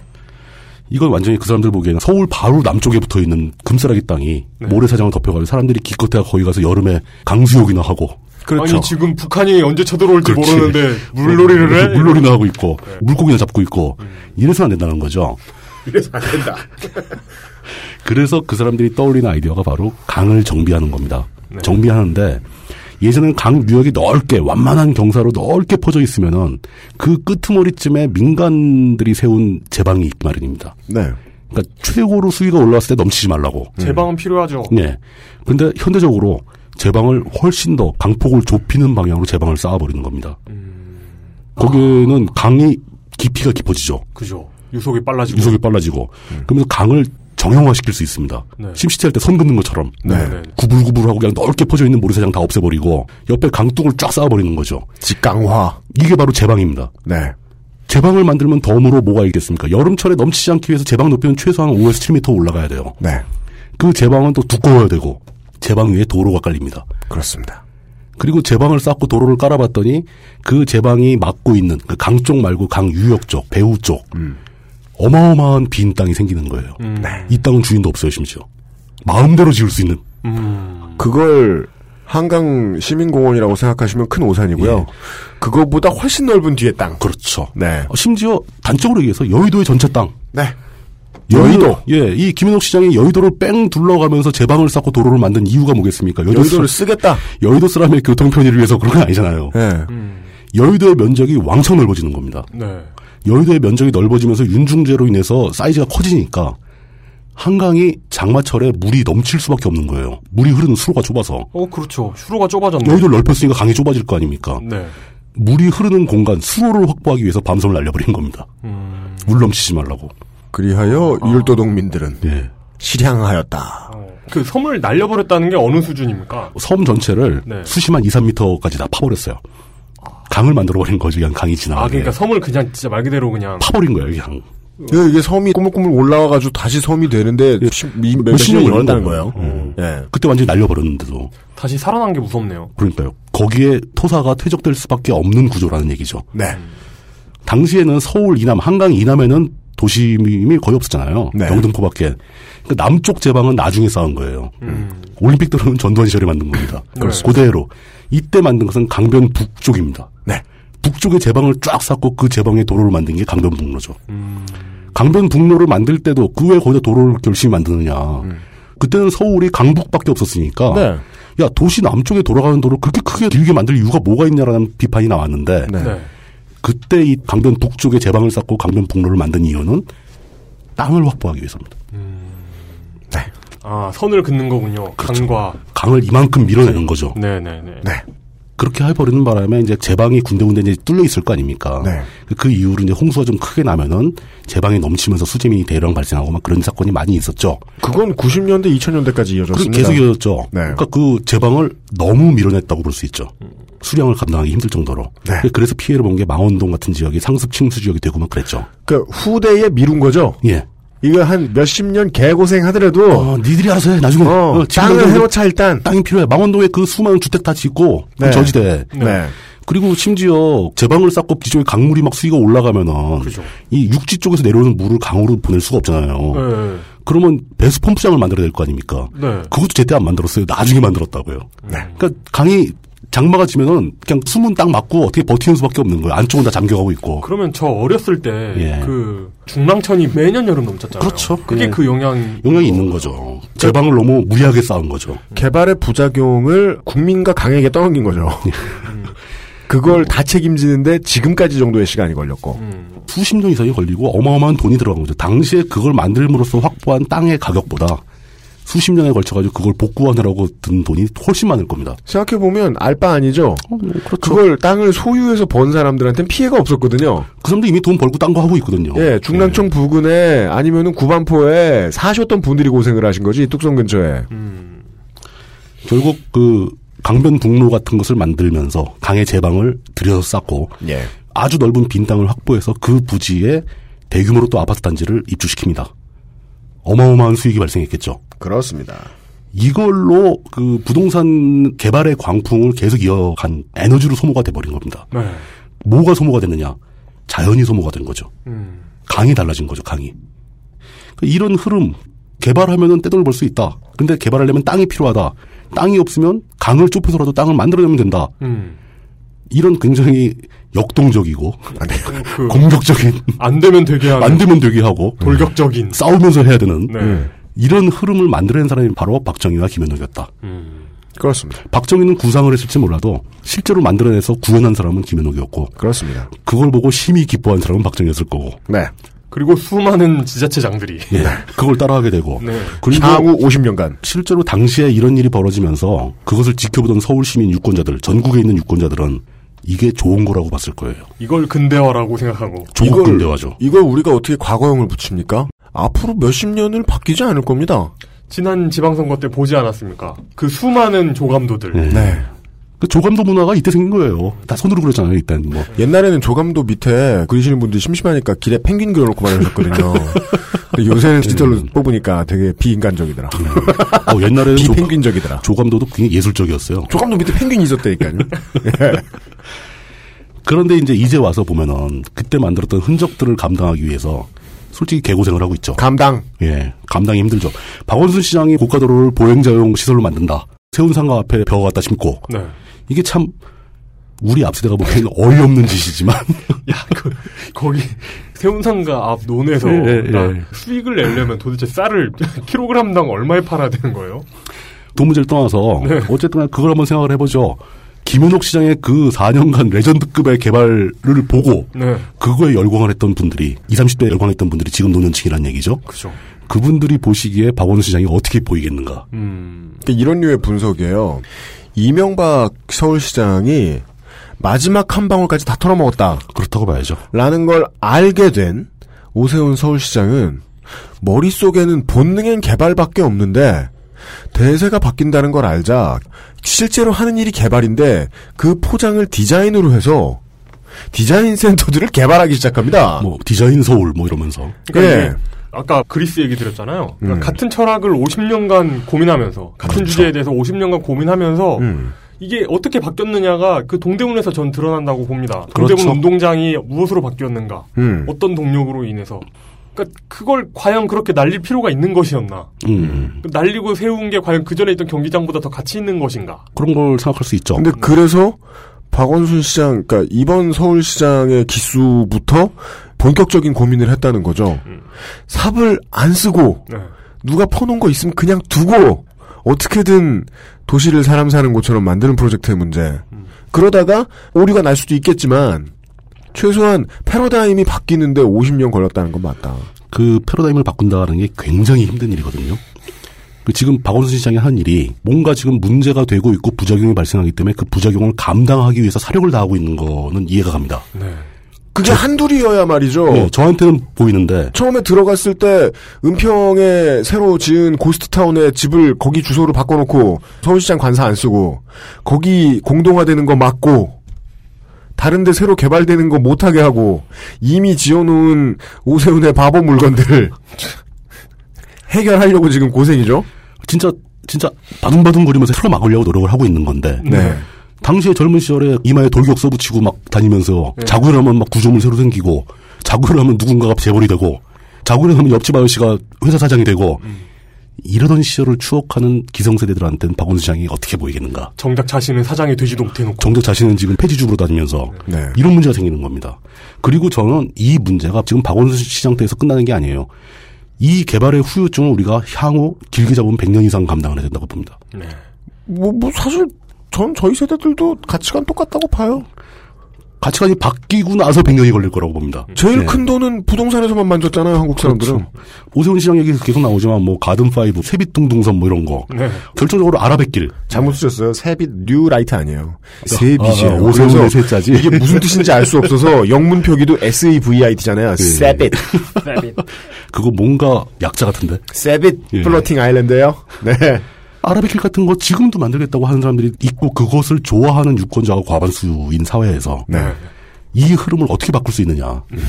Speaker 2: 이건 완전히 그 사람들 보기에는 서울 바로 남쪽에 붙어 있는 금싸라기 땅이
Speaker 3: 네.
Speaker 2: 모래사장을 덮여가지고 사람들이 기껏해야 거기 가서 여름에 강수욕이나 하고
Speaker 3: 그렇죠.
Speaker 4: 아니 지금 북한이 언제 쳐들어올지
Speaker 2: 그렇지. 네.
Speaker 4: 모르는데 물놀이를 해. 네. 음.
Speaker 2: 물놀이나 하고 있고 물고기나 잡고 있고 이래서는 안 된다는 거죠.
Speaker 3: 이래서 안 된다.
Speaker 2: 그래서 그 사람들이 떠올리는 아이디어가 바로 강을 정비하는 겁니다.
Speaker 4: 네.
Speaker 2: 정비하는데 예전에는 강 유역이 넓게 완만한 경사로 넓게 퍼져 있으면은 그 끄트머리쯤에 민간들이 세운 제방이 있기 마련입니다.
Speaker 3: 네.
Speaker 2: 그러니까 최고로 수위가 올라왔을 때 넘치지 말라고.
Speaker 4: 제방은 필요하죠.
Speaker 2: 예. 근데 현대적으로 제방을 훨씬 더 강폭을 좁히는 방향으로 제방을 쌓아버리는 겁니다. 거기는 강이 깊이가 깊어지죠.
Speaker 4: 그죠. 유속이 빨라지고.
Speaker 2: 유속이 빨라지고. 그러면서 강을 정형화시킬 수 있습니다.
Speaker 4: 네.
Speaker 2: 심시티 할 때 손 긋는 것처럼
Speaker 4: 네. 네.
Speaker 2: 구불구불하고 그냥 넓게 퍼져 있는 모래사장 다 없애버리고 옆에 강둑을 쫙 쌓아버리는 거죠.
Speaker 3: 직강화.
Speaker 2: 이게 바로 제방입니다.
Speaker 3: 네.
Speaker 2: 제방을 만들면 덤으로 뭐가 있겠습니까? 여름철에 넘치지 않기 위해서 제방 높이는 최소한 5에서 7m 올라가야 돼요.
Speaker 3: 네.
Speaker 2: 그 제방은 또 두꺼워야 되고 제방 위에 도로가 깔립니다.
Speaker 3: 그렇습니다.
Speaker 2: 그리고 제방을 쌓고 도로를 깔아봤더니 그 제방이 막고 있는 그 강 쪽 말고 강 유역 쪽, 배우 쪽
Speaker 3: 음.
Speaker 2: 어마어마한 빈 땅이 생기는 거예요.
Speaker 3: 네.
Speaker 2: 이 땅은 주인도 없어요, 심지어. 마음대로 지을 수 있는.
Speaker 3: 그걸 한강 시민공원이라고 생각하시면 큰 오산이고요. 그거보다 훨씬 넓은 뒤에 땅.
Speaker 2: 그렇죠.
Speaker 3: 네.
Speaker 2: 어, 심지어 단적으로 얘기해서 여의도의 전체 땅.
Speaker 3: 네.
Speaker 2: 여의도. 예, 이 김현옥 시장이 여의도를 뺑 둘러가면서 제방을 쌓고 도로를 만든 이유가 뭐겠습니까? 사-
Speaker 3: 여의도를 쓰겠다.
Speaker 2: 여의도 사람의 교통 편의를 위해서 그런 건 아니잖아요.
Speaker 3: 네.
Speaker 2: 여의도의 면적이 왕창 넓어지는 겁니다.
Speaker 4: 네.
Speaker 2: 여의도의 면적이 넓어지면서 윤중제로 인해서 사이즈가 커지니까 한강이 장마철에 물이 넘칠 수밖에 없는 거예요. 물이 흐르는 수로가 좁아서.
Speaker 4: 어, 그렇죠. 수로가 좁아졌네.
Speaker 2: 여의도를 넓혔으니까 강이 좁아질 거 아닙니까?
Speaker 4: 네.
Speaker 2: 물이 흐르는 공간, 수로를 확보하기 위해서 밤섬을 날려버린 겁니다.
Speaker 4: 음.
Speaker 2: 물 넘치지 말라고.
Speaker 3: 그리하여 율도동민들은 실향하였다.
Speaker 4: 그 섬을 날려버렸다는 게 어느 수준입니까?
Speaker 2: 섬 전체를
Speaker 4: 네.
Speaker 2: 수심한 2, 3미터까지 다 파버렸어요. 강을 만들어버린 거죠. 그냥 강이 지나가게.
Speaker 4: 아, 그러니까 섬을 그냥 진짜 말 그대로 그냥
Speaker 2: 파버린 거예요, 그냥.
Speaker 3: 예, 이게 섬이 꾸물꾸물 올라와가지고 다시 섬이 되는데 몇십 년이 걸린다는 거예요. 예.
Speaker 2: 그때 완전히 날려버렸는데도.
Speaker 4: 다시 살아난 게 무섭네요.
Speaker 2: 그러니까요. 거기에 토사가 퇴적될 수밖에 없는 구조라는 얘기죠.
Speaker 3: 네.
Speaker 2: 당시에는 서울 이남, 한강 이남에는 도심이 거의 없었잖아요.
Speaker 3: 네.
Speaker 2: 영등포밖에. 그 남쪽 제방은 나중에 쌓은 거예요. 올림픽도로는 전두환 시절에 만든 겁니다.
Speaker 3: 음. 네. 그렇습니다.
Speaker 2: 그대로 이때 만든 것은 강변 북쪽입니다.
Speaker 3: 네.
Speaker 2: 북쪽에 제방을 쫙 쌓고 그 제방에 도로를 만든 게 강변 북로죠.
Speaker 3: 음.
Speaker 2: 강변 북로를 만들 때도 그 왜 거기다 도로를 이렇게 열심히 만드느냐.
Speaker 3: 음.
Speaker 2: 그때는 서울이 강북밖에 없었으니까
Speaker 3: 네.
Speaker 2: 야 도시 남쪽에 돌아가는 도로 그렇게 크게 길게 만들 이유가 뭐가 있냐라는 비판이 나왔는데
Speaker 4: 네.
Speaker 2: 그때 이 강변 북쪽에 제방을 쌓고 강변 북로를 만든 이유는 땅을 확보하기 위해서입니다.
Speaker 3: 네.
Speaker 4: 아, 선을 긋는 거군요.
Speaker 2: 그렇죠.
Speaker 4: 강과.
Speaker 2: 강을 이만큼 밀어내는 거죠.
Speaker 4: 네네네.
Speaker 2: 그렇게 해버리는 바람에 이제 제방이 군데군데 이제 뚫려 있을 거 아닙니까?
Speaker 3: 네.
Speaker 2: 그- 그 이후로 이제 홍수가 좀 크게 나면은 제방이 넘치면서 수재민이 대량 발생하고 막 그런 사건이 많이 있었죠.
Speaker 3: 그건 90년대, 2000년대까지
Speaker 2: 그
Speaker 3: 이어졌습니다.
Speaker 2: 계속 이어졌죠.
Speaker 3: 네.
Speaker 2: 그러니까 그 제방을 너무 밀어냈다고 볼 수 있죠. 수량을 감당하기 힘들 정도로.
Speaker 3: 네.
Speaker 2: 그래서 피해를 본 게 망원동 같은 지역이 상습 침수 지역이 되고 막 그랬죠.
Speaker 3: 그 후대에 미룬 거죠.
Speaker 2: 예.
Speaker 3: 이거 한 몇십 년 개고생 하더라도
Speaker 2: 어, 니들이 알아서 해. 나중에
Speaker 3: 어,
Speaker 2: 어, 지금
Speaker 3: 땅을
Speaker 2: 당장
Speaker 3: 해놓자 일단.
Speaker 2: 땅이 필요해. 망원동에 그 수많은 주택 다 짓고 그
Speaker 3: 네.
Speaker 2: 저지대.
Speaker 3: 네.
Speaker 2: 그리고 심지어 제방을 쌓고 뒤쪽에 강물이 막 수위가 올라가면은
Speaker 4: 그죠.
Speaker 2: 이 육지 쪽에서 내려오는 물을 강으로 보낼 수가 없잖아요.
Speaker 4: 네.
Speaker 2: 그러면 배수 펌프장을 만들어야 될 거 아닙니까?
Speaker 4: 네.
Speaker 2: 그것도 제때 안 만들었어요. 나중에 만들었다고요. 그러니까 강이 장마가 지면은 그냥 숨은 딱 맞고 어떻게 버티는 수밖에 없는 거예요. 안쪽은 다 잠겨가고 있고.
Speaker 4: 그러면 저 어렸을 때,
Speaker 2: 예.
Speaker 4: 그, 중랑천이 매년 여름 넘쳤잖아요.
Speaker 2: 그렇죠.
Speaker 4: 그게
Speaker 2: 예.
Speaker 4: 그 영향이.
Speaker 2: 영향이 있는 거죠.
Speaker 4: 그러니까
Speaker 2: 제방을 너무 무리하게 쌓은 거죠.
Speaker 3: 개발의 부작용을 국민과 강에게 떠넘긴 거죠. 음. <laughs> 그걸 다 책임지는데 지금까지 정도의 시간이 걸렸고.
Speaker 2: 수십 년 이상이 걸리고 어마어마한 돈이 들어간 거죠. 당시에 그걸 만들므로써 확보한 땅의 가격보다 수십 년에 걸쳐가지고 그걸 복구하느라고 든 돈이 훨씬 많을 겁니다.
Speaker 3: 생각해보면 알바 아니죠?
Speaker 2: 그렇죠.
Speaker 3: 어, 뭐 그걸 땅을 소유해서 번 사람들한테는 피해가 없었거든요.
Speaker 2: 그 사람도 이미 돈 벌고 딴 거 하고 있거든요.
Speaker 3: 예, 중랑청 부근에 아니면은 구반포에 사셨던 분들이 고생을 하신 거지, 뚝성 근처에.
Speaker 2: 결국 그 강변 북로 같은 것을 만들면서 강의 제방을 들여서 쌓고
Speaker 3: 예.
Speaker 2: 아주 넓은 빈 땅을 확보해서 그 부지에 대규모로 또 아파트 단지를 입주시킵니다. 어마어마한 수익이 발생했겠죠.
Speaker 3: 그렇습니다.
Speaker 2: 이걸로 그 부동산 개발의 광풍을 계속 이어간 에너지로 소모가 돼버린 겁니다.
Speaker 4: 네.
Speaker 2: 뭐가 소모가 됐느냐? 자연이 소모가 된 거죠.
Speaker 4: 음.
Speaker 2: 강이 달라진 거죠, 강이. 그러니까 이런 흐름, 개발하면은 떼돈을 벌 수 있다. 근데 개발하려면 땅이 필요하다. 땅이 없으면 강을 좁혀서라도 땅을 만들어내면 된다.
Speaker 4: 음.
Speaker 2: 이런 굉장히 역동적이고 아, 네. <laughs>
Speaker 4: 그,
Speaker 2: 공격적인
Speaker 4: 안 되면 되게 하는.
Speaker 2: 만들면 되게 하고
Speaker 4: 돌격적인.
Speaker 2: 음. 싸우면서 해야 되는
Speaker 4: 네.
Speaker 2: 이런 흐름을 만들어낸 사람이 바로 박정희와 김현옥이었다.
Speaker 4: 음.
Speaker 3: 그렇습니다.
Speaker 2: 박정희는 구상을 했을지 몰라도 실제로 만들어내서 구현한 사람은 김현옥이었고
Speaker 3: 그렇습니다.
Speaker 2: 그걸 보고 심히 기뻐한 사람은 박정희였을 거고
Speaker 3: 네.
Speaker 4: 그리고 수많은 지자체장들이.
Speaker 2: 예, 그걸 따라하게 되고
Speaker 4: 네.
Speaker 2: 그리고
Speaker 3: 향후 50년간.
Speaker 2: 실제로 당시에 이런 일이 벌어지면서 그것을 지켜보던 서울 시민 유권자들 전국에 있는 유권자들은 이게 좋은 거라고 봤을 거예요.
Speaker 4: 이걸 근대화라고 생각하고.
Speaker 2: 조국 근대화죠.
Speaker 3: 이걸 우리가 어떻게 과거형을 붙입니까? 앞으로 몇십 년을 바뀌지 않을 겁니다.
Speaker 4: 지난 지방선거 때 보지 않았습니까? 그 수많은 조감도들.
Speaker 2: 예.
Speaker 3: 네.
Speaker 2: 그 조감도 문화가 이때 생긴 거예요. 다 손으로 그렸잖아요, 일단 뭐.
Speaker 3: 옛날에는 조감도 밑에 그리시는 분들이 심심하니까 길에 펭귄 그려놓고 <laughs> 말하셨거든요. 근데 요새는 디지털로 뽑으니까 되게 비인간적이더라.
Speaker 2: 어, 옛날에는 조-
Speaker 3: 비펭귄적이더라.
Speaker 2: 조감도도 굉장히 예술적이었어요.
Speaker 3: 조감도 밑에 펭귄이 <laughs> 있었다니까요. 예.
Speaker 2: 그런데 이제 이제 와서 보면은 그때 만들었던 흔적들을 감당하기 위해서 솔직히 개고생을 하고 있죠.
Speaker 3: 감당.
Speaker 2: 예, 감당이 힘들죠. 박원순 시장이 고가도로를 보행자용 시설로 만든다. 세운 상가 앞에 벼 갖다 심고
Speaker 4: 네.
Speaker 2: 이게 참 우리 앞세대가 보기에는
Speaker 4: 네.
Speaker 2: 어이없는
Speaker 4: <laughs>
Speaker 2: 짓이지만 <laughs>
Speaker 4: 거기 세운상가 앞 논에서
Speaker 2: 예, 예, 예.
Speaker 4: 나 수익을 내려면 도대체 쌀을 <laughs> 킬로그램당 얼마에 팔아야 되는 거예요?
Speaker 2: 도무지를 떠나서
Speaker 4: 네.
Speaker 2: 어쨌든 간에 그걸 한번 생각을 해보죠. 김윤옥 시장의 그 4년간 레전드급의 개발을 보고
Speaker 4: 네.
Speaker 2: 그거에 열광을 했던 분들이 20, 30대에 열광했던 분들이 지금 노년층이란 얘기죠.
Speaker 4: 그죠.
Speaker 2: 그분들이 보시기에 박원순 시장이 어떻게 보이겠는가.
Speaker 4: 음.
Speaker 3: 그러니까 이런 류의 분석이에요. 이명박 서울시장이 마지막 한 방울까지 다 털어먹었다.
Speaker 2: 그렇다고 봐야죠.
Speaker 3: 라는 걸 알게 된 오세훈 서울시장은 머릿속에는 본능엔 개발밖에 없는데 대세가 바뀐다는 걸 알자 실제로 하는 일이 개발인데 그 포장을 디자인으로 해서 디자인 센터들을 개발하기 시작합니다.
Speaker 2: 뭐 디자인 서울 뭐 이러면서
Speaker 4: 그러니까
Speaker 3: 예.
Speaker 4: 이게 아까 그리스 얘기 드렸잖아요. 그러니까
Speaker 3: 음.
Speaker 4: 같은 철학을 50년간 고민하면서 같은
Speaker 2: 그렇죠.
Speaker 4: 주제에 대해서 50년간 고민하면서
Speaker 3: 음.
Speaker 4: 이게 어떻게 바뀌었느냐가 그 동대문에서 전 드러난다고 봅니다.
Speaker 2: 그렇죠.
Speaker 4: 동대문 운동장이 무엇으로 바뀌었는가,
Speaker 3: 음.
Speaker 4: 어떤 동력으로 인해서. 그러니까 그걸 과연 그렇게 날릴 필요가 있는 것이었나?
Speaker 2: 음,
Speaker 4: 그 날리고 세운 게 과연 그 전에 있던 경기장보다 더 가치 있는 것인가?
Speaker 2: 그런 걸 생각할 수 있죠.
Speaker 3: 근데 그래서 박원순 시장, 그러니까 이번 서울시장의 기수부터 본격적인 고민을 했다는 거죠. 삽을 안 쓰고
Speaker 4: 네.
Speaker 3: 누가 퍼놓은 거 있으면 그냥 두고 어떻게든 도시를 사람 사는 곳처럼 만드는 프로젝트의 문제. 그러다가 오류가 날 수도 있겠지만 최소한 패러다임이 바뀌는데 50년 걸렸다는 건 맞다.
Speaker 2: 그 패러다임을 바꾼다는 게 굉장히 힘든 일이거든요. 그 지금 박원순 시장이 한 일이 뭔가 지금 문제가 되고 있고 부작용이 발생하기 때문에 그 부작용을 감당하기 위해서 사력을 다하고 있는 거는 이해가 갑니다.
Speaker 3: 그게 한둘이어야 말이죠.
Speaker 2: 예, 저한테는 보이는데
Speaker 3: 처음에 들어갔을 때 은평에 새로 지은 고스트타운에 집을 거기 주소로 바꿔놓고 서울시장 관사 안 쓰고 거기 공동화되는 거 막고 다른데 새로 개발되는 거 못하게 하고 이미 지어놓은 오세훈의 바보 물건들 <laughs> 해결하려고 지금 고생이죠.
Speaker 2: 진짜 진짜 바둥바둥 거리면서 틀어 막으려고 노력을 하고 있는 건데
Speaker 3: 네.
Speaker 2: 당시에 젊은 시절에 이마에 돌격 써붙이고 막 다니면서
Speaker 3: 네.
Speaker 2: 자고 일어나면 막 구조물 새로 생기고 자고 일어나면 누군가가 재벌이 되고 자고 일어나면 옆집 아저씨가 회사 사장이 되고 이러던 시절을 추억하는 기성세대들한테는 박원순 시장이 어떻게 보이겠는가
Speaker 4: 정작 자신은 사장이 되지도 못해놓고.
Speaker 2: 정작 자신은 지금 폐지주부로 다니면서
Speaker 3: 네.
Speaker 2: 이런 문제가 생기는 겁니다. 그리고 저는 이 문제가 지금 박원순 시장 때에서 끝나는 게 아니에요. 이 개발의 후유증을 우리가 향후 길게 잡으면 100년 이상 감당을 해야 된다고 봅니다.
Speaker 4: 네.
Speaker 3: 뭐, 뭐 사실 전 저희 세대들도 가치관 똑같다고 봐요.
Speaker 2: 가치관이 바뀌고 나서 100년이 걸릴 거라고 봅니다.
Speaker 4: 음.
Speaker 3: 제일
Speaker 2: 네.
Speaker 3: 큰 돈은 부동산에서만 만졌잖아요, 한국 사람들은.
Speaker 2: 그렇죠. 오세훈 시장 얘기 계속 나오지만 뭐 가든 파이브, 세빛둥둥선 뭐 이런 거
Speaker 4: 네.
Speaker 2: 결정적으로 아랍의길
Speaker 3: 잘못 쓰셨어요. 세빛 뉴 라이트 아니에요.
Speaker 2: 아,
Speaker 3: 세빛이에요.
Speaker 2: 오세훈의
Speaker 3: 그래서
Speaker 2: 세자지.
Speaker 3: 이게 무슨 뜻인지 알 수 없어서 영문 표기도 S E V I T잖아요. 세빛,
Speaker 2: 그거 뭔가 약자 같은데
Speaker 3: 세빛
Speaker 2: 예.
Speaker 3: 플로팅 아일랜드예요. 네.
Speaker 2: 아랍의길 같은 거 지금도 만들겠다고 하는 사람들이 있고 그것을 좋아하는 유권자가 과반수인 사회에서
Speaker 3: 네.
Speaker 2: 이 흐름을 어떻게 바꿀 수 있느냐
Speaker 4: 음.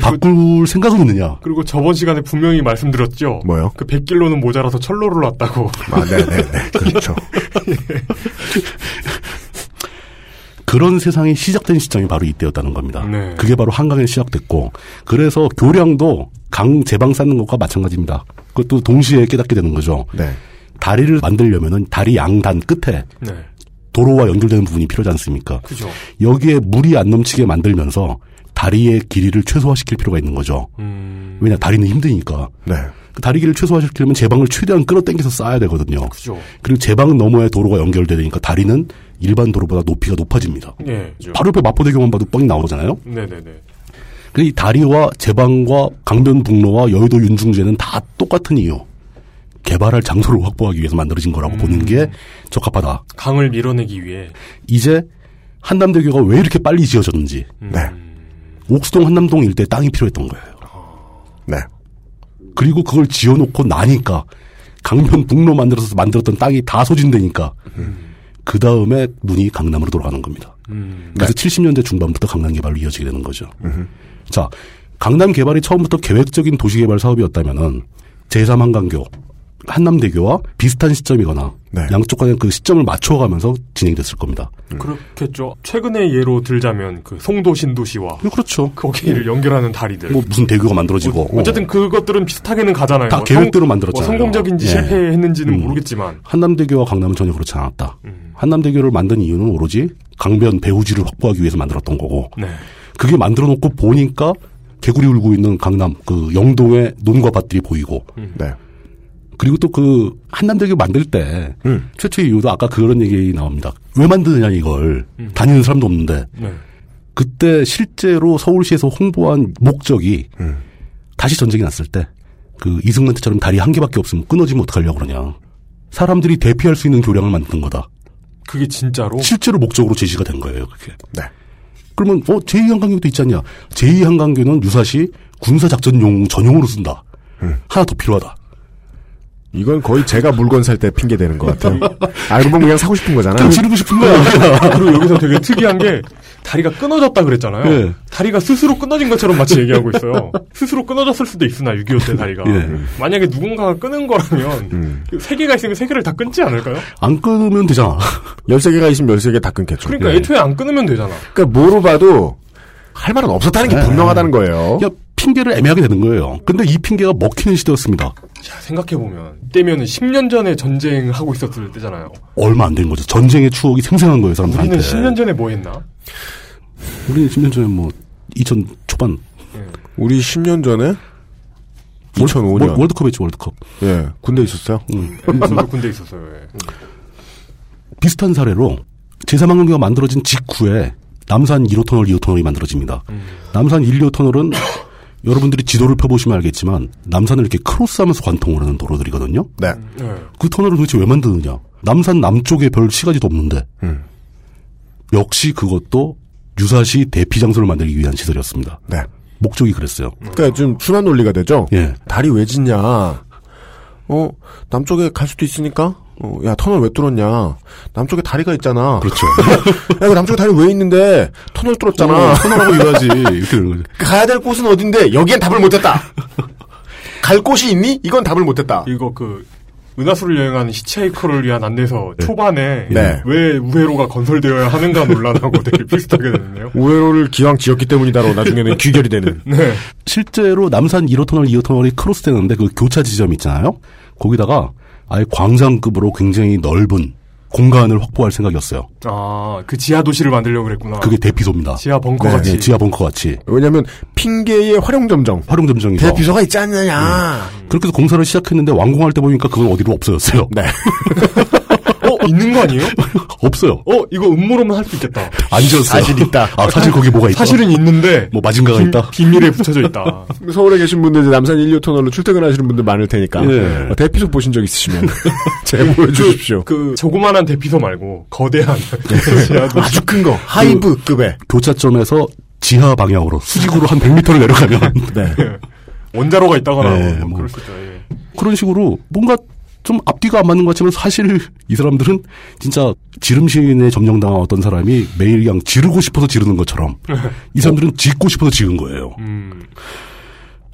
Speaker 2: 바꿀 생각은 있느냐
Speaker 4: 그리고 저번 시간에 분명히 말씀드렸죠.
Speaker 3: 뭐요?
Speaker 4: 그 100길로는 모자라서 철로를 놨다고.
Speaker 3: 아, 네, 네, 네. <laughs> 그렇죠.
Speaker 2: 그런 세상이 시작된 시점이 바로 이때였다는 겁니다.
Speaker 4: 네.
Speaker 2: 그게 바로 한강에 시작됐고 그래서 교량도 강 제방 쌓는 것과 마찬가지입니다. 그것도 동시에 깨닫게 되는 거죠.
Speaker 3: 네.
Speaker 2: 다리를 만들려면은 다리 양단 끝에
Speaker 4: 네.
Speaker 2: 도로와 연결되는 부분이 필요하지 않습니까?
Speaker 4: 그죠.
Speaker 2: 여기에 물이 안 넘치게 만들면서 다리의 길이를 최소화시킬 필요가 있는 거죠.
Speaker 4: 음.
Speaker 2: 왜냐 다리는 힘드니까.
Speaker 3: 네.
Speaker 2: 그 다리 길을 최소화시키려면 제방을 최대한 끌어당겨서 쌓아야 되거든요.
Speaker 4: 그죠.
Speaker 2: 그리고 제방 너머에 도로가 연결되니까 다리는 일반 도로보다 높이가 높아집니다.
Speaker 4: 예.
Speaker 2: 바로 옆에 마포대교만 봐도 뻥이 나오잖아요.
Speaker 4: 네네네.
Speaker 2: 그이 다리와 제방과 강변북로와 여의도 윤중제는 다 똑같은 이유. 개발할 장소를 확보하기 위해서 만들어진 거라고 보는 게 적합하다.
Speaker 4: 강을 밀어내기 위해.
Speaker 2: 이제 한남대교가 왜 이렇게 빨리 지어졌는지
Speaker 3: 네.
Speaker 2: 옥수동 한남동 일대 땅이 필요했던 거예요.
Speaker 3: 네.
Speaker 2: 그리고 그걸 지어놓고 나니까 강변북로 만들어서 만들었던 땅이 다 소진되니까 그 다음에 눈이 강남으로 돌아가는 겁니다.
Speaker 4: 음.
Speaker 2: 그래서 70년대 중반부터 강남 개발로 이어지게 되는 거죠. 자, 강남 개발이 처음부터 계획적인 도시개발 사업이었다면은 제3한강교, 한남대교와 비슷한 시점이거나 양쪽 간에 그 시점을 맞춰가면서 진행됐을 겁니다.
Speaker 4: 그렇겠죠. 최근의 예로 들자면 그 송도 신도시와
Speaker 2: 그렇죠.
Speaker 4: 거기를 연결하는 다리들.
Speaker 2: 뭐 무슨 대교가 만들어지고
Speaker 4: 뭐 어쨌든 그것들은 비슷하게는 가잖아요.
Speaker 2: 다
Speaker 4: 뭐
Speaker 2: 계획대로
Speaker 4: 성-
Speaker 2: 만들었잖아요.
Speaker 4: 뭐 성공적인지
Speaker 2: 예.
Speaker 4: 실패했는지는
Speaker 2: 음.
Speaker 4: 모르겠지만
Speaker 2: 한남대교와 강남은 전혀 그렇지 않았다. 한남대교를 만든 이유는 오로지 강변 배후지를 확보하기 위해서 만들었던 거고
Speaker 4: 네.
Speaker 2: 그게 만들어 놓고 보니까 개구리 울고 있는 강남 그 영동의 논과 밭들이 보이고
Speaker 3: 네.
Speaker 2: 그리고 또 그 한남대교 만들 때 최초의 이유도 아까 그런 얘기 나옵니다. 왜 만드느냐 이걸 다니는 사람도 없는데
Speaker 4: 네.
Speaker 2: 그때 실제로 서울시에서 홍보한 목적이 다시 전쟁이 났을 때 그 이승만 때처럼 다리 한 개밖에 없으면 끊어지면 어떡하려고 그러냐. 사람들이 대피할 수 있는 교량을 만든 거다.
Speaker 4: 그게 진짜로
Speaker 2: 뭐 실제로 목적으로 제시가 된 거예요, 그게.
Speaker 3: 네.
Speaker 2: 그러면 어 제2한강교도 있지 않냐. 제2한강교는 유사시 군사작전용 전용으로 쓴다. 하나 더 필요하다.
Speaker 3: 이건 거의 제가 물건 살 때 핑계 대는 것 같아요. 알고 보면 그냥 사고 싶은
Speaker 4: 네.
Speaker 3: 거잖아요. <laughs>
Speaker 4: 그리고 여기서 되게 특이한 게 다리가 끊어졌다 그랬잖아요.
Speaker 3: 예.
Speaker 4: 다리가 스스로 끊어진 것처럼 마치 얘기하고 있어요. 스스로 끊어졌을 수도 있으나 6.25 때 다리가
Speaker 2: 예.
Speaker 4: 만약에 누군가가 끊은 거라면
Speaker 3: 음.
Speaker 4: 그세 개가 있으면 세 개를 다 끊지 않을까요?
Speaker 2: <laughs> 안 끊으면
Speaker 4: 어?
Speaker 2: 되잖아.
Speaker 3: 13개가 있으면 13개 다 끊겠죠. 예.
Speaker 4: 그러니까 애초에 안 끊으면 되잖아.
Speaker 3: 그러니까 뭐로 봐도 할 말은 없었다는 게
Speaker 2: 네.
Speaker 3: 분명하다는 거예요.
Speaker 2: 그냥 핑계를 애매하게 되는 거예요. 근데 이 핑계가 먹히는 시대였습니다.
Speaker 4: 자, 생각해보면 이때면 10년 전에 전쟁하고 있었을 때잖아요.
Speaker 2: 얼마 안 된 거죠. 전쟁의 추억이 생생한 거예요, 사람들한테.
Speaker 3: 아,
Speaker 4: 우리는
Speaker 3: 네.
Speaker 4: 10년 전에 뭐 했나?
Speaker 2: 우리는 10년 전에 뭐 2000 초반
Speaker 3: 우리 10년 전에
Speaker 2: 월-
Speaker 3: 2005년.
Speaker 2: 월- 월드컵 했죠, 월드컵.
Speaker 3: 예, 군대 있었어요.
Speaker 4: 음.
Speaker 3: 음.
Speaker 4: 저도 군대 있었어요. 예.
Speaker 2: 비슷한 사례로 제3항공기가 만들어진 직후에 남산 1호 터널, 2호 터널이 만들어집니다. 남산 1, 2호 터널은 여러분들이 지도를 펴보시면 알겠지만 남산을 이렇게 크로스하면서 관통을 하는 도로들이거든요.
Speaker 3: 네.
Speaker 2: 그 터널을 도대체 왜 만드느냐? 남산 남쪽에 별 시가지도 없는데 역시 그것도 유사시 대피 장소를 만들기 위한 시설이었습니다.
Speaker 3: 네.
Speaker 2: 목적이 그랬어요.
Speaker 3: 그러니까 좀 순환 논리가 되죠.
Speaker 2: 예.
Speaker 3: 다리 왜 짓냐? 어 남쪽에 갈 수도 있으니까. 어, 야 터널 왜 뚫었냐? 남쪽에 다리가 있잖아.
Speaker 2: 그렇죠.
Speaker 3: <laughs> 야 이거 남쪽에 다리 왜 있는데 터널 뚫었잖아.
Speaker 2: 어, 터널하고 이거지. 이렇게 되는 거죠.
Speaker 3: <laughs> 가야 될 곳은 어딘데 여기엔 답을 못했다. <laughs> 갈 곳이 있니? 이건 답을 못했다.
Speaker 4: 이거 그 은하수를 여행하는 시체이커를 위한 안내서 초반에
Speaker 3: 네.
Speaker 4: 왜 우회로가 건설되어야 하는가 논란하고 되게 비슷하게 됐네요.
Speaker 3: 우회로를 기왕 지었기 때문이다로 나중에는 귀결이 되는.
Speaker 4: 네.
Speaker 2: 실제로 남산 1호 터널, 2호 터널이 크로스되는데 그 교차 지점 있잖아요. 거기다가 아예 광장급으로 굉장히 넓은 공간을 확보할 생각이었어요.
Speaker 4: 아, 그 지하 도시를 만들려고 그랬구나.
Speaker 2: 그게 대피소입니다.
Speaker 4: 지하 벙커 같이.
Speaker 2: 네, 지하 벙커 같이.
Speaker 3: 왜냐하면 핑계의 활용 점정.
Speaker 2: 활용 점정이죠.
Speaker 3: 대피소가 있지 않느냐.
Speaker 2: 그렇게 해서 공사를 시작했는데 완공할 때 보니까 그건 어디로 없어졌어요. <laughs>
Speaker 3: 네.
Speaker 4: 어, 있는 거 아니에요?
Speaker 2: 없어요.
Speaker 4: 어, 이거 음모로만 할
Speaker 3: <laughs>
Speaker 4: 수 있겠다.
Speaker 3: 아,
Speaker 2: 안 지었어요.
Speaker 3: 사실 있다.
Speaker 2: <laughs> 아, 사실 거기 뭐가 있다.
Speaker 4: 사실은 있는데
Speaker 2: 뭐 마징가가
Speaker 4: 빈-
Speaker 2: 있다.
Speaker 4: 비밀에 붙여져
Speaker 3: <laughs>
Speaker 4: 있다.
Speaker 3: 서울에 계신 분들 이제 남산 1, 2호 터널로 출퇴근하시는 분들 많을 테니까
Speaker 2: 예.
Speaker 3: 어, 대피소 보신 적 <laughs> 있으시면 제보해 주십시오. 네.
Speaker 4: 그 조그만한 대피소 말고 거대한 <laughs> 그 지하 도시.
Speaker 3: 그 아주 큰 거, 하이브급의
Speaker 2: 교차점에서 지하 방향으로 수직으로 한 100m를
Speaker 4: <laughs>
Speaker 2: 내려가면
Speaker 3: 네.
Speaker 4: 원자로가 있다거나
Speaker 2: 네,
Speaker 4: 뭐
Speaker 2: 뭐.
Speaker 4: 그럴 수 있죠. 예.
Speaker 2: 그런 식으로 뭔가 좀 앞뒤가 안 맞는 것 같지만 사실 이 사람들은 진짜 지름신에 점령당한 어떤 사람이 매일 그냥 지르고 싶어서 지르는 것처럼 이 사람들은 짓고 싶어서 지은 거예요.
Speaker 4: 음.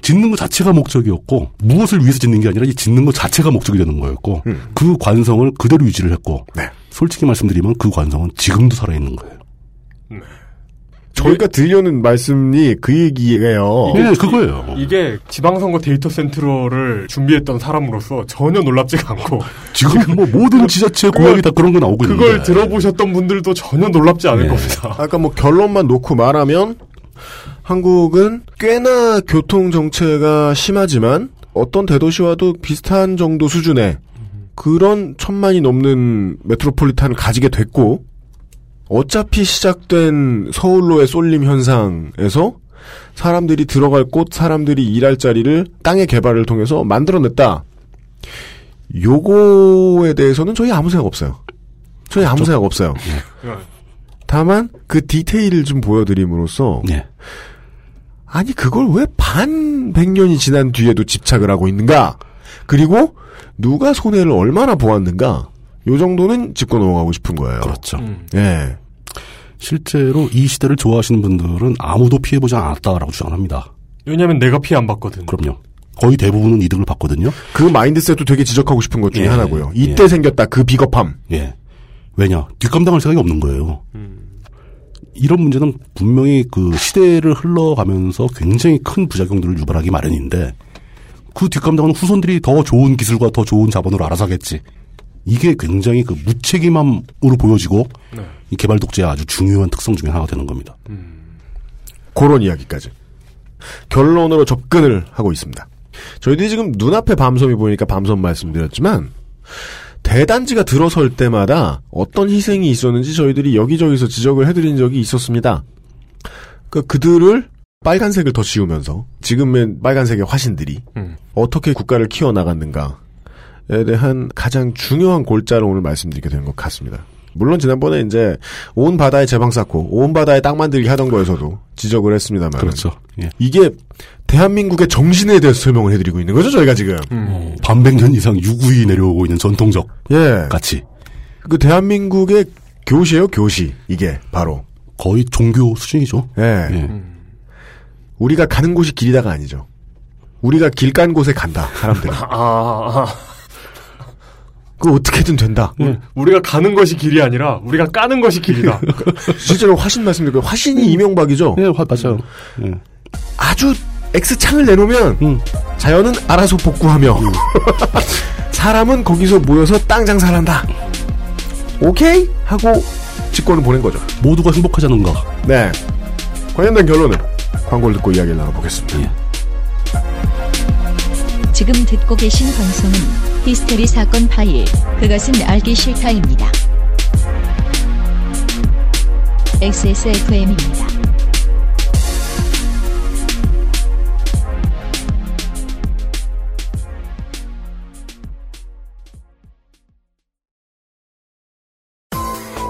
Speaker 2: 짓는 것 자체가 목적이었고 무엇을 위해서 짓는 게 아니라 이 짓는 것 자체가 목적이 되는 거였고 그 관성을 그대로 유지를 했고
Speaker 3: 네.
Speaker 2: 솔직히 말씀드리면 그 관성은 지금도 살아있는 거예요.
Speaker 3: 저희가 들려는 말씀이 그 얘기예요.
Speaker 2: 네, 그거예요.
Speaker 4: 어, 이게 지방선거 데이터 센트럴을 준비했던 사람으로서 전혀 놀랍지가 않고
Speaker 3: 음,
Speaker 2: 지금 뭐 모든 지자체 공약이 다 그런 거 나오고 있는데
Speaker 3: 네.
Speaker 4: 그걸 들어보셨던 분들도 전혀 놀랍지 않을 겁니다.
Speaker 3: 아까 뭐 결론만 놓고 말하면 한국은 꽤나 교통 정체가 심하지만 어떤 대도시와도 비슷한 정도 수준의 그런 천만이 넘는 메트로폴리탄을 가지게 됐고 어차피 시작된 서울로의 쏠림 현상에서 사람들이 들어갈 곳, 사람들이 일할 자리를 땅의 개발을 통해서 만들어냈다. 요거에 대해서는 저희 아무 생각 없어요. 저희 아무 생각 없어요.
Speaker 2: 네.
Speaker 3: 다만 그 디테일을 좀 보여드림으로써
Speaker 2: 네.
Speaker 3: 아니 그걸 왜 반 100년이 지난 뒤에도 집착을 하고 있는가? 그리고 누가 손해를 얼마나 보았는가? 요 정도는 짚고 넘어가고 싶은 거예요.
Speaker 2: 그렇죠.
Speaker 3: 예.
Speaker 2: 실제로 이 시대를 좋아하시는 분들은 아무도 피해보지 않았다라고 주장합니다.
Speaker 4: 왜냐하면 내가 피해 안 받거든.
Speaker 2: 그럼요. 거의 대부분은 이득을 봤거든요.
Speaker 3: 그 마인드셋도 되게 지적하고 싶은 것 중에
Speaker 2: 예,
Speaker 3: 하나고요. 이때 생겼다 그 비겁함.
Speaker 2: 예. 왜냐? 뒷감당할 생각이 없는 거예요. 이런 문제는 분명히 그 시대를 흘러가면서 굉장히 큰 부작용들을 유발하기 마련인데 그 뒷감당은 후손들이 더 좋은 기술과 더 좋은 자본으로 알아서 하겠지. 이게 굉장히 그 무책임함으로 보여지고 이 개발 독재의 아주 중요한 특성 중에 하나가 되는 겁니다.
Speaker 3: 그런 이야기까지. 결론으로 접근을 하고 있습니다. 저희들이 지금 눈앞에 밤섬이 보이니까 밤섬 말씀드렸지만, 대단지가 들어설 때마다 어떤 희생이 있었는지 저희들이 여기저기서 지적을 해드린 적이 있었습니다. 그, 그들을 빨간색을 더 씌우면서, 지금은 빨간색의 화신들이
Speaker 2: 음.
Speaker 3: 어떻게 국가를 키워나갔는가에 대한 가장 중요한 골자로 오늘 말씀드리게 되는 것 같습니다. 물론 지난번에 이제 온 바다에 제방 쌓고 온 바다에 땅 만들기 하던 거에서도 지적을 했습니다만
Speaker 2: 그렇죠. 예.
Speaker 3: 이게 대한민국의 정신에 대해서 설명을 해드리고 있는 거죠 저희가 지금
Speaker 2: 음. 반백년 이상 유구히 내려오고 있는 전통적
Speaker 3: 예.
Speaker 2: 가치.
Speaker 3: 그 대한민국의 교시예요, 교시. 이게 바로
Speaker 2: 거의 종교 수준이죠.
Speaker 3: 예.
Speaker 2: 음.
Speaker 3: 우리가 가는 곳이 길이다가 아니죠. 우리가 길 간 곳에 간다. 사람들이.
Speaker 4: 아, 아,
Speaker 3: 그 어떻게든 된다. 음.
Speaker 4: 우리가 가는 것이 길이 아니라 우리가 까는
Speaker 3: <laughs>
Speaker 4: 것이 길이다.
Speaker 3: 실제로 화신 말씀드릴게요. 화신이 이명박이죠.
Speaker 2: 네, 맞아요. 예.
Speaker 3: 아주 X창을 내놓으면 자연은 알아서 복구하며 <laughs> 사람은 거기서 모여서 땅 장사를 한다. 오케이? 하고 직권을 보낸 거죠.
Speaker 2: 모두가 행복하자는가.
Speaker 3: 네. 관련된 결론은 광고를 듣고 이야기를 나눠보겠습니다.
Speaker 1: 지금 듣고 계신 방송은 히스테리 사건 파일 그것은 알기 싫다입니다. XSFM입니다.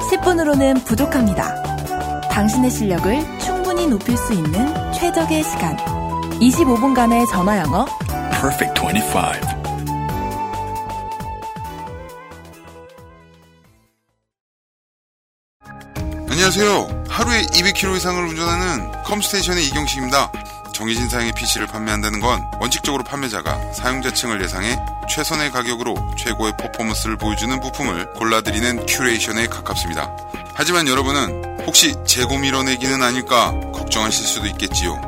Speaker 8: 스푼으로는 부족합니다. 당신의 실력을 충분히 높일 수 있는 최적의 시간. 25분간의 전화 영어
Speaker 11: Perfect 25.
Speaker 7: 안녕하세요. 하루에 200km 이상을 운전하는 컴스테이션의 이경식입니다. 정해진 사양의 PC를 판매한다는 건 원칙적으로 판매자가 사용자층을 예상해 최선의 가격으로 최고의 퍼포먼스를 보여주는 부품을 골라드리는 큐레이션에 가깝습니다. 하지만 여러분은 혹시 재고 밀어내기는 아닐까 걱정하실 수도 있겠지요.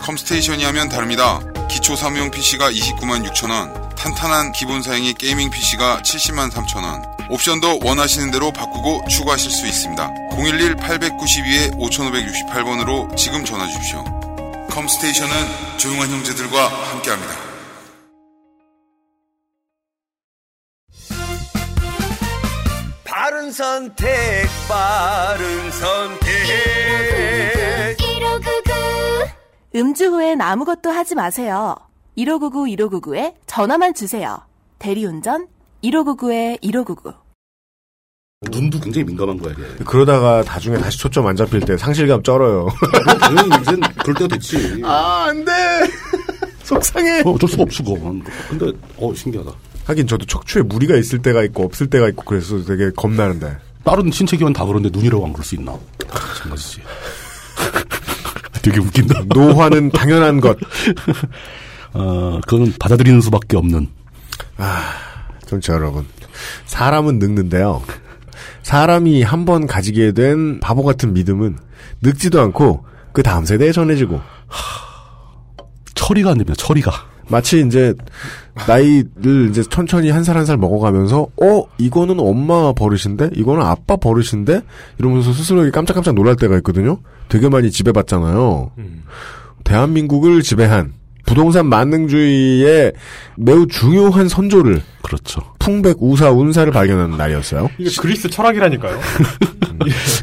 Speaker 7: 컴스테이션이 하면 다릅니다. 기초 사무용 PC가 29만 6천원, 탄탄한 기본 사양의 게이밍 PC가 70만 3천원, 옵션도 원하시는 대로 바꾸고 추가하실 수 있습니다. 011-892-5568번으로 지금 전화 주십시오. 컴스테이션은 조용한 형제들과 함께합니다.
Speaker 12: 바른 선택, 바른 선택.
Speaker 8: 음주 후엔 아무것도 하지 마세요. 1599 1599에 전화만 주세요. 대리운전 1599에 1599.
Speaker 2: 눈도 굉장히 민감한 거야, 이게.
Speaker 3: 그러다가 나중에 다시 초점 안 잡힐 때 상실감 쩔어요. <laughs>
Speaker 2: 뭐, 당연히 이젠 그럴 때가 됐지.
Speaker 3: 아, 안 돼! <laughs> 속상해!
Speaker 2: 어, 어쩔 수가 없어, 그건. 근데, 어, 신기하다.
Speaker 3: 하긴 저도 척추에 무리가 있을 때가 있고 없을 때가 있고 그래서 되게 겁나는데.
Speaker 2: 다른 신체 기관 다 그런데 눈이라고 안 그럴 수 있나? 마찬가지지. <laughs> 되게 웃긴다.
Speaker 3: 노화는 <laughs> 당연한 것.
Speaker 2: 어, 그거는 받아들이는 수밖에 없는.
Speaker 3: 정치 여러분. 사람은 늙는데요. 사람이 한 번 가지게 된 바보 같은 믿음은 늙지도 않고 그 다음 세대에 전해지고
Speaker 2: 처리가 안 됩니다, 처리가.
Speaker 3: 마치 이제 나이를 이제 천천히 한 살 한 살 먹어가면서 어 이거는 엄마 버릇인데 이거는 아빠 버릇인데 이러면서 스스로 깜짝깜짝 놀랄 때가 있거든요. 되게 많이 지배받잖아요. 대한민국을 지배한 부동산 만능주의의 매우 중요한 선조를
Speaker 2: 그렇죠.
Speaker 3: 풍백 우사 운사를 발견하는 날이었어요.
Speaker 4: 이게 그리스 철학이라니까요.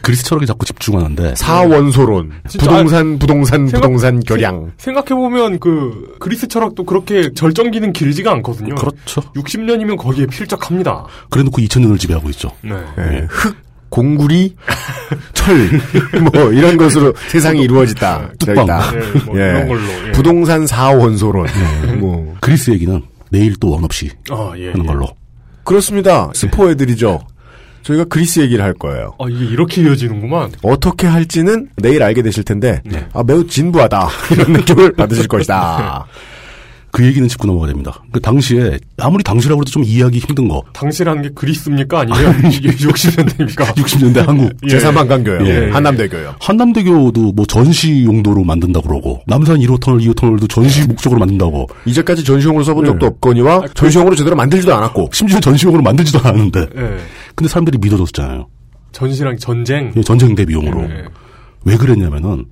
Speaker 2: 그리스 철학에 자꾸 집중하는데.
Speaker 3: 사원소론,
Speaker 4: 진짜 아,
Speaker 3: 부동산, 부동산,
Speaker 4: 생각-
Speaker 3: 부동산 결양.
Speaker 4: 생각해보면 그 그리스 철학도 그렇게 절정기는 길지가 않거든요.
Speaker 2: 그렇죠.
Speaker 4: 60년이면 거기에 필적합니다.
Speaker 2: 그래 놓고 2000년을 지배하고 있죠.
Speaker 4: 네.
Speaker 3: 예, 흙, 공구리, 철, 뭐 이런 것으로 <laughs> 뭐 세상이 이루어졌다. 되어
Speaker 2: 뚝방.
Speaker 3: 있다.
Speaker 4: 예, 뭐 이런 걸로, 예.
Speaker 3: 부동산 사원소론. 뭐
Speaker 2: 그리스 얘기는 내일 또 원 없이
Speaker 4: 아, 예.
Speaker 2: 하는 걸로.
Speaker 3: 그렇습니다. 스포해드리죠. 저희가 그리스 얘기를 할 거예요.
Speaker 4: 아, 이게 이렇게 이어지는구만.
Speaker 3: 어떻게 할지는 내일 알게 되실 텐데
Speaker 4: 네.
Speaker 3: 아 매우 진부하다 <laughs> 이런 느낌을 받으실 것이다.
Speaker 2: 그 얘기는 짚고 넘어가야 됩니다. 그 당시에 아무리 당시라고 해도 좀 이해하기 힘든 거.
Speaker 4: 당시라는 게 그리스입니까?
Speaker 2: <laughs>
Speaker 4: 아니면 이게 60년대입니까?
Speaker 2: 60년대 한국
Speaker 4: 예. 제3한강교예요.
Speaker 3: 한남대교요.
Speaker 2: 한남대교도 뭐 전시 용도로 만든다 그러고 남산 1호 터널, 2호 터널도 전시 목적으로 만든다고.
Speaker 3: 이제까지 전시용으로 써본 적도
Speaker 4: 아,
Speaker 3: 없거니와
Speaker 4: 그
Speaker 3: 전시용으로 제대로 만들지도 않았고
Speaker 2: 심지어 전시용으로 만들지도 않았는데.
Speaker 4: 예.
Speaker 2: 근데 사람들이 믿어줬잖아요.
Speaker 4: 전시랑 전쟁.
Speaker 2: 예, 전쟁 대비용으로. 왜 그랬냐면은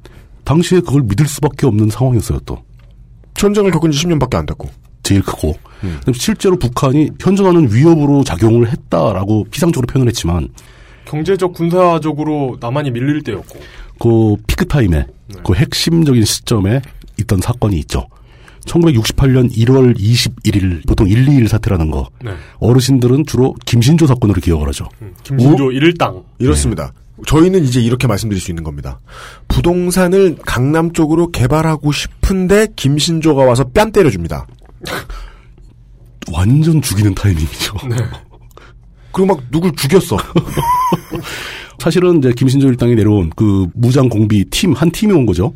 Speaker 2: 당시에 그걸 믿을 수밖에 없는 상황이었어요 또.
Speaker 3: 전쟁을 겪은 지 10년밖에 안 됐고.
Speaker 2: 제일 크고. 그다음에 실제로 북한이 현존하는 위협으로 작용을 했다라고 피상적으로 표현을 했지만
Speaker 4: 경제적 군사적으로 남한이 밀릴 때였고.
Speaker 2: 그 피크 타임에 그 핵심적인 시점에 있던 사건이 있죠. 1968년 1월 21일 보통 121 사태라는 거
Speaker 4: 네. 음.
Speaker 2: 어르신들은 주로 김신조 사건으로 기억을 하죠.
Speaker 4: 김신조 일당.
Speaker 3: 이렇습니다. 저희는 이제 이렇게 말씀드릴 수 있는 겁니다. 부동산을 강남 쪽으로 개발하고 싶은데 김신조가 와서 뺨 때려줍니다.
Speaker 2: 완전 죽이는 타이밍이죠.
Speaker 3: 그리고 막 누굴 죽였어.
Speaker 2: <laughs> 사실은 이제 김신조 일당이 내려온 그 무장 공비 팀 한 팀이 온 거죠.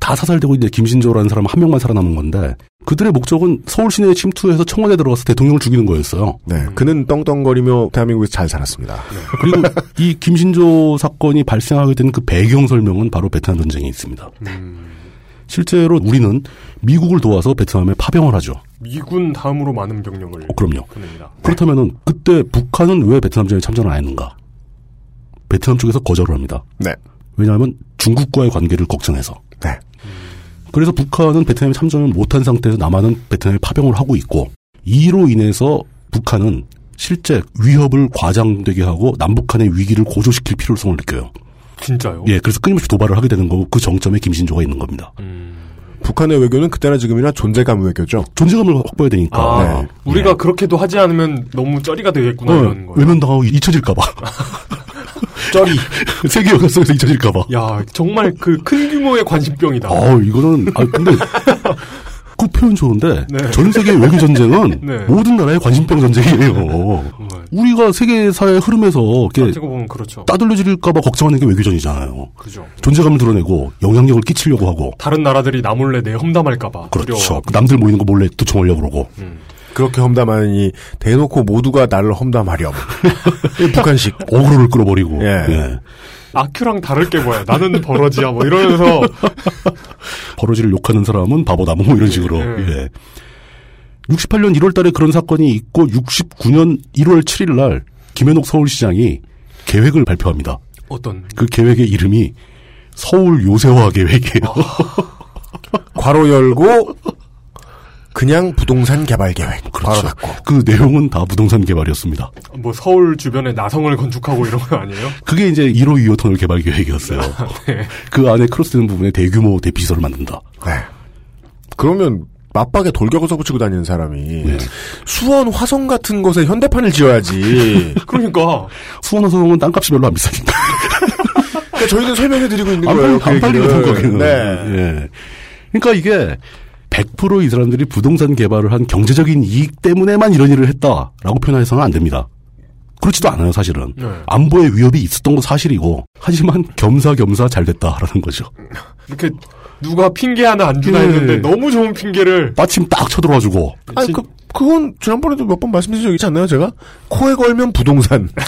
Speaker 2: 다 사살되고 이제 김신조라는 사람 한 명만 살아남은 건데 그들의 목적은 서울 시내에 침투해서 청와대 들어가서 대통령을 죽이는 거였어요.
Speaker 3: 네, 그는 떵떵거리며 대한민국에서 잘 살았습니다.
Speaker 2: 그리고 <laughs> 이 김신조 사건이 발생하게 된 그 배경 설명은 바로 베트남 전쟁에 있습니다. 실제로 우리는 미국을 도와서 베트남에 파병을 하죠. 어,
Speaker 4: 미군 다음으로 많은 병력을
Speaker 2: 그럼요.
Speaker 4: 보냅니다.
Speaker 2: 그렇다면은 그때 북한은 왜 베트남 전쟁에 참전을 안 했는가? 베트남 쪽에서 거절을 합니다.
Speaker 3: 네.
Speaker 2: 왜냐하면 중국과의 관계를 걱정해서.
Speaker 3: 네.
Speaker 2: 그래서 북한은 베트남에 참전을 못한 상태에서 남한은 베트남에 파병을 하고 있고 이로 인해서 북한은 실제 위협을 과장되게 하고 남북한의 위기를 고조시킬 필요성을 느껴요.
Speaker 4: 진짜요?
Speaker 2: 예, 그래서 끊임없이 도발을 하게 되는 거고 그 정점에 김신조가 있는 겁니다.
Speaker 4: 음.
Speaker 3: 북한의 외교는 그때나 지금이나 존재감 외교죠.
Speaker 2: 존재감을 확보해야 되니까. 네.
Speaker 4: 아, 우리가 그렇게도 하지 않으면 너무 쩌리가 되겠구나
Speaker 2: 예. 어,
Speaker 4: 이런 거예요.
Speaker 2: 외면당하고 잊혀질까봐.
Speaker 4: <laughs>
Speaker 3: 쩌리.
Speaker 2: 세계 역사에서 잊혀질까봐.
Speaker 4: 야, 정말 그 큰 규모의 관심병이다.
Speaker 2: 어, 이거는, 아,
Speaker 4: <laughs>
Speaker 2: 근데, 그 표현 좋은데,
Speaker 4: 네.
Speaker 2: 전 세계 외교 전쟁은
Speaker 4: 네.
Speaker 2: 모든 나라의 관심병 전쟁이에요. 우리가 세계사의 흐름에서 이렇게
Speaker 4: 따지고 보면 그렇죠.
Speaker 2: 따돌려질까봐 걱정하는 게 외교전이잖아요.
Speaker 4: 그죠.
Speaker 2: 존재감을 드러내고 영향력을 끼치려고 하고.
Speaker 4: 다른 나라들이 나 몰래 내 험담할까봐.
Speaker 2: 그렇죠. 남들 모이는 거 몰래 도청하려고 그러고.
Speaker 4: 음.
Speaker 3: 그렇게 험담하니 대놓고 모두가 나를 험담하렴.
Speaker 2: <laughs>
Speaker 3: 북한식
Speaker 2: 어그로를 끌어버리고.
Speaker 3: 예.
Speaker 2: 예.
Speaker 4: 아큐랑 다를 게 뭐야. 나는 버러지야. 뭐 이러면서. <laughs>
Speaker 2: 버러지를 욕하는 사람은 바보다 뭐 이런 식으로.
Speaker 4: 네.
Speaker 2: 예. 68년 1월 달에 그런 사건이 있고 69년 1월 7일 날 김현옥 서울시장이 계획을 발표합니다.
Speaker 4: 어떤.
Speaker 2: 그 계획의 이름이 서울 요새화 계획이에요.
Speaker 3: 괄호 열고 그냥 부동산 개발 계획. 괄호
Speaker 2: 그렇죠.
Speaker 3: 닫고.
Speaker 2: 그 내용은 다 부동산 개발이었습니다.
Speaker 4: 뭐 서울 주변에 나성을 건축하고 이런 거 아니에요?
Speaker 2: 그게 이제 1호 2호 터널 개발 계획이었어요. 그 안에 크로스되는 부분에 대규모 대피소를 만든다.
Speaker 3: 네. 그러면 맞박에 돌격을 써붙이고 다니는 사람이 수원 화성 같은 곳에 현대판을 <laughs> 지어야지.
Speaker 4: 그러니까.
Speaker 2: 수원 화성은 땅값이 별로 안 비싸니까.
Speaker 3: 그러니까 저희는 설명해드리고 있는
Speaker 2: 안
Speaker 3: 거예요. 그
Speaker 2: 팔리- 안 팔리거든
Speaker 3: 얘기를.
Speaker 2: 거기는.
Speaker 3: 네.
Speaker 2: 예. 그러니까 이게 100%이 사람들이 부동산 개발을 한 경제적인 이익 때문에만 이런 일을 했다라고 표현해서는 안 됩니다. 그렇지도 않아요, 사실은.
Speaker 4: 네.
Speaker 2: 안보의 위협이 있었던 건 사실이고, 하지만 겸사겸사 잘 됐다라는 거죠.
Speaker 4: 이렇게 누가 핑계 하나 안 주나
Speaker 2: 예.
Speaker 4: 했는데 너무 좋은 핑계를.
Speaker 2: 마침 딱 쳐들어와 주고,
Speaker 3: 아니 그 그건 지난번에도 몇 번 말씀드린 적 있지 않나요? 제가 코에 걸면 부동산, <laughs>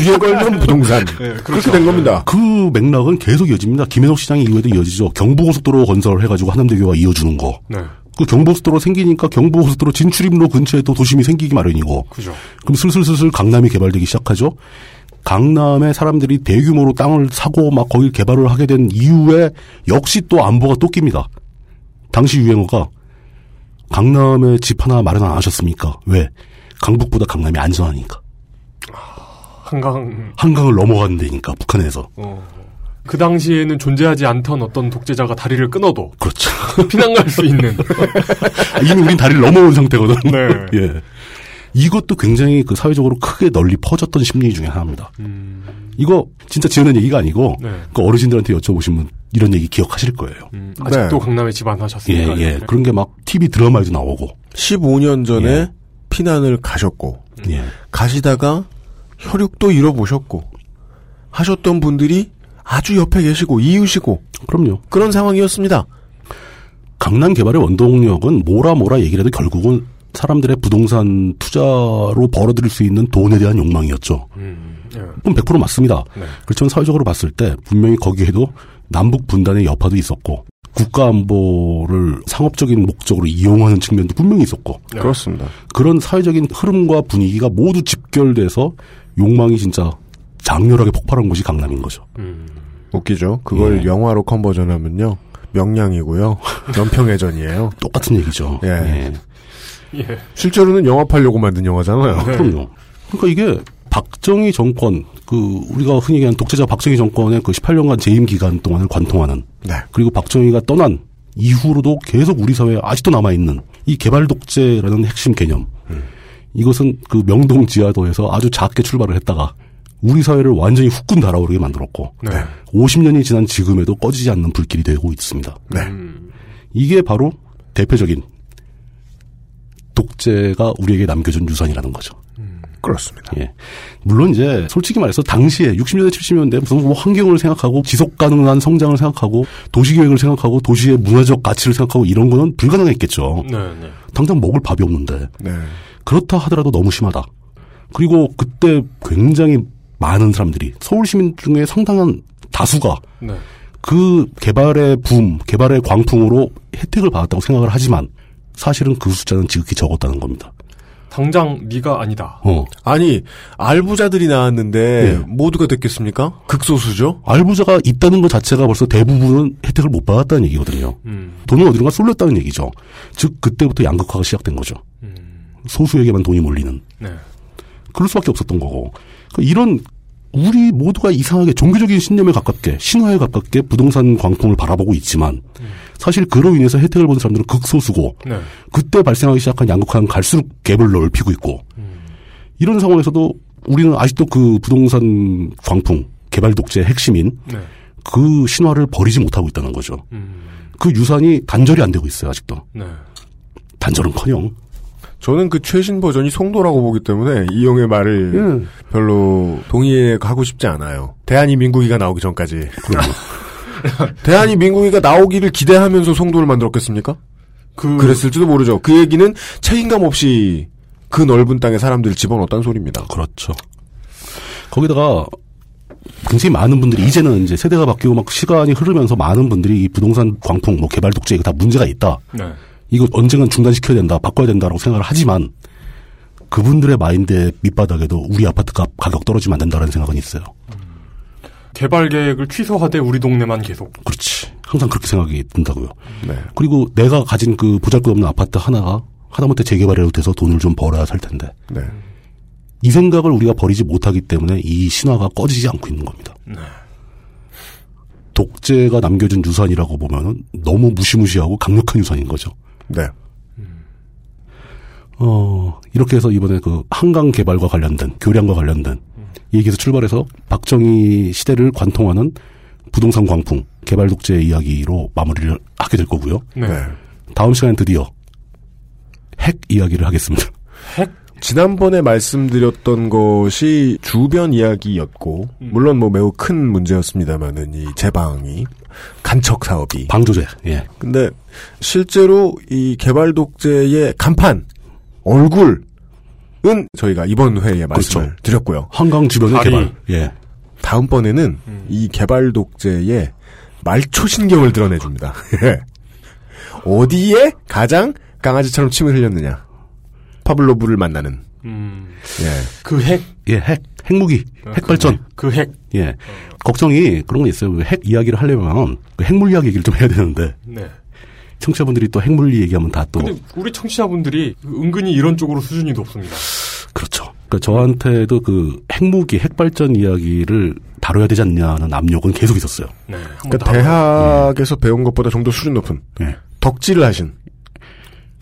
Speaker 3: 귀에 걸면 부동산 그렇게된 겁니다.
Speaker 2: 그 맥락은 계속 이어집니다. 김현옥 시장이 이후에도 이어지죠. 경부고속도로 건설해가지고 한남대교가 이어주는 거.
Speaker 4: 네.
Speaker 2: 그 경부고속도로 생기니까 경부고속도로 진출입로 근처에 또 도심이 생기기 마련이고.
Speaker 4: 그죠.
Speaker 2: 그럼 슬슬슬슬 강남이 개발되기 시작하죠. 강남에 사람들이 대규모로 땅을 사고 막 거기 개발을 하게 된 이후에 역시 또 안보가 또 낍니다. 당시 유행어가 강남에 집 하나 마련 안 하셨습니까? 왜? 강북보다 강남이 안전하니까.
Speaker 4: 한강.
Speaker 2: 한강을 넘어가는 데니까 북한에서.
Speaker 4: 그 당시에는 존재하지 않던 어떤 독재자가 다리를 끊어도
Speaker 2: 그렇죠.
Speaker 4: 피난갈
Speaker 2: <laughs>
Speaker 4: 수 있는.
Speaker 2: 이미 우린 다리를 넘어온 상태거든.
Speaker 4: 네.
Speaker 2: <laughs> 예. 이것도 굉장히 그 사회적으로 크게 널리 퍼졌던 심리 중에 하나입니다. 이거 진짜 지어낸 얘기가 아니고
Speaker 4: 음. 네.
Speaker 2: 그 어르신들한테 여쭤보시면 이런 얘기 기억하실 거예요.
Speaker 4: 음, 아직도
Speaker 3: 네.
Speaker 4: 강남에 네.
Speaker 2: 예,
Speaker 4: 집안하셨으니까.
Speaker 2: 예. 그런 게 막 TV 드라마에도 나오고.
Speaker 3: 15년 전에
Speaker 2: 예.
Speaker 3: 피난을 가셨고
Speaker 4: 음.
Speaker 3: 예. 가시다가 혈육도 잃어보셨고 하셨던 분들이 아주 옆에 계시고 이웃이고
Speaker 2: 그럼요.
Speaker 3: 그런 상황이었습니다.
Speaker 2: 강남 개발의 원동력은 뭐라 뭐라 얘기를 해도 결국은 사람들의 부동산 투자로 벌어들일 수 있는 돈에 대한 욕망이었죠. 그럼 100% 맞습니다. 그렇지만 사회적으로 봤을 때 분명히 거기에도 남북 분단의 여파도 있었고 국가 안보를 상업적인 목적으로 이용하는 측면도 분명히 있었고
Speaker 3: 그렇습니다.
Speaker 2: 그런 사회적인 흐름과 분위기가 모두 집결돼서 욕망이 진짜 장렬하게 폭발한 곳이 강남인 거죠.
Speaker 3: 웃기죠. 그걸 영화로 컨버전하면요. <laughs> 명량이고요. 연평해전이에요.
Speaker 2: 똑같은 얘기죠. 네.
Speaker 3: 예.
Speaker 4: 예.
Speaker 3: 실제로는 영업하려고 만든 영화잖아요.
Speaker 2: 네. 그럼요. 그러니까 이게 박정희 정권, 그 우리가 흔히 얘기하는 독재자 박정희 정권의 그 18년간 재임 기간 동안을 관통하는
Speaker 3: 네,
Speaker 2: 그리고 박정희가 떠난 이후로도 계속 우리 사회에 아직도 남아 있는 이 개발 독재라는 핵심 개념. 이것은 그 명동 지하도에서 아주 작게 출발을 했다가 우리 사회를 완전히 후끈 달아오르게 만들었고 50년이 지난 지금에도 꺼지지 않는 불길이 되고 있습니다.
Speaker 3: 네.
Speaker 2: 이게 바로 대표적인 독재가 우리에게 남겨준 유산이라는 거죠.
Speaker 3: 그렇습니다.
Speaker 2: 예. 물론 이제 솔직히 말해서 당시에 60년대 70년대 무슨 뭐 환경을 생각하고 지속 가능한 성장을 생각하고 도시 계획을 생각하고 도시의 문화적 가치를 생각하고 이런 거는 불가능했겠죠.
Speaker 4: 네.
Speaker 2: 당장 먹을 밥이 없는데.
Speaker 3: 네.
Speaker 2: 그렇다 하더라도 너무 심하다. 그리고 그때 굉장히 많은 사람들이 서울 시민 중에 상당한 다수가
Speaker 4: 네.
Speaker 2: 그 개발의 붐, 개발의 광풍으로 혜택을 받았다고 생각을 하지만 사실은 그 숫자는 지극히 적었다는 겁니다.
Speaker 4: 당장 네가 아니다.
Speaker 2: 어.
Speaker 3: 아니 알부자들이 나왔는데 모두가 됐겠습니까? 극소수죠.
Speaker 2: 알부자가 있다는 것 자체가 벌써 대부분은 혜택을 못 받았다는 얘기거든요. 돈은 어디론가 쏠렸다는 얘기죠. 즉 그때부터 양극화가 시작된 거죠. 소수에게만 돈이 몰리는.
Speaker 4: 네.
Speaker 2: 그럴 수밖에 없었던 거고. 그러니까 이런 우리 모두가 이상하게 종교적인 신념에 가깝게 신화에 가깝게 부동산 광풍을 바라보고 있지만 사실 그로 인해서 혜택을 본 사람들은 극소수고
Speaker 4: 네.
Speaker 2: 그때 발생하기 시작한 양극화는 갈수록 갭을 넓히고 있고 이런 상황에서도 우리는 아직도 그 부동산 광풍 개발 독재의 핵심인
Speaker 4: 네.
Speaker 2: 그 신화를 버리지 못하고 있다는 거죠. 그 유산이 단절이 안 되고 있어요 아직도.
Speaker 4: 음, 네.
Speaker 2: 단절은커녕
Speaker 3: 저는 그 최신 버전이 송도라고 보기 때문에 이용의 말을 별로 동의하고 싶지 않아요. 음. 대한이 민국이가 나오기 전까지. 대한이 민국이가 나오기를 기대하면서 송도를 만들었겠습니까?
Speaker 4: 그...
Speaker 3: 그랬을지도 모르죠. 그 얘기는 책임감 없이 그 넓은 땅에 사람들을 집어넣었다는 소리입니다.
Speaker 2: 그렇죠. 거기다가 굉장히 많은 분들이 이제는 이제 세대가 바뀌고 막 시간이 흐르면서 많은 분들이 이 부동산 광풍, 뭐 개발 독재 이거 다 문제가 있다.
Speaker 4: 네.
Speaker 2: 이거 언젠간 중단시켜야 된다, 바꿔야 된다라고 생각을 하지만 그분들의 마인드의 밑바닥에도 우리 아파트 값 가격 떨어지면 안 된다라는 생각은 있어요.
Speaker 4: 개발 계획을 취소하되 우리 동네만 계속.
Speaker 2: 그렇지. 항상 그렇게 생각이 든다고요.
Speaker 3: 네.
Speaker 2: 그리고 내가 가진 그 보잘것없는 아파트 하나가 하다못해 재개발이라도 돼서 돈을 좀 벌어야 살 텐데
Speaker 3: 네.
Speaker 2: 이 생각을 우리가 버리지 못하기 때문에 이 신화가 꺼지지 않고 있는 겁니다. 독재가 남겨준 유산이라고 보면은 너무 무시무시하고 강력한 유산인 거죠.
Speaker 3: 네.
Speaker 2: 어, 이렇게 해서 이번에 그 한강 개발과 관련된, 교량과 관련된 얘기에서 출발해서 박정희 시대를 관통하는 부동산 광풍, 개발 독재 이야기로 마무리를 하게 될 거고요.
Speaker 4: 네.
Speaker 2: 다음 시간엔 드디어 핵 이야기를 하겠습니다. <laughs>
Speaker 3: 지난번에 말씀드렸던 것이 주변 이야기였고
Speaker 2: 음.
Speaker 3: 물론 뭐 매우 큰 문제였습니다만은 이 제방이 간척 사업이
Speaker 2: 방조제. 예.
Speaker 3: 근데 실제로 이 개발 독재의 간판 얼굴은 저희가 이번 회에 말씀을
Speaker 2: 그렇죠.
Speaker 3: 드렸고요.
Speaker 2: 한강 주변의
Speaker 3: 다리.
Speaker 2: 개발. 예.
Speaker 3: 다음번에는 이 개발 독재의 말초 신경을 드러내 줍니다. <laughs> 예. 어디에 가장 강아지처럼 침을 흘렸느냐? 파블로브를 만나는 예.
Speaker 4: 그 핵.
Speaker 2: 예, 핵, 핵무기, 핵발전.
Speaker 4: 그 핵.
Speaker 2: 예. 걱정이 그런 거 있어요. 핵 이야기를 하려면 그 핵물리학 얘기를 좀 해야 되는데
Speaker 4: 네.
Speaker 2: 청취자분들이 또 핵물리 얘기하면 다 또
Speaker 4: 근데 우리 청취자분들이 은근히 이런 쪽으로 수준이 높습니다.
Speaker 2: 그렇죠. 그러니까 저한테도 그 핵무기, 핵발전 이야기를 다뤄야 되지 않냐는 압력은 계속 있었어요.
Speaker 4: 네.
Speaker 3: 그러니까 대학에서 배운 것보다 좀 더 수준 높은
Speaker 2: 예.
Speaker 3: 덕질을 하신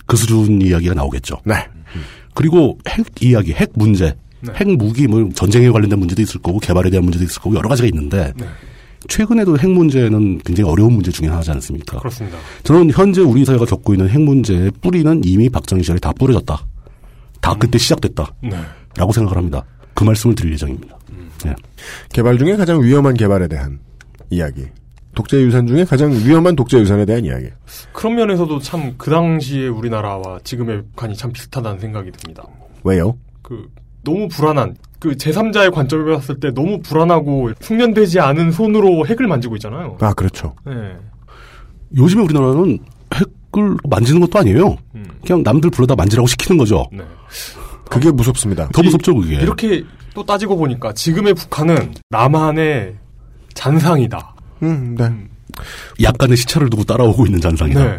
Speaker 2: 그 수준 이야기가 나오겠죠.
Speaker 3: 네.
Speaker 2: 그리고 핵 이야기, 핵 문제,
Speaker 4: 네.
Speaker 2: 핵 무기, 뭐 전쟁에 관련된 문제도 있을 거고 개발에 대한 문제도 있을 거고 여러 가지가 있는데
Speaker 4: 네.
Speaker 2: 최근에도 핵 문제는 굉장히 어려운 문제 중에 하나지 않습니까?
Speaker 4: 그렇습니다.
Speaker 2: 저는 현재 우리 사회가
Speaker 4: 음.
Speaker 2: 겪고 있는 핵 문제의 뿌리는 이미 박정희 시절에 다 뿌려졌다. 다 그때 시작됐다.
Speaker 4: 네.
Speaker 2: 라고 생각을 합니다. 그 말씀을 드릴 예정입니다. 예.
Speaker 3: 개발 중에 가장 위험한 개발에 대한 이야기. 독재 유산 중에 가장 위험한 독재 유산에 대한 이야기.
Speaker 4: 그런 면에서도 참 그 당시의 우리나라와 지금의 북한이 참 비슷하다는 생각이 듭니다.
Speaker 3: 왜요?
Speaker 4: 그 너무 불안한 그 제3자의 관점에 봤을 때 너무 불안하고 숙련되지 않은 손으로 핵을 만지고 있잖아요.
Speaker 3: 아, 그렇죠.
Speaker 4: 네.
Speaker 2: 요즘에 우리나라는 핵을 만지는 것도 아니에요.
Speaker 4: 음.
Speaker 2: 그냥 남들 불러다 만지라고 시키는 거죠.
Speaker 3: 그게 무섭습니다.
Speaker 2: 더 무섭죠, 그게.
Speaker 4: 이렇게 또 따지고 보니까 지금의 북한은 남한의 잔상이다.
Speaker 3: 음, 네.
Speaker 2: 약간의 시차를 두고 따라오고 있는 잔상이다.
Speaker 4: 네.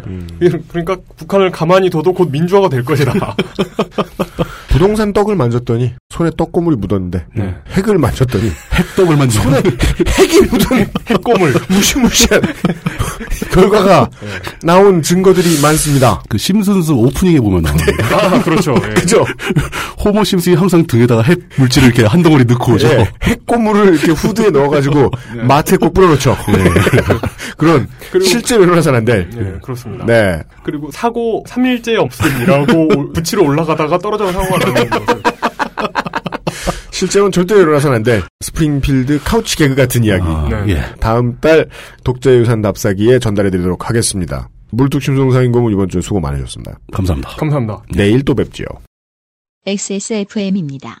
Speaker 4: 그러니까 북한을 가만히 둬도 곧 민주화가 될 것이다.
Speaker 3: 부동산 떡을 만졌더니 손에 떡고물이 묻었는데 핵을 만졌더니
Speaker 2: 핵떡을 만지고
Speaker 3: 손에 핵이 묻은 <laughs>
Speaker 4: 핵고물
Speaker 3: 무시무시한 <laughs> 결과가 나온 증거들이 많습니다.
Speaker 2: 그 심슨스 오프닝에 보면 나오는데.
Speaker 4: 아, 그렇죠. 예.
Speaker 3: 그죠?
Speaker 2: <laughs> 호모 심슨이 항상 등에다가 핵 물질을 이렇게 한 덩어리 넣고 오죠.
Speaker 4: 네.
Speaker 3: 예, 핵고물을 이렇게 후드에 넣어가지고 마트에 꼭 뿌려놓죠. 네. 그런
Speaker 4: 네. 그리고-
Speaker 3: 실제로 일어나서는 안 될.
Speaker 4: 네, 그렇습니다.
Speaker 3: 네.
Speaker 4: 그리고 사고 3일째 없음이라고 붙이러 올라가다가 떨어져서 사고가 나는 거죠.
Speaker 3: 실제로는 절대로 일어나서는 안 될. 스프링필드 카우치 개그 같은 이야기.
Speaker 4: 네.
Speaker 2: 예.
Speaker 3: 다음 달 독재유산 납사기에 전달해드리도록 하겠습니다. 물뚝심송상인공은 이번 주에 수고 많으셨습니다.
Speaker 2: 감사합니다.
Speaker 4: 감사합니다.
Speaker 3: 내일 또 뵙지요.
Speaker 13: XSFM입니다.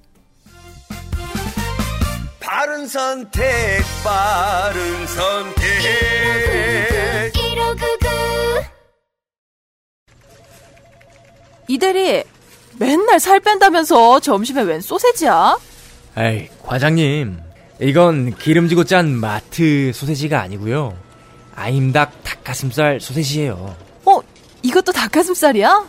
Speaker 12: 바른 선택, 바른 선택.
Speaker 8: 이 대리 맨날 살 뺀다면서 점심에 웬 소세지야?
Speaker 14: 에이, 과장님. 이건 기름지고 짠 마트 소세지가 아니고요. 아임닭 닭가슴살 소세지예요.
Speaker 8: 어 이것도 닭가슴살이야?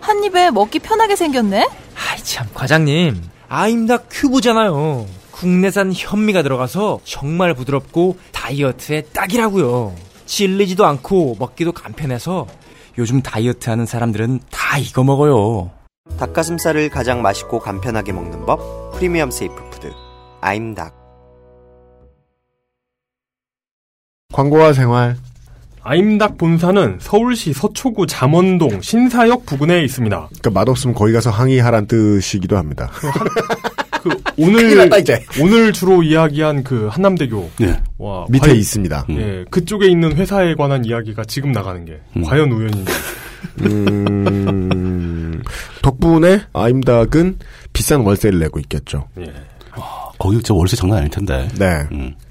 Speaker 8: 한 입에 먹기 편하게 생겼네.
Speaker 14: 아이 참, 과장님. 아임닭 큐브잖아요. 국내산 현미가 들어가서 정말 부드럽고 다이어트에 딱이라고요. 질리지도 않고 먹기도 간편해서 요즘 다이어트 하는 사람들은 다 이거 먹어요.
Speaker 15: 닭가슴살을 가장 맛있고 간편하게 먹는 법 프리미엄 세이프 푸드 아임닭
Speaker 3: 광고와 생활.
Speaker 4: 아임닭 본사는 서울시 서초구 잠원동 신사역 부근에 있습니다.
Speaker 3: 그러니까 맛없으면 거기 가서 항의하란 뜻이기도 합니다.
Speaker 4: 오늘 오늘 주로 이야기한 그 한남대교
Speaker 2: 예.
Speaker 4: 와,
Speaker 3: 밑에
Speaker 4: 과연-
Speaker 3: 있습니다.
Speaker 2: 음.
Speaker 4: 예, 그쪽에 있는 회사에 관한 이야기가 지금 나가는 게 과연 우연인지.
Speaker 3: 음, <laughs> 덕분에 아임닭은 비싼 월세를 내고 있겠죠.
Speaker 4: 예.
Speaker 2: 거기 진짜 월세 장난 아닐 텐데.
Speaker 3: 네.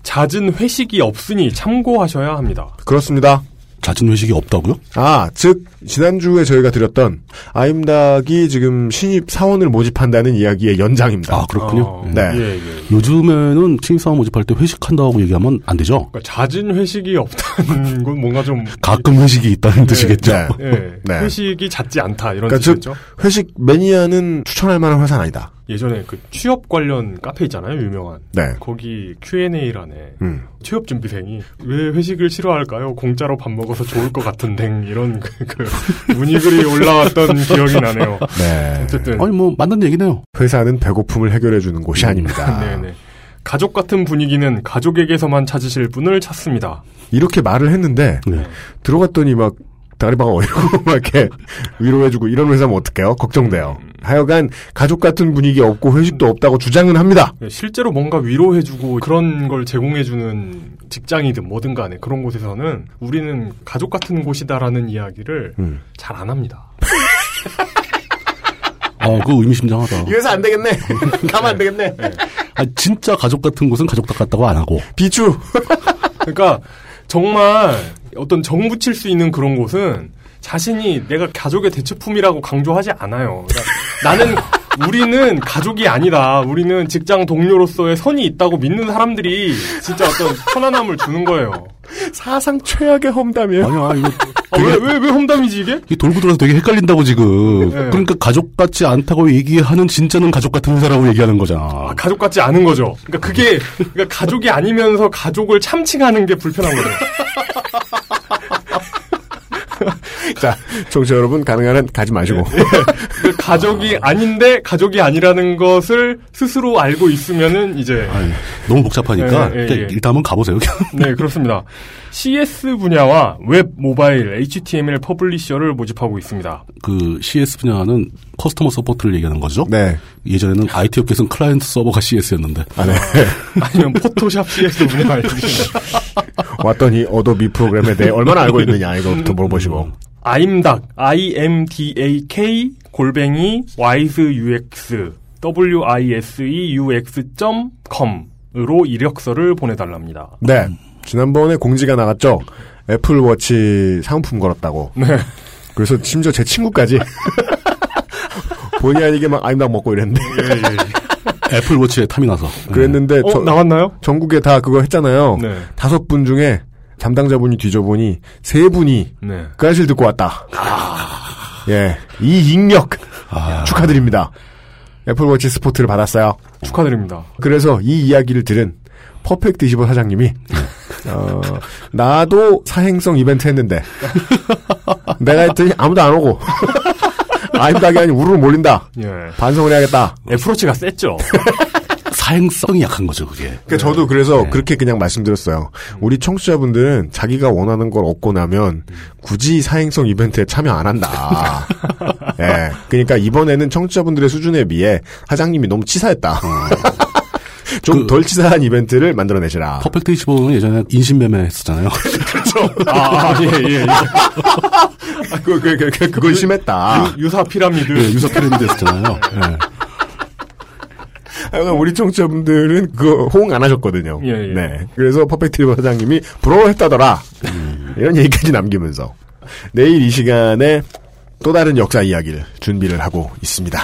Speaker 4: 잦은 회식이 없으니 참고하셔야 합니다.
Speaker 3: 그렇습니다.
Speaker 2: 잦은 회식이 없다고요?
Speaker 4: 네.
Speaker 3: 아, 즉 지난주에 저희가 드렸던 아임닭이 지금 신입 사원을 모집한다는 이야기의 연장입니다. 아,
Speaker 2: 그렇군요. 예.
Speaker 3: 네.
Speaker 4: 예,
Speaker 2: 요즘에는 신입사원 모집할 때 회식한다고 얘기하면 안 되죠?
Speaker 4: 그러니까 잦은 회식이 없다는
Speaker 3: 음.
Speaker 4: 건 뭔가 좀
Speaker 2: 가끔 회식이 있다는
Speaker 4: 네,
Speaker 2: 뜻이겠죠.
Speaker 4: 네, 네. 회식이 잦지 않다 이런
Speaker 3: 그러니까 즉
Speaker 4: 뜻이죠.
Speaker 3: 회식 매니아는 추천할 만한 회사는 아니다.
Speaker 4: 예전에 그 취업 관련 카페 있잖아요, 유명한.
Speaker 3: 네.
Speaker 4: 거기 Q&A란에
Speaker 3: 음.
Speaker 4: 취업 준비생이 왜 회식을 싫어할까요? 공짜로 밥 먹어서 좋을 것 같은데 이런 그, 그 문의글이
Speaker 3: <laughs>
Speaker 4: 올라왔던 기억이 나네요.
Speaker 3: 네.
Speaker 4: 어쨌든
Speaker 2: <laughs> 아니 뭐 맞는 얘기네요.
Speaker 3: 회사는 배고픔을 해결해 주는 곳이 <laughs> 아닙니다.
Speaker 4: 네네. 가족 같은 분위기는 가족에게서만 찾으실 분을 찾습니다.
Speaker 3: 이렇게 말을 했는데 들어갔더니 막 다리방 어이고 <laughs> 막 이렇게 위로해주고 이런 회사면 어떡해요? 걱정돼요. 하여간 가족 같은 분위기 없고 회식도 없다고 주장은 합니다.
Speaker 4: 네, 실제로 뭔가 위로해주고 그런 걸 제공해주는 직장이든 뭐든 간에 그런 곳에서는 우리는 가족 같은 곳이다라는 이야기를
Speaker 3: 음.
Speaker 4: 잘 안 합니다.
Speaker 2: 아, 그거 의미심장하다.
Speaker 3: 회사 안 되겠네. <laughs> 가면 안 되겠네.
Speaker 2: 아, 진짜 가족 같은 곳은 가족 같다고 안 하고.
Speaker 3: 비추.
Speaker 4: <laughs> 그러니까 정말 어떤 정 붙일 수 있는 그런 곳은 자신이 내가 가족의 대체품이라고 강조하지 않아요. 그러니까 나는 우리는 가족이 아니다. 우리는 직장 동료로서의 선이 있다고 믿는 사람들이 진짜 어떤 편안함을 주는 거예요.
Speaker 3: 사상 최악의 험담이에요.
Speaker 2: 아니야, 이거
Speaker 4: 어, 왜, 왜, 왜 험담이지, 이게?
Speaker 2: 이 돌고 돌아서 되게 헷갈린다고 지금.
Speaker 4: 네.
Speaker 2: 그러니까 가족 같지 않다고 얘기하는 진짜는 가족 같은 회사라고 얘기하는 거잖아.
Speaker 4: 가족 같지 않은 거죠. 그러니까 그게, 그러니까 가족이 아니면서 가족을 참칭하는 게 불편한 거죠.
Speaker 3: <laughs> 자, 청취자 여러분 가능한 한 가지 마시고.
Speaker 4: 그 가족이 아닌데 가족이 아니라는 것을 스스로 알고 있으면은 이제
Speaker 2: 그- 너무 복잡하니까
Speaker 4: 예, 예,
Speaker 2: 일단,
Speaker 4: 예.
Speaker 2: 일단 한번 가보세요. <laughs>
Speaker 4: 네 그렇습니다. CS 분야와 웹 모바일 HTML 퍼블리셔를 모집하고 있습니다.
Speaker 2: 그 CS 분야는 커스터머 서포트를 얘기하는 거죠.
Speaker 3: 네.
Speaker 2: 예전에는 IT 업계에서는 클라이언트 서버가 CS였는데.
Speaker 3: 아, 네.
Speaker 4: 아니면 포토샵 CS 분야 알려주시면
Speaker 3: 왔더니 어도비 프로그램에 대해 얼마나 알고 있느냐 이거부터 물어보시고.
Speaker 4: 아임닥 imdak 골뱅이 wiseux wiseux.com으로 이력서를 보내달랍니다.
Speaker 3: 네. 지난번에 공지가 나갔죠. 애플워치 상품 걸었다고. 그래서 심지어 제 친구까지 <laughs> 본의 아니게 막 아임당 먹고 이랬는데.
Speaker 2: 애플워치에 탐이 나서.
Speaker 3: 네. 그랬는데
Speaker 4: 어, 나왔나요?
Speaker 3: 전국에 다 그거 했잖아요.
Speaker 4: 네.
Speaker 3: 다섯 분 중에 담당자분이 뒤져보니 세 분이
Speaker 4: 네.
Speaker 3: 그 사실 듣고 왔다.
Speaker 4: 아.
Speaker 3: 예, 이 인력 축하드립니다. 애플워치 스포트를 받았어요.
Speaker 4: 축하드립니다.
Speaker 3: 그래서 이 이야기를 들은 퍼펙트 25 사장님이
Speaker 4: 네.
Speaker 3: 어, 나도 사행성 이벤트 했는데 내가 했더니 아무도 안
Speaker 4: <laughs>
Speaker 3: 오고 아임닭이 아니 우르르 몰린다.
Speaker 4: 예.
Speaker 3: 반성을 해야겠다.
Speaker 4: 애플워치가 셌죠.
Speaker 2: 예. 사행성이 약한 거죠, 그게.
Speaker 3: 그러니까
Speaker 4: 네.
Speaker 3: 저도 그래서 그렇게 그냥 말씀드렸어요.
Speaker 4: 음.
Speaker 3: 우리 청취자분들은 자기가 원하는 걸 얻고 나면 굳이 사행성 이벤트에 참여 안
Speaker 4: <laughs>
Speaker 3: 한다. 예. 그러니까 이번에는 청취자분들의 수준에 비해 사장님이 너무 치사했다.
Speaker 4: 어.
Speaker 3: <laughs> 좀
Speaker 4: 그
Speaker 3: 덜 치사한 이벤트를 만들어내시라.
Speaker 2: 퍼펙트 25는 예전에 인신매매 했었잖아요.
Speaker 4: 아, 아, 예, 예,
Speaker 3: <laughs>
Speaker 4: 예.
Speaker 3: 그, 그, 그, 그, 그건 심했다.
Speaker 4: 아. 유, 사 피라미드.
Speaker 2: 예, 유사 피라미드 했었잖아요. <laughs> 예.
Speaker 3: 하여간 우리 청취자분들은 그거 호응 안 하셨거든요.
Speaker 4: 예, 예.
Speaker 3: 네. 그래서 퍼펙트 리버 사장님이 부러워했다더라.
Speaker 4: 음.
Speaker 3: 이런 얘기까지 남기면서 내일 이 시간에 또 다른 역사 이야기를 준비를 하고 있습니다.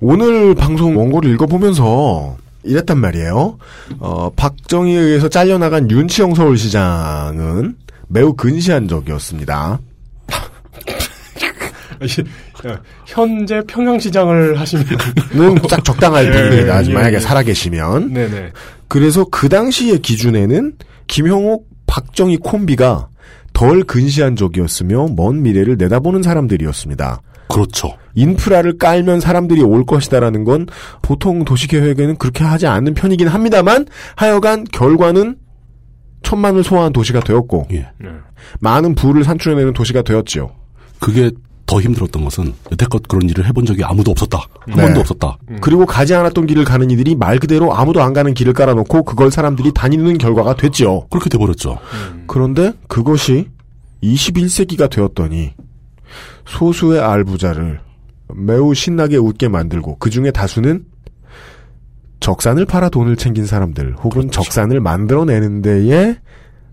Speaker 3: 오늘 방송 원고를 읽어보면서 이랬단 말이에요. 어, 박정희에 의해서 잘려나간 윤치영 서울시장은 매우 근시한 적이었습니다.
Speaker 4: 예, 현재 평양시장을 하시는
Speaker 3: 는 딱 적당할
Speaker 4: 예,
Speaker 3: 분입니다.
Speaker 4: 예,
Speaker 3: 만약에
Speaker 4: 예.
Speaker 3: 살아계시면.
Speaker 4: <laughs> 네네.
Speaker 3: 그래서 그 당시의 기준에는 김형옥, 박정희 콤비가 덜 근시한 적이었으며 먼 미래를 내다보는 사람들이었습니다.
Speaker 2: 그렇죠.
Speaker 3: 인프라를 깔면 사람들이 올 것이다라는 건 보통 도시계획에는 그렇게 하지 않는 편이긴 합니다만 하여간 결과는 천만을 소화한 도시가 되었고
Speaker 2: 예.
Speaker 3: 많은 부를 산출해내는 도시가 되었지요.
Speaker 2: 그게 더 힘들었던 것은 여태껏 그런 일을 해본 적이 아무도 없었다. 한
Speaker 3: 네.
Speaker 2: 번도 없었다.
Speaker 3: 그리고 가지 않았던 길을 가는 이들이 말 그대로 아무도 안 가는 길을 깔아놓고 그걸 사람들이 다니는 결과가 됐죠.
Speaker 2: 그렇게 돼버렸죠.
Speaker 3: 그런데 그것이 21세기가 되었더니 소수의 알부자를 매우 신나게 웃게 만들고 그 중에 다수는 적산을 팔아 돈을 챙긴 사람들 혹은 적산을 만들어내는 데에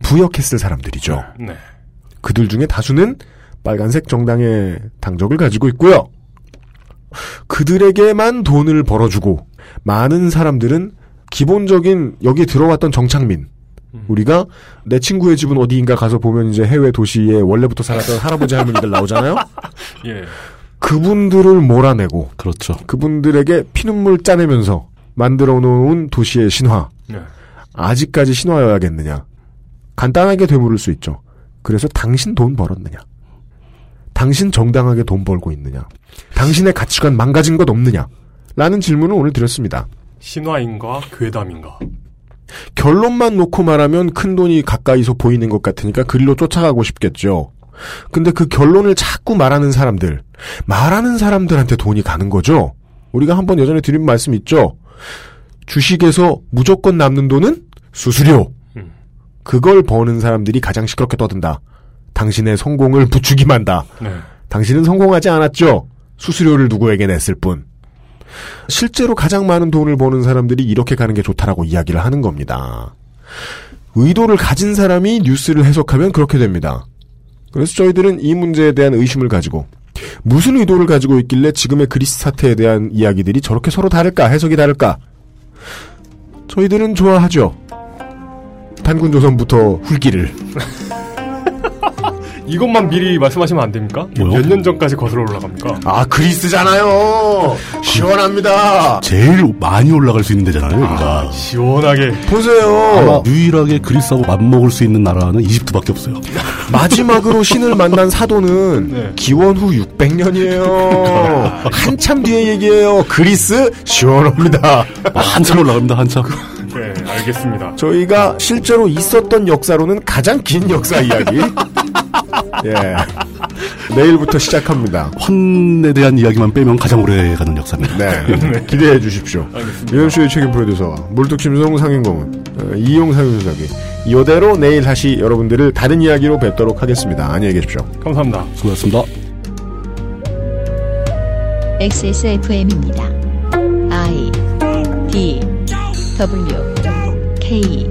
Speaker 3: 부역했을 사람들이죠.
Speaker 4: 네.
Speaker 3: 그들 중에 다수는 빨간색 정당의 당적을 가지고 있고요. 그들에게만 돈을 벌어주고 많은 사람들은 기본적인 여기 들어왔던 정착민 우리가 내 친구의 집은 어디인가 가서 보면 이제 해외 도시에 원래부터 살았던 할아버지 할머니들 나오잖아요.
Speaker 4: 예.
Speaker 3: 그분들을 몰아내고
Speaker 2: 그렇죠.
Speaker 3: 그분들에게 피눈물 짜내면서 만들어 놓은 도시의 신화
Speaker 4: 네.
Speaker 3: 아직까지 신화여야겠느냐? 간단하게 되물을 수 있죠. 그래서 당신 돈 벌었느냐? 당신 정당하게 돈 벌고 있느냐? 당신의 가치관 망가진 것 없느냐? 라는 질문을 오늘 드렸습니다.
Speaker 4: 신화인가 괴담인가.
Speaker 3: 결론만 놓고 말하면 큰 돈이 가까이서 보이는 것 같으니까 그리로 쫓아가고 싶겠죠. 근데 그 결론을 자꾸 말하는 사람들, 말하는 사람들한테 돈이 가는 거죠. 우리가 한 번 예전에 드린 말씀 있죠. 주식에서 무조건 남는 돈은 수수료. 그걸 버는 사람들이 가장 시끄럽게 떠든다. 당신의 성공을 부추기만 한다.
Speaker 4: 네.
Speaker 3: 당신은 성공하지 않았죠. 수수료를 누구에게 냈을 뿐. 실제로 가장 많은 돈을 버는 사람들이 이렇게 가는 게 좋다라고 이야기를 하는 겁니다. 의도를 가진 사람이 뉴스를 해석하면 그렇게 됩니다. 그래서 저희들은 이 문제에 대한 의심을 가지고 무슨 의도를 가지고 있길래 지금의 그리스 사태에 대한 이야기들이 저렇게 서로 다를까 해석이 다를까 저희들은 좋아하죠. 한군조선부터 훌기를
Speaker 4: 이것만 미리 말씀하시면 안 됩니까? 몇 년 전까지 거슬러 올라갑니까?
Speaker 3: 아 그리스잖아요 시원합니다
Speaker 2: 제일 많이 올라갈 수 있는 데잖아요. 여기가.
Speaker 4: 시원하게
Speaker 3: 보세요.
Speaker 2: 아마 유일하게 그리스하고 맞먹을 수 있는 나라는 이집트밖에 없어요.
Speaker 3: 마지막으로 신을 만난
Speaker 2: <laughs>
Speaker 3: 사도는
Speaker 2: 네.
Speaker 3: 기원 후
Speaker 2: 그러니까.
Speaker 3: 600년이에요 한참 뒤에 얘기해요 그리스 시원합니다
Speaker 2: 한참 올라갑니다 한참
Speaker 4: 네, 알겠습니다.
Speaker 3: 저희가 실제로 있었던 역사로는 가장 긴 역사 이야기. 예. 내일부터 시작합니다.
Speaker 2: 환에 대한 이야기만 빼면 가장 오래가는 역사입니다.
Speaker 3: 네. 기대해 주십시오. 유현수의 책임 프로듀서와 물뚝심송 상인공은 어, 이용 상윤수사기 이대로 내일 다시 여러분들을 다른 이야기로 뵙도록 하겠습니다. 안녕히 계십시오.
Speaker 4: 감사합니다.
Speaker 2: 수고하셨습니다.
Speaker 1: XSFM입니다. I D W K